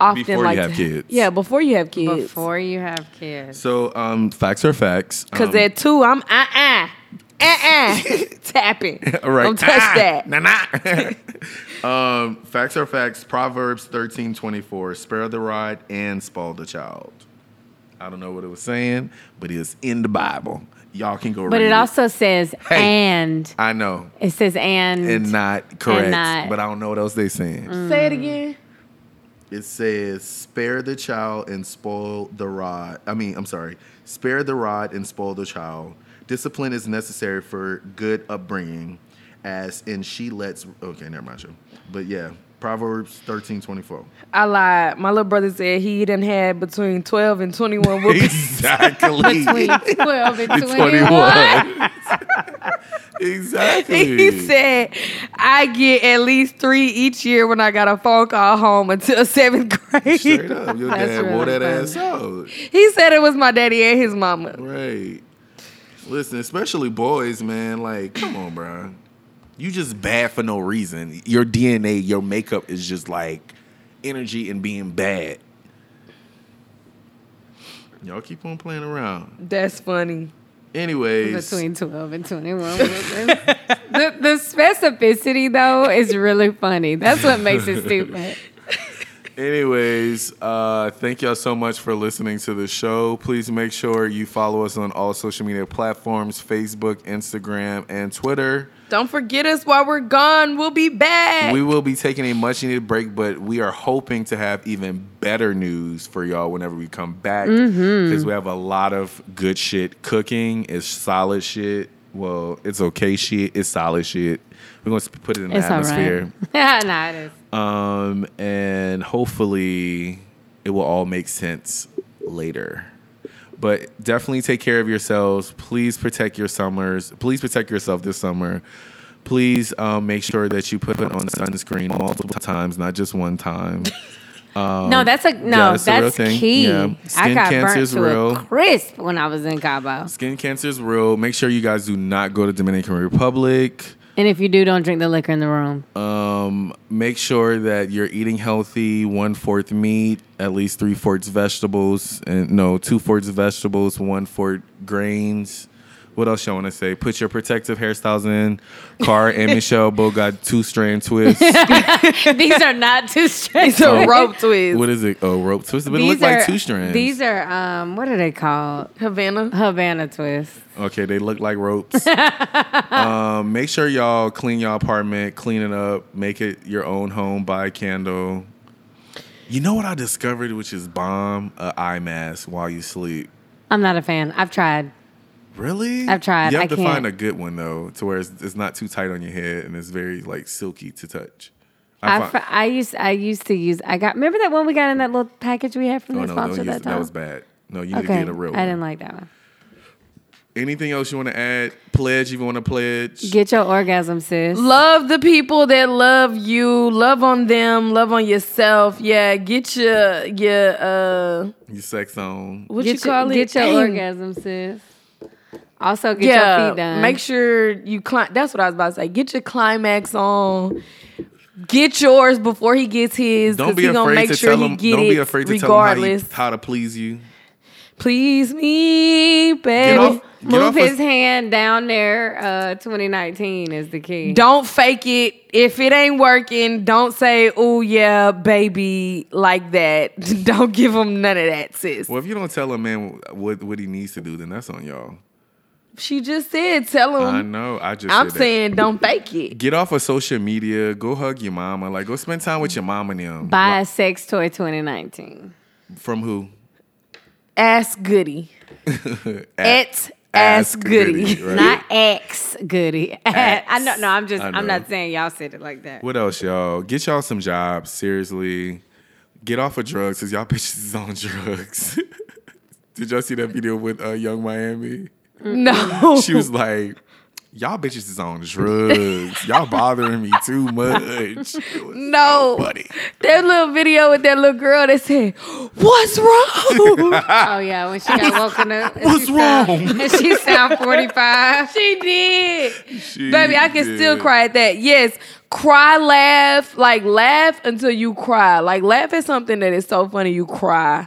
[SPEAKER 3] often
[SPEAKER 1] Before you
[SPEAKER 3] like
[SPEAKER 1] have
[SPEAKER 3] to-
[SPEAKER 1] kids.
[SPEAKER 3] Yeah, before you have kids.
[SPEAKER 2] Before you have kids.
[SPEAKER 1] So, um, facts are facts.
[SPEAKER 3] Cause
[SPEAKER 1] um,
[SPEAKER 3] at two, I'm uh uh uh uh tapping.
[SPEAKER 1] <laughs> all right.
[SPEAKER 3] Don't touch
[SPEAKER 1] Ah,
[SPEAKER 3] that.
[SPEAKER 1] Nah, <laughs> nah. Um, facts are facts. Proverbs thirteen twenty four. Spare the rod and spoil the child. I don't know what it was saying, but it's in the Bible. Y'all can go read
[SPEAKER 2] But it also says
[SPEAKER 1] Hey.
[SPEAKER 2] and.
[SPEAKER 1] I know.
[SPEAKER 2] It says and.
[SPEAKER 1] And not correct.
[SPEAKER 2] not-
[SPEAKER 1] But I don't know what else they saying.
[SPEAKER 3] Say it again.
[SPEAKER 1] It says, "Spare the child and spoil the rod." I mean, I'm sorry. Spare the rod and spoil the child. Discipline is necessary for good upbringing, as in she lets. Okay, never mind you. But yeah, Proverbs 13, 24.
[SPEAKER 3] I lied. My little brother said he done had between 12
[SPEAKER 1] <laughs>
[SPEAKER 3] and 21 whoopings.
[SPEAKER 1] <laughs> Exactly.
[SPEAKER 2] Between <laughs> 12 and 21.
[SPEAKER 1] 21. <laughs> exactly.
[SPEAKER 2] <laughs>
[SPEAKER 3] he said, I get at least three each year when I got a phone call home until <laughs> seventh
[SPEAKER 1] Straight
[SPEAKER 3] grade.
[SPEAKER 1] up, your
[SPEAKER 2] That's
[SPEAKER 1] dad wore
[SPEAKER 2] really
[SPEAKER 1] that ass out.
[SPEAKER 3] <laughs> He said it was my daddy and his mama.
[SPEAKER 1] Right. Listen, especially boys, man. Like, come on, bro. You just bad for no reason. Your DNA, your makeup is just like energy and being bad. Y'all keep on playing around.
[SPEAKER 3] That's funny.
[SPEAKER 1] Anyways,
[SPEAKER 2] <laughs> Between 12 and 21. <laughs> the, the specificity, though, is really funny. That's what makes it stupid.
[SPEAKER 1] Anyways, uh, thank y'all so much for listening to the show. Please make sure you follow us on all social media platforms Facebook, Instagram, and Twitter.
[SPEAKER 3] Don't forget us while we're gone. We'll be back.
[SPEAKER 1] We will be taking a much needed break, but we are hoping to have even better news for y'all whenever we come back because
[SPEAKER 2] Mm-hmm.
[SPEAKER 1] we have a lot of good shit cooking. It's solid shit. Well, it's okay shit. It's solid shit. We're going to put it in the
[SPEAKER 2] It's all
[SPEAKER 1] atmosphere.
[SPEAKER 2] right. <laughs> nah, it is.
[SPEAKER 1] Um, and hopefully it will all make sense later. But definitely take care of yourselves. Please protect your summers. Please protect yourself this summer. Please um, make sure that you put on sunscreen multiple times, not just one time.
[SPEAKER 2] no, that's a
[SPEAKER 1] Um,
[SPEAKER 2] no.
[SPEAKER 1] yeah, it's
[SPEAKER 2] that's
[SPEAKER 1] a real thing.
[SPEAKER 2] key.
[SPEAKER 1] Yeah.
[SPEAKER 2] I
[SPEAKER 1] Skin
[SPEAKER 2] got
[SPEAKER 1] cancer
[SPEAKER 2] burnt
[SPEAKER 1] is
[SPEAKER 2] to
[SPEAKER 1] real.
[SPEAKER 2] a crisp when I was in Cabo.
[SPEAKER 1] Skin cancer is real. Make sure you guys do not go to Dominican Republic.
[SPEAKER 2] And if you do, don't drink the liquor in the room.
[SPEAKER 1] Um, make sure that you're eating healthy, one fourth meat, at least three fourths vegetables, and no, two fourths vegetables, one fourth grains. What else y'all want to say? Put your protective hairstyles in. Car and Michelle both got two strand twists.
[SPEAKER 2] <laughs> These are
[SPEAKER 1] <laughs>
[SPEAKER 2] not too straight.
[SPEAKER 3] it's a rope twist.
[SPEAKER 1] what is it? Oh, rope twists, but it looked like two strands.
[SPEAKER 2] These are um, what are they called?
[SPEAKER 3] Havana.
[SPEAKER 2] Havana twists.
[SPEAKER 1] Okay, they look like
[SPEAKER 2] <laughs>
[SPEAKER 1] ropes. um, make sure y'all clean your apartment, clean it up, make it your own home, buy a candle. You know what I discovered, which is bomb a eye mask while you sleep.
[SPEAKER 2] I'm not a fan. I've tried.
[SPEAKER 1] Really?
[SPEAKER 2] I've tried.
[SPEAKER 1] You have
[SPEAKER 2] I
[SPEAKER 1] to
[SPEAKER 2] can't.
[SPEAKER 1] find a good one though, to where it's, it's not too tight on your head and it's very like silky to touch.
[SPEAKER 2] I,
[SPEAKER 1] find-
[SPEAKER 2] fr- I used I used to use. I got remember that one we got in that little package we had from
[SPEAKER 1] oh
[SPEAKER 2] the
[SPEAKER 1] no, don't
[SPEAKER 2] sponsor
[SPEAKER 1] use,
[SPEAKER 2] that
[SPEAKER 1] it.
[SPEAKER 2] time.
[SPEAKER 1] that was bad. No, you need to
[SPEAKER 2] okay,
[SPEAKER 1] get a real
[SPEAKER 2] I didn't
[SPEAKER 1] one.
[SPEAKER 2] like that one.
[SPEAKER 1] Anything else you want to add? Pledge? You want to pledge?
[SPEAKER 2] Get your orgasm, sis.
[SPEAKER 3] Love the people that love you. Love on them. Love on yourself. Yeah, get your your uh
[SPEAKER 1] your sex on.
[SPEAKER 3] what
[SPEAKER 2] get
[SPEAKER 3] you call
[SPEAKER 2] your,
[SPEAKER 3] it?
[SPEAKER 2] Get your
[SPEAKER 3] Dang.
[SPEAKER 2] orgasm, sis. Also, get your feet
[SPEAKER 3] yeah,
[SPEAKER 2] done.
[SPEAKER 3] make sure you climb. That's what I was about to say. Get your climax on. Get yours before he gets his.
[SPEAKER 1] Don't
[SPEAKER 3] 'cause
[SPEAKER 1] be
[SPEAKER 3] he gonna
[SPEAKER 1] afraid
[SPEAKER 3] make
[SPEAKER 1] to
[SPEAKER 3] sure
[SPEAKER 1] tell
[SPEAKER 3] he
[SPEAKER 1] him.
[SPEAKER 3] get
[SPEAKER 1] Don't
[SPEAKER 3] it
[SPEAKER 1] be afraid to
[SPEAKER 3] regardless.
[SPEAKER 1] tell him how, you- how to please you.
[SPEAKER 3] Please me, baby.
[SPEAKER 1] off- get
[SPEAKER 2] Move
[SPEAKER 1] off
[SPEAKER 2] his
[SPEAKER 1] us-
[SPEAKER 2] hand down there. Uh, 2019 is the key.
[SPEAKER 3] Don't fake it. If it ain't working, don't say, oh, yeah, baby, like that. <laughs> don't give him none of that, sis.
[SPEAKER 1] Well, if you don't tell a man what what he needs to do, then that's on y'all.
[SPEAKER 3] She just said, tell him.
[SPEAKER 1] I know. I just
[SPEAKER 3] Um, I'm
[SPEAKER 1] said that.
[SPEAKER 3] saying, don't fake it.
[SPEAKER 1] get off of social media. Go hug your mama. Like go spend time with your mama and them.
[SPEAKER 2] Buy a sex toy 2019.
[SPEAKER 1] From who?
[SPEAKER 3] Ass
[SPEAKER 1] <laughs>
[SPEAKER 3] goody. At ass
[SPEAKER 1] Ass
[SPEAKER 3] goody.
[SPEAKER 1] Goody, right.
[SPEAKER 2] Not ex goody. I know. No, I'm just.
[SPEAKER 1] I
[SPEAKER 2] I'm
[SPEAKER 1] know.
[SPEAKER 2] not saying y'all said it like that.
[SPEAKER 1] What else, y'all? Get y'all some jobs. Seriously, get off of drugs because y'all <laughs> bitches is on drugs. <laughs> Did y'all see that video with uh, Young Miami?
[SPEAKER 3] <laughs> No.
[SPEAKER 1] <laughs> She was like. Y'all bitches is on drugs. Y'all bothering me too much.
[SPEAKER 3] <laughs> no.
[SPEAKER 1] Buddy.
[SPEAKER 3] That little video with that little girl that said,
[SPEAKER 1] <laughs>
[SPEAKER 3] What's wrong?
[SPEAKER 2] Oh yeah, when she <laughs> got woken up. and
[SPEAKER 1] Ah.
[SPEAKER 3] <laughs>
[SPEAKER 1] What's
[SPEAKER 2] she sound-
[SPEAKER 1] wrong?
[SPEAKER 2] and <laughs>
[SPEAKER 1] <laughs>
[SPEAKER 2] she sound 45.
[SPEAKER 3] she did.
[SPEAKER 1] She
[SPEAKER 3] Baby, I can still
[SPEAKER 1] did.
[SPEAKER 3] cry at that. Yes, cry, laugh, like laugh until you cry. Like laugh at something that is so funny you cry.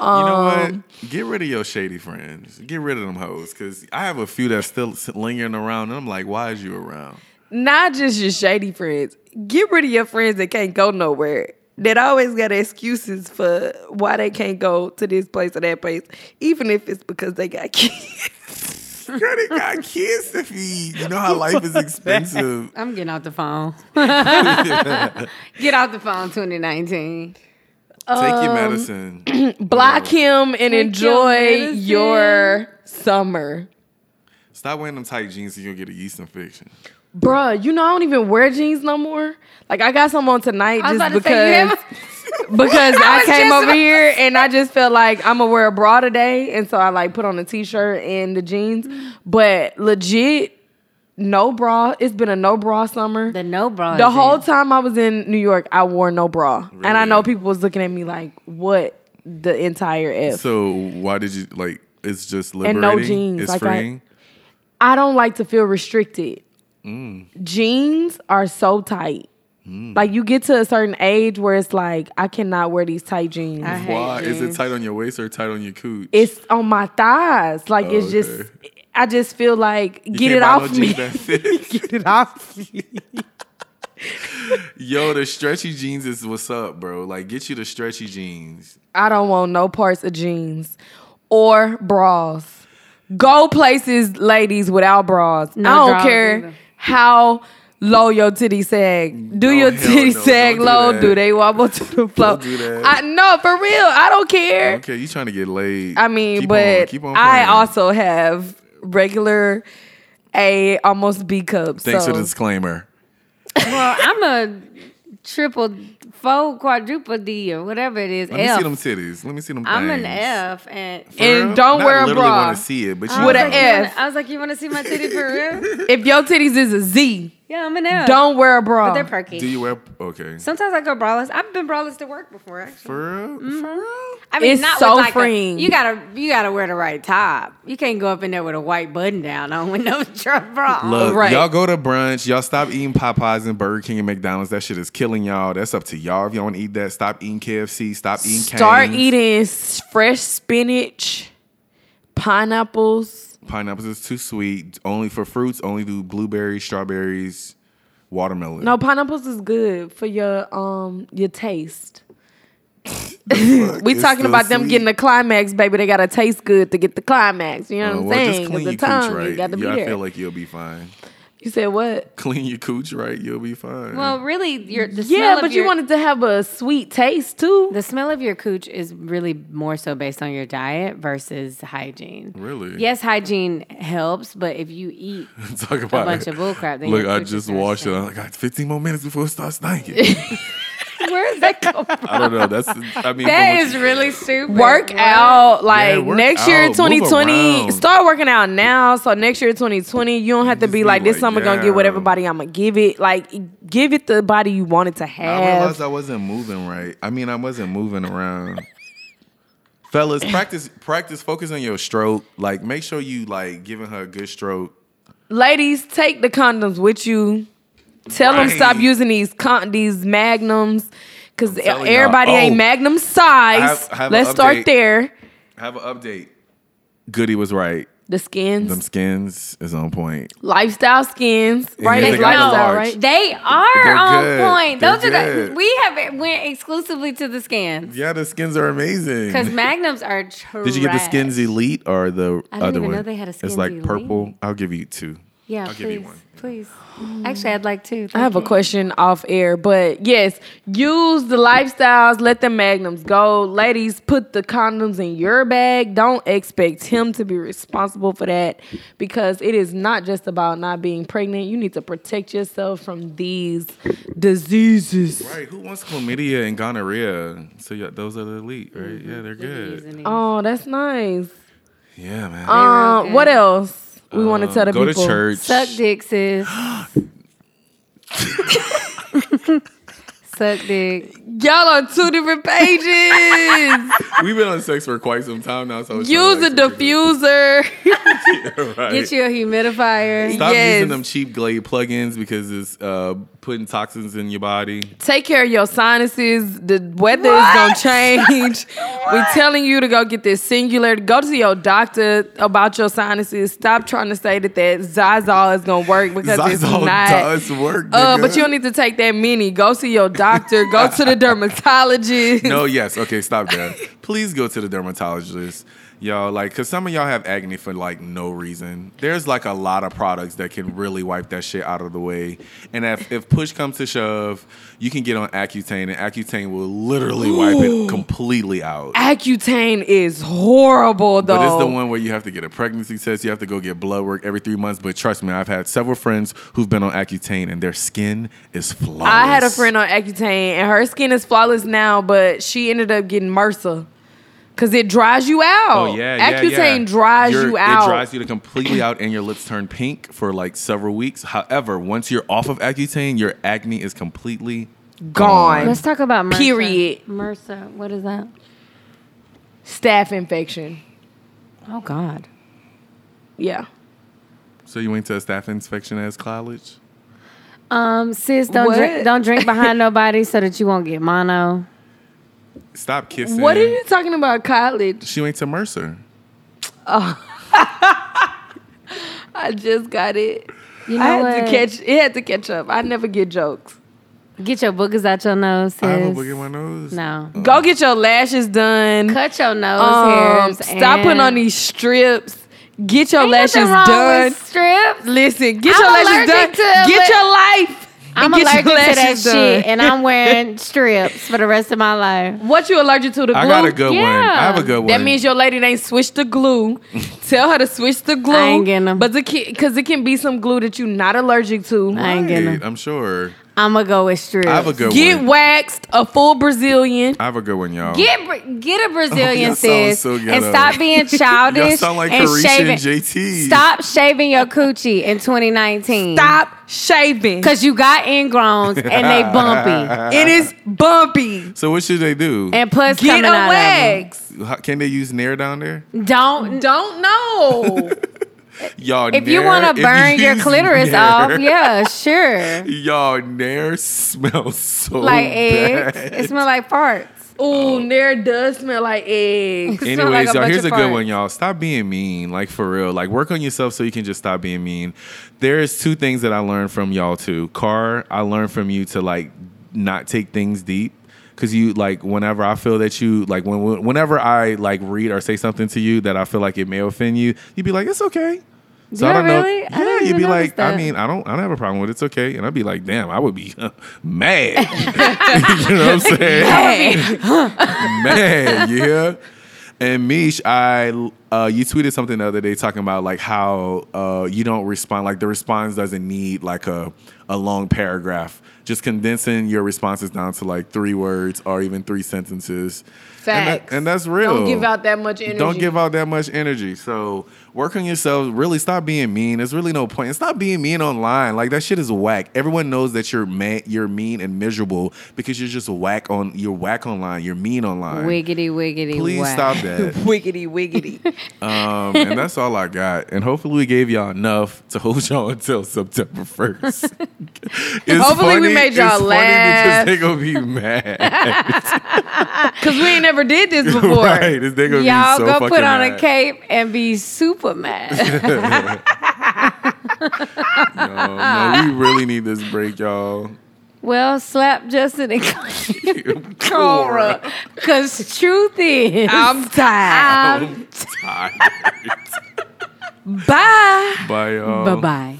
[SPEAKER 3] Um,
[SPEAKER 1] You know what? Get rid of your shady friends. Get rid of them hoes. Cause I have a few that's still s- lingering around, and I'm like, why is you around?
[SPEAKER 6] not just your shady friends. Get rid of your friends that can't go nowhere. That always got excuses for why they can't go to this place or that place, even if it's because they got <laughs> kids.
[SPEAKER 1] Girl, they
[SPEAKER 3] <laughs>
[SPEAKER 1] got kids to feed. You know how life is expensive.
[SPEAKER 3] Um,
[SPEAKER 2] I'm getting off
[SPEAKER 1] <laughs>
[SPEAKER 2] the phone. Get off the phone, 2019.
[SPEAKER 1] Take your medicine.
[SPEAKER 3] Block him and enjoy
[SPEAKER 2] medicine.
[SPEAKER 3] your summer.
[SPEAKER 1] Stop wearing them tight jeans so you'll get a yeast infection.
[SPEAKER 3] Bruh, you know I don't even wear jeans no more. Like I got some on tonight
[SPEAKER 2] I was
[SPEAKER 3] just
[SPEAKER 2] about to say, you
[SPEAKER 3] because
[SPEAKER 2] have- <laughs>
[SPEAKER 3] because I,
[SPEAKER 2] was
[SPEAKER 3] came
[SPEAKER 2] just
[SPEAKER 3] over
[SPEAKER 2] about
[SPEAKER 3] here and I just felt like I'm gonna wear a bra today, and so I like put on a t-shirt and the jeans. But legit, no bra. It's been a no bra summer.
[SPEAKER 2] the no bra.
[SPEAKER 3] The
[SPEAKER 2] is
[SPEAKER 3] whole
[SPEAKER 2] in.
[SPEAKER 3] time I was in New York, I wore no bra, and I
[SPEAKER 1] Really?
[SPEAKER 3] know people was looking at me like, "What the entire f?"
[SPEAKER 1] So why did you like? It's just
[SPEAKER 3] And
[SPEAKER 1] liberating.
[SPEAKER 3] no jeans,
[SPEAKER 1] It's
[SPEAKER 3] like I-
[SPEAKER 1] freeing.
[SPEAKER 3] I don't like to feel restricted.
[SPEAKER 1] Mm.
[SPEAKER 3] Jeans are so tight. Like you get to a certain age where it's like I cannot wear these tight jeans.
[SPEAKER 2] I hate
[SPEAKER 1] Why is it
[SPEAKER 2] jeans.
[SPEAKER 1] tight on your waist or tight on your cooch? <laughs>
[SPEAKER 3] it's on my thighs. Like it's just,
[SPEAKER 1] Okay.
[SPEAKER 3] I just feel like
[SPEAKER 1] You
[SPEAKER 3] get
[SPEAKER 1] can't
[SPEAKER 3] it
[SPEAKER 1] buy no
[SPEAKER 3] off
[SPEAKER 1] jeans
[SPEAKER 3] <laughs> me.
[SPEAKER 1] that <laughs> fit.
[SPEAKER 3] get it off me.
[SPEAKER 1] Yo, the stretchy jeans is what's up, bro. Like, get you the stretchy jeans.
[SPEAKER 3] I don't want no parts of jeans or bras. Go places, ladies, without bras.
[SPEAKER 2] No
[SPEAKER 3] I don't
[SPEAKER 2] drawers
[SPEAKER 3] care
[SPEAKER 2] either.
[SPEAKER 3] how low your titty sag. Do
[SPEAKER 1] No,
[SPEAKER 3] your
[SPEAKER 1] hell
[SPEAKER 3] titty
[SPEAKER 1] no.
[SPEAKER 3] sag
[SPEAKER 1] Don't do
[SPEAKER 3] low?
[SPEAKER 1] that.
[SPEAKER 3] do they wobble to the floor?
[SPEAKER 1] do that.
[SPEAKER 3] I no, for real. I don't care.
[SPEAKER 1] Okay, you trying to get laid?
[SPEAKER 3] I mean,
[SPEAKER 1] Keep on-
[SPEAKER 3] but
[SPEAKER 1] keep on
[SPEAKER 3] I
[SPEAKER 1] playing.
[SPEAKER 3] also have regular A, almost B cups.
[SPEAKER 1] Thanks
[SPEAKER 3] so.
[SPEAKER 1] for the disclaimer.
[SPEAKER 2] Well, I'm a triple, four, quadruple D or whatever it is.
[SPEAKER 1] Let me
[SPEAKER 2] F.
[SPEAKER 1] see them titties. Let me see them.
[SPEAKER 2] I'm an
[SPEAKER 1] things.
[SPEAKER 2] F, and
[SPEAKER 1] For
[SPEAKER 3] And
[SPEAKER 1] real?
[SPEAKER 3] don't
[SPEAKER 1] Not
[SPEAKER 3] wear a
[SPEAKER 1] literally
[SPEAKER 3] bra.
[SPEAKER 1] want to see it, but
[SPEAKER 2] I
[SPEAKER 1] you
[SPEAKER 2] was
[SPEAKER 3] With a
[SPEAKER 2] like, you
[SPEAKER 1] know.
[SPEAKER 2] wanna-
[SPEAKER 3] F.
[SPEAKER 2] I was like, you want to see my titty for
[SPEAKER 1] <laughs>
[SPEAKER 2] real?
[SPEAKER 3] If your titties is a Z,
[SPEAKER 2] Yeah, I'm an F.
[SPEAKER 3] don't wear a bra.
[SPEAKER 2] But they're
[SPEAKER 1] Do
[SPEAKER 2] perky.
[SPEAKER 1] you wear? Okay.
[SPEAKER 2] Sometimes I go braless. I've been braless to work before. Actually.
[SPEAKER 1] For real? For real?
[SPEAKER 2] I mean,
[SPEAKER 3] It's
[SPEAKER 2] not
[SPEAKER 3] so
[SPEAKER 2] with like a-
[SPEAKER 3] freeing.
[SPEAKER 2] you gotta, you gotta wear the right top. You can't go up in there with a white button down on with no <laughs> truck bra. on.
[SPEAKER 1] Look,
[SPEAKER 3] Right.
[SPEAKER 1] y'all go to brunch. Y'all stop eating Popeyes and Burger King and McDonald's. That shit is killing y'all. That's up to y'all. If y'all want to eat that, stop eating KFC. Stop eating.
[SPEAKER 3] Start
[SPEAKER 1] Cane's.
[SPEAKER 3] eating s- fresh spinach, pineapples.
[SPEAKER 1] Pineapples is too sweet. Only for fruits. Only do blueberries, strawberries, watermelon. <laughs>
[SPEAKER 3] No, pineapples is good for your um your taste. we
[SPEAKER 1] It's
[SPEAKER 3] talking
[SPEAKER 1] so
[SPEAKER 3] about them
[SPEAKER 1] sweet.
[SPEAKER 3] getting the climax, baby. They gotta taste good to get the climax. You know
[SPEAKER 1] Uh,
[SPEAKER 3] what I'm
[SPEAKER 1] well,
[SPEAKER 3] saying?
[SPEAKER 1] just clean
[SPEAKER 3] 'Cause
[SPEAKER 1] your
[SPEAKER 3] the tongue,
[SPEAKER 1] cooch right.
[SPEAKER 3] you gotta be
[SPEAKER 1] yeah, I
[SPEAKER 3] there.
[SPEAKER 1] feel like you'll be fine. <laughs>
[SPEAKER 3] you said what?
[SPEAKER 1] Clean your cooch right. You'll be fine.
[SPEAKER 2] well, really, your the smell
[SPEAKER 3] Yeah,
[SPEAKER 2] of
[SPEAKER 3] but
[SPEAKER 2] your,
[SPEAKER 3] you wanted to have a sweet taste too.
[SPEAKER 2] the smell of your cooch is really more so based on your diet versus hygiene.
[SPEAKER 1] Really?
[SPEAKER 2] Yes, hygiene helps, but if you
[SPEAKER 1] <laughs>
[SPEAKER 2] eat
[SPEAKER 1] <laughs> Talk
[SPEAKER 2] a
[SPEAKER 1] about
[SPEAKER 2] bunch
[SPEAKER 1] it.
[SPEAKER 2] of bullcrap, then
[SPEAKER 1] Look,
[SPEAKER 2] your
[SPEAKER 1] I
[SPEAKER 2] cooch is
[SPEAKER 1] just
[SPEAKER 2] gonna
[SPEAKER 1] washed it.
[SPEAKER 2] stink.
[SPEAKER 1] I got 15 more minutes before it starts stinking.
[SPEAKER 3] <laughs>
[SPEAKER 2] Where's
[SPEAKER 1] <laughs>
[SPEAKER 2] that come from?
[SPEAKER 1] I don't know. That's. I mean,
[SPEAKER 2] That
[SPEAKER 1] from what
[SPEAKER 2] is
[SPEAKER 1] you-
[SPEAKER 2] really stupid.
[SPEAKER 3] Work out like
[SPEAKER 1] work
[SPEAKER 3] next year,
[SPEAKER 1] out, move
[SPEAKER 3] 2020.
[SPEAKER 1] around.
[SPEAKER 3] Start working out now, so next year, 2020, you don't have to
[SPEAKER 1] Just
[SPEAKER 3] be
[SPEAKER 1] be
[SPEAKER 3] like, "This
[SPEAKER 1] like,
[SPEAKER 3] summer gonna get whatever
[SPEAKER 1] "Damn."
[SPEAKER 3] body I'm gonna give it." Like, give it the body you want it to
[SPEAKER 1] I realized
[SPEAKER 3] have.
[SPEAKER 1] I wasn't moving right. I mean, I wasn't moving around. Fellas, practice, practice, focus on your stroke. Like, make sure you like giving her a good stroke.
[SPEAKER 3] Ladies, take the condoms with you. Tell them
[SPEAKER 1] Right.
[SPEAKER 3] stop using these con- these magnums, because
[SPEAKER 1] telling y'all.
[SPEAKER 3] everybody ain't
[SPEAKER 1] Oh.
[SPEAKER 3] magnum size.
[SPEAKER 1] I have- I have a
[SPEAKER 3] Let's start
[SPEAKER 1] update.
[SPEAKER 3] there.
[SPEAKER 1] Have an update. Goody was right.
[SPEAKER 3] The skins,
[SPEAKER 1] Them skins is on point.
[SPEAKER 3] lifestyle skins, right?
[SPEAKER 1] they
[SPEAKER 3] It's
[SPEAKER 1] got the
[SPEAKER 3] lifestyle,
[SPEAKER 1] large.
[SPEAKER 3] right?
[SPEAKER 2] They are
[SPEAKER 1] They're
[SPEAKER 2] on
[SPEAKER 1] good.
[SPEAKER 2] point.
[SPEAKER 1] They're
[SPEAKER 2] Those are the,
[SPEAKER 1] good.
[SPEAKER 2] we have went exclusively to the scans
[SPEAKER 1] Yeah, the skins are amazing. <laughs>
[SPEAKER 2] because magnums are trash.
[SPEAKER 1] Did you get the skins elite or the
[SPEAKER 2] I didn't
[SPEAKER 1] other
[SPEAKER 2] even
[SPEAKER 1] one?
[SPEAKER 2] know they had a Skins
[SPEAKER 1] It's like
[SPEAKER 2] Elite.
[SPEAKER 1] purple. I'll give you two.
[SPEAKER 2] Yeah,
[SPEAKER 1] I'll
[SPEAKER 2] please,
[SPEAKER 1] give you one.
[SPEAKER 2] please. Actually, I'd like two.
[SPEAKER 3] I have a question off air, but yes, use the lifestyles, let the magnums go. Ladies, put the condoms in your bag. Don't expect him to be responsible for that because it is not just about not being pregnant. You need to protect yourself from these diseases.
[SPEAKER 1] Right? Who wants chlamydia and gonorrhea? So yeah, those are the elite, right?
[SPEAKER 2] Mm-hmm.
[SPEAKER 1] Yeah, they're good.
[SPEAKER 3] Oh, that's nice.
[SPEAKER 1] Yeah, man.
[SPEAKER 3] Um,
[SPEAKER 2] good.
[SPEAKER 3] what else we want to
[SPEAKER 1] Um,
[SPEAKER 3] tell the
[SPEAKER 1] go
[SPEAKER 3] people?
[SPEAKER 1] to church.
[SPEAKER 2] Suck
[SPEAKER 1] <laughs> <gasps>
[SPEAKER 2] dick, sis. <laughs> Suck dick.
[SPEAKER 3] Y'all on two
[SPEAKER 1] <laughs>
[SPEAKER 3] different pages.
[SPEAKER 1] We've been on sex for quite some time now. So I was trying
[SPEAKER 3] Use
[SPEAKER 1] to,
[SPEAKER 3] a
[SPEAKER 1] like, figure it <laughs>
[SPEAKER 3] diffuser.
[SPEAKER 1] right.
[SPEAKER 2] Get you a humidifier.
[SPEAKER 1] Stop using
[SPEAKER 7] Yes.
[SPEAKER 1] them cheap Glade plugins because it's uh, putting toxins in your body.
[SPEAKER 3] Take care of your sinuses. The weather is
[SPEAKER 1] <laughs>
[SPEAKER 3] gonna change. We're telling you to go get this singular. Go to your doctor about your sinuses. Stop trying to say that that Zyzol is gonna work because it's
[SPEAKER 1] Zyzol
[SPEAKER 3] not.
[SPEAKER 1] does work,
[SPEAKER 3] Uh,
[SPEAKER 1] nigga.
[SPEAKER 3] but you don't need to take that many. Go to your doctor. Go
[SPEAKER 1] <laughs>
[SPEAKER 3] to the dermatologist. <laughs>
[SPEAKER 1] No, yes. Okay, stop there. Please go to the dermatologist. Y'all, like, cause some of y'all have acne for like no reason. There's like a lot of products that can really wipe that shit out of the way. And if, if push comes to shove, you can get on Accutane, and Accutane will literally wipe it completely out.
[SPEAKER 3] Accutane is horrible though.
[SPEAKER 1] But it's the one where you have to get a pregnancy test. You have to go get blood work every three months. But trust me, I've had several friends who've been on Accutane and their skin is flawless.
[SPEAKER 3] I had a friend on Accutane, and her skin is flawless now, but she ended up getting MRSA because it dries you out.
[SPEAKER 1] Oh yeah, yeah,
[SPEAKER 3] Accutane
[SPEAKER 1] yeah.
[SPEAKER 3] dries
[SPEAKER 1] Your-
[SPEAKER 3] you out.
[SPEAKER 1] It dries you to completely out, and your lips turn pink for like several weeks. However, once you're off of Accutane, your acne is completely
[SPEAKER 3] gone.
[SPEAKER 2] Let's talk about MRSA.
[SPEAKER 3] Period.
[SPEAKER 2] MRSA. What is that?
[SPEAKER 3] Staph infection.
[SPEAKER 2] Oh God.
[SPEAKER 3] Yeah.
[SPEAKER 1] So you went to a staff inspection as college.
[SPEAKER 2] Um, sis, don't
[SPEAKER 3] What?
[SPEAKER 2] drink, don't drink
[SPEAKER 3] <laughs>
[SPEAKER 2] behind nobody so that you won't get mono.
[SPEAKER 1] Stop kissing.
[SPEAKER 3] What are you talking about, college?
[SPEAKER 1] She went to Mercer.
[SPEAKER 3] I just got it.
[SPEAKER 2] You know
[SPEAKER 3] I had
[SPEAKER 2] what?
[SPEAKER 3] to catch. It had to catch up. I never get jokes.
[SPEAKER 2] Get your boogers out your nose, sis.
[SPEAKER 1] I have a book in my nose.
[SPEAKER 2] No.
[SPEAKER 3] Go get your lashes done.
[SPEAKER 2] Cut your nose
[SPEAKER 3] Um,
[SPEAKER 2] hairs.
[SPEAKER 3] stop putting
[SPEAKER 2] and-
[SPEAKER 3] on these strips. Get your
[SPEAKER 2] Ain't nothing
[SPEAKER 3] lashes
[SPEAKER 2] wrong
[SPEAKER 3] done.
[SPEAKER 2] with Strips.
[SPEAKER 3] Listen, get
[SPEAKER 2] I'm
[SPEAKER 3] your lashes done.
[SPEAKER 2] allergic to-
[SPEAKER 3] get
[SPEAKER 2] but-
[SPEAKER 3] your life.
[SPEAKER 2] I'm
[SPEAKER 3] and get
[SPEAKER 2] allergic
[SPEAKER 3] your
[SPEAKER 2] to that
[SPEAKER 3] lashes done.
[SPEAKER 2] shit, and I'm wearing strips for the rest of my life.
[SPEAKER 3] What you allergic to? The glue.
[SPEAKER 1] I got a good one. I
[SPEAKER 2] Yeah.
[SPEAKER 1] have a good one.
[SPEAKER 3] That means your lady ain't switched the glue. Tell her to switch the glue.
[SPEAKER 2] I ain't getting 'em.
[SPEAKER 3] But the because it can be some glue that you're not allergic to.
[SPEAKER 2] I ain't getting
[SPEAKER 1] Right,
[SPEAKER 2] them.
[SPEAKER 1] I'm sure.
[SPEAKER 2] I'm gonna go with strips.
[SPEAKER 1] I have a good
[SPEAKER 3] Get
[SPEAKER 1] one.
[SPEAKER 3] waxed, a full Brazilian.
[SPEAKER 1] I have a good one, y'all.
[SPEAKER 2] Get Bra- get a Brazilian
[SPEAKER 1] <laughs> y'all sound
[SPEAKER 2] sis
[SPEAKER 1] so
[SPEAKER 2] and
[SPEAKER 1] ghetto.
[SPEAKER 2] stop being
[SPEAKER 1] <laughs> y'all
[SPEAKER 2] childish
[SPEAKER 1] sound like
[SPEAKER 2] and
[SPEAKER 1] Carisha
[SPEAKER 2] shaving.
[SPEAKER 1] and JT.
[SPEAKER 2] Stop shaving your coochie in 2019.
[SPEAKER 3] Stop shaving.
[SPEAKER 2] Cause you got ingrowns and they
[SPEAKER 1] <laughs>
[SPEAKER 2] bumpy
[SPEAKER 3] it is bumpy.
[SPEAKER 1] So what should they do?
[SPEAKER 2] and puss
[SPEAKER 3] Get
[SPEAKER 2] coming
[SPEAKER 3] a
[SPEAKER 2] out
[SPEAKER 3] wax.
[SPEAKER 1] How- Can they use Nair down there?
[SPEAKER 2] of them. Don't.
[SPEAKER 3] Don't know.
[SPEAKER 1] Y'all,
[SPEAKER 2] If you
[SPEAKER 1] Nair-
[SPEAKER 2] want
[SPEAKER 1] if
[SPEAKER 2] to burn
[SPEAKER 3] <laughs>
[SPEAKER 2] your
[SPEAKER 1] use
[SPEAKER 2] clitoris
[SPEAKER 1] Nair-
[SPEAKER 2] off, yeah, sure.
[SPEAKER 1] Y'all, Nair smells so
[SPEAKER 2] Like
[SPEAKER 1] bad.
[SPEAKER 2] eggs, it smell like farts.
[SPEAKER 3] Ooh, there does smell like
[SPEAKER 1] <laughs>
[SPEAKER 3] eggs.
[SPEAKER 2] It smell
[SPEAKER 1] Anyways,
[SPEAKER 2] like
[SPEAKER 1] y'all,
[SPEAKER 2] bunch
[SPEAKER 1] here's a
[SPEAKER 2] of
[SPEAKER 1] good
[SPEAKER 2] farts.
[SPEAKER 1] one, y'all. Stop being mean, like for real. Like work on yourself so you can just stop being mean. There's two things that I learned from y'all too. Car, I learned from you to like not take things deep. Cause you like whenever I feel that you like when whenever I like read or say something to you that I feel like it may offend you, you'd be like, it's okay. So
[SPEAKER 2] Yeah,
[SPEAKER 1] I don't
[SPEAKER 2] really? I
[SPEAKER 1] know. Yeah,
[SPEAKER 2] didn't
[SPEAKER 1] you'd
[SPEAKER 2] even
[SPEAKER 1] be
[SPEAKER 2] notice
[SPEAKER 1] like, I
[SPEAKER 2] that.
[SPEAKER 1] mean, I don't, I don't have a problem with it. It's okay. And I'd be like, damn, I would be <laughs> mad. you know what
[SPEAKER 2] <laughs>
[SPEAKER 1] I'm saying? <laughs> man, yeah. And Mish, I uh, you tweeted something the other day talking about like how uh, you don't respond, like the response doesn't need like a a long paragraph. Just condensing your responses down to like three words or even three sentences. And, that-
[SPEAKER 3] Facts.
[SPEAKER 1] and that's real.
[SPEAKER 3] Don't give out that much energy.
[SPEAKER 1] Don't give out that much energy. So work on yourself. Really stop being mean. There's really no point. And stop being mean online. Like that shit is whack. Everyone knows that you're mad, you're mean and miserable because you're just whack on you're whack online. You're mean online.
[SPEAKER 2] Wiggity wiggity.
[SPEAKER 1] Please
[SPEAKER 2] whack.
[SPEAKER 1] stop that.
[SPEAKER 3] <laughs>
[SPEAKER 7] Wiggity, wiggity.
[SPEAKER 1] Um, and that's all I got. And hopefully we gave y'all enough to hold <laughs> y'all until September first.
[SPEAKER 3] Hopefully we made y'all
[SPEAKER 1] Funny because
[SPEAKER 3] laugh.
[SPEAKER 1] they gonna be mad.
[SPEAKER 3] Cause we ain't never
[SPEAKER 1] <laughs>
[SPEAKER 3] did this before.
[SPEAKER 1] right? They gonna
[SPEAKER 2] Y'all
[SPEAKER 1] be so
[SPEAKER 2] go
[SPEAKER 1] fucking
[SPEAKER 2] put on
[SPEAKER 1] mad.
[SPEAKER 2] a cape and be super
[SPEAKER 1] <laughs>
[SPEAKER 2] mad.
[SPEAKER 1] Um, No, no, we really need this break, y'all.
[SPEAKER 2] well, slap Justin <laughs> and Cora. Cause truth is,
[SPEAKER 3] I'm tired.
[SPEAKER 2] I'm
[SPEAKER 1] tired.
[SPEAKER 2] bye.
[SPEAKER 1] Bye, y'all.
[SPEAKER 2] Bye bye.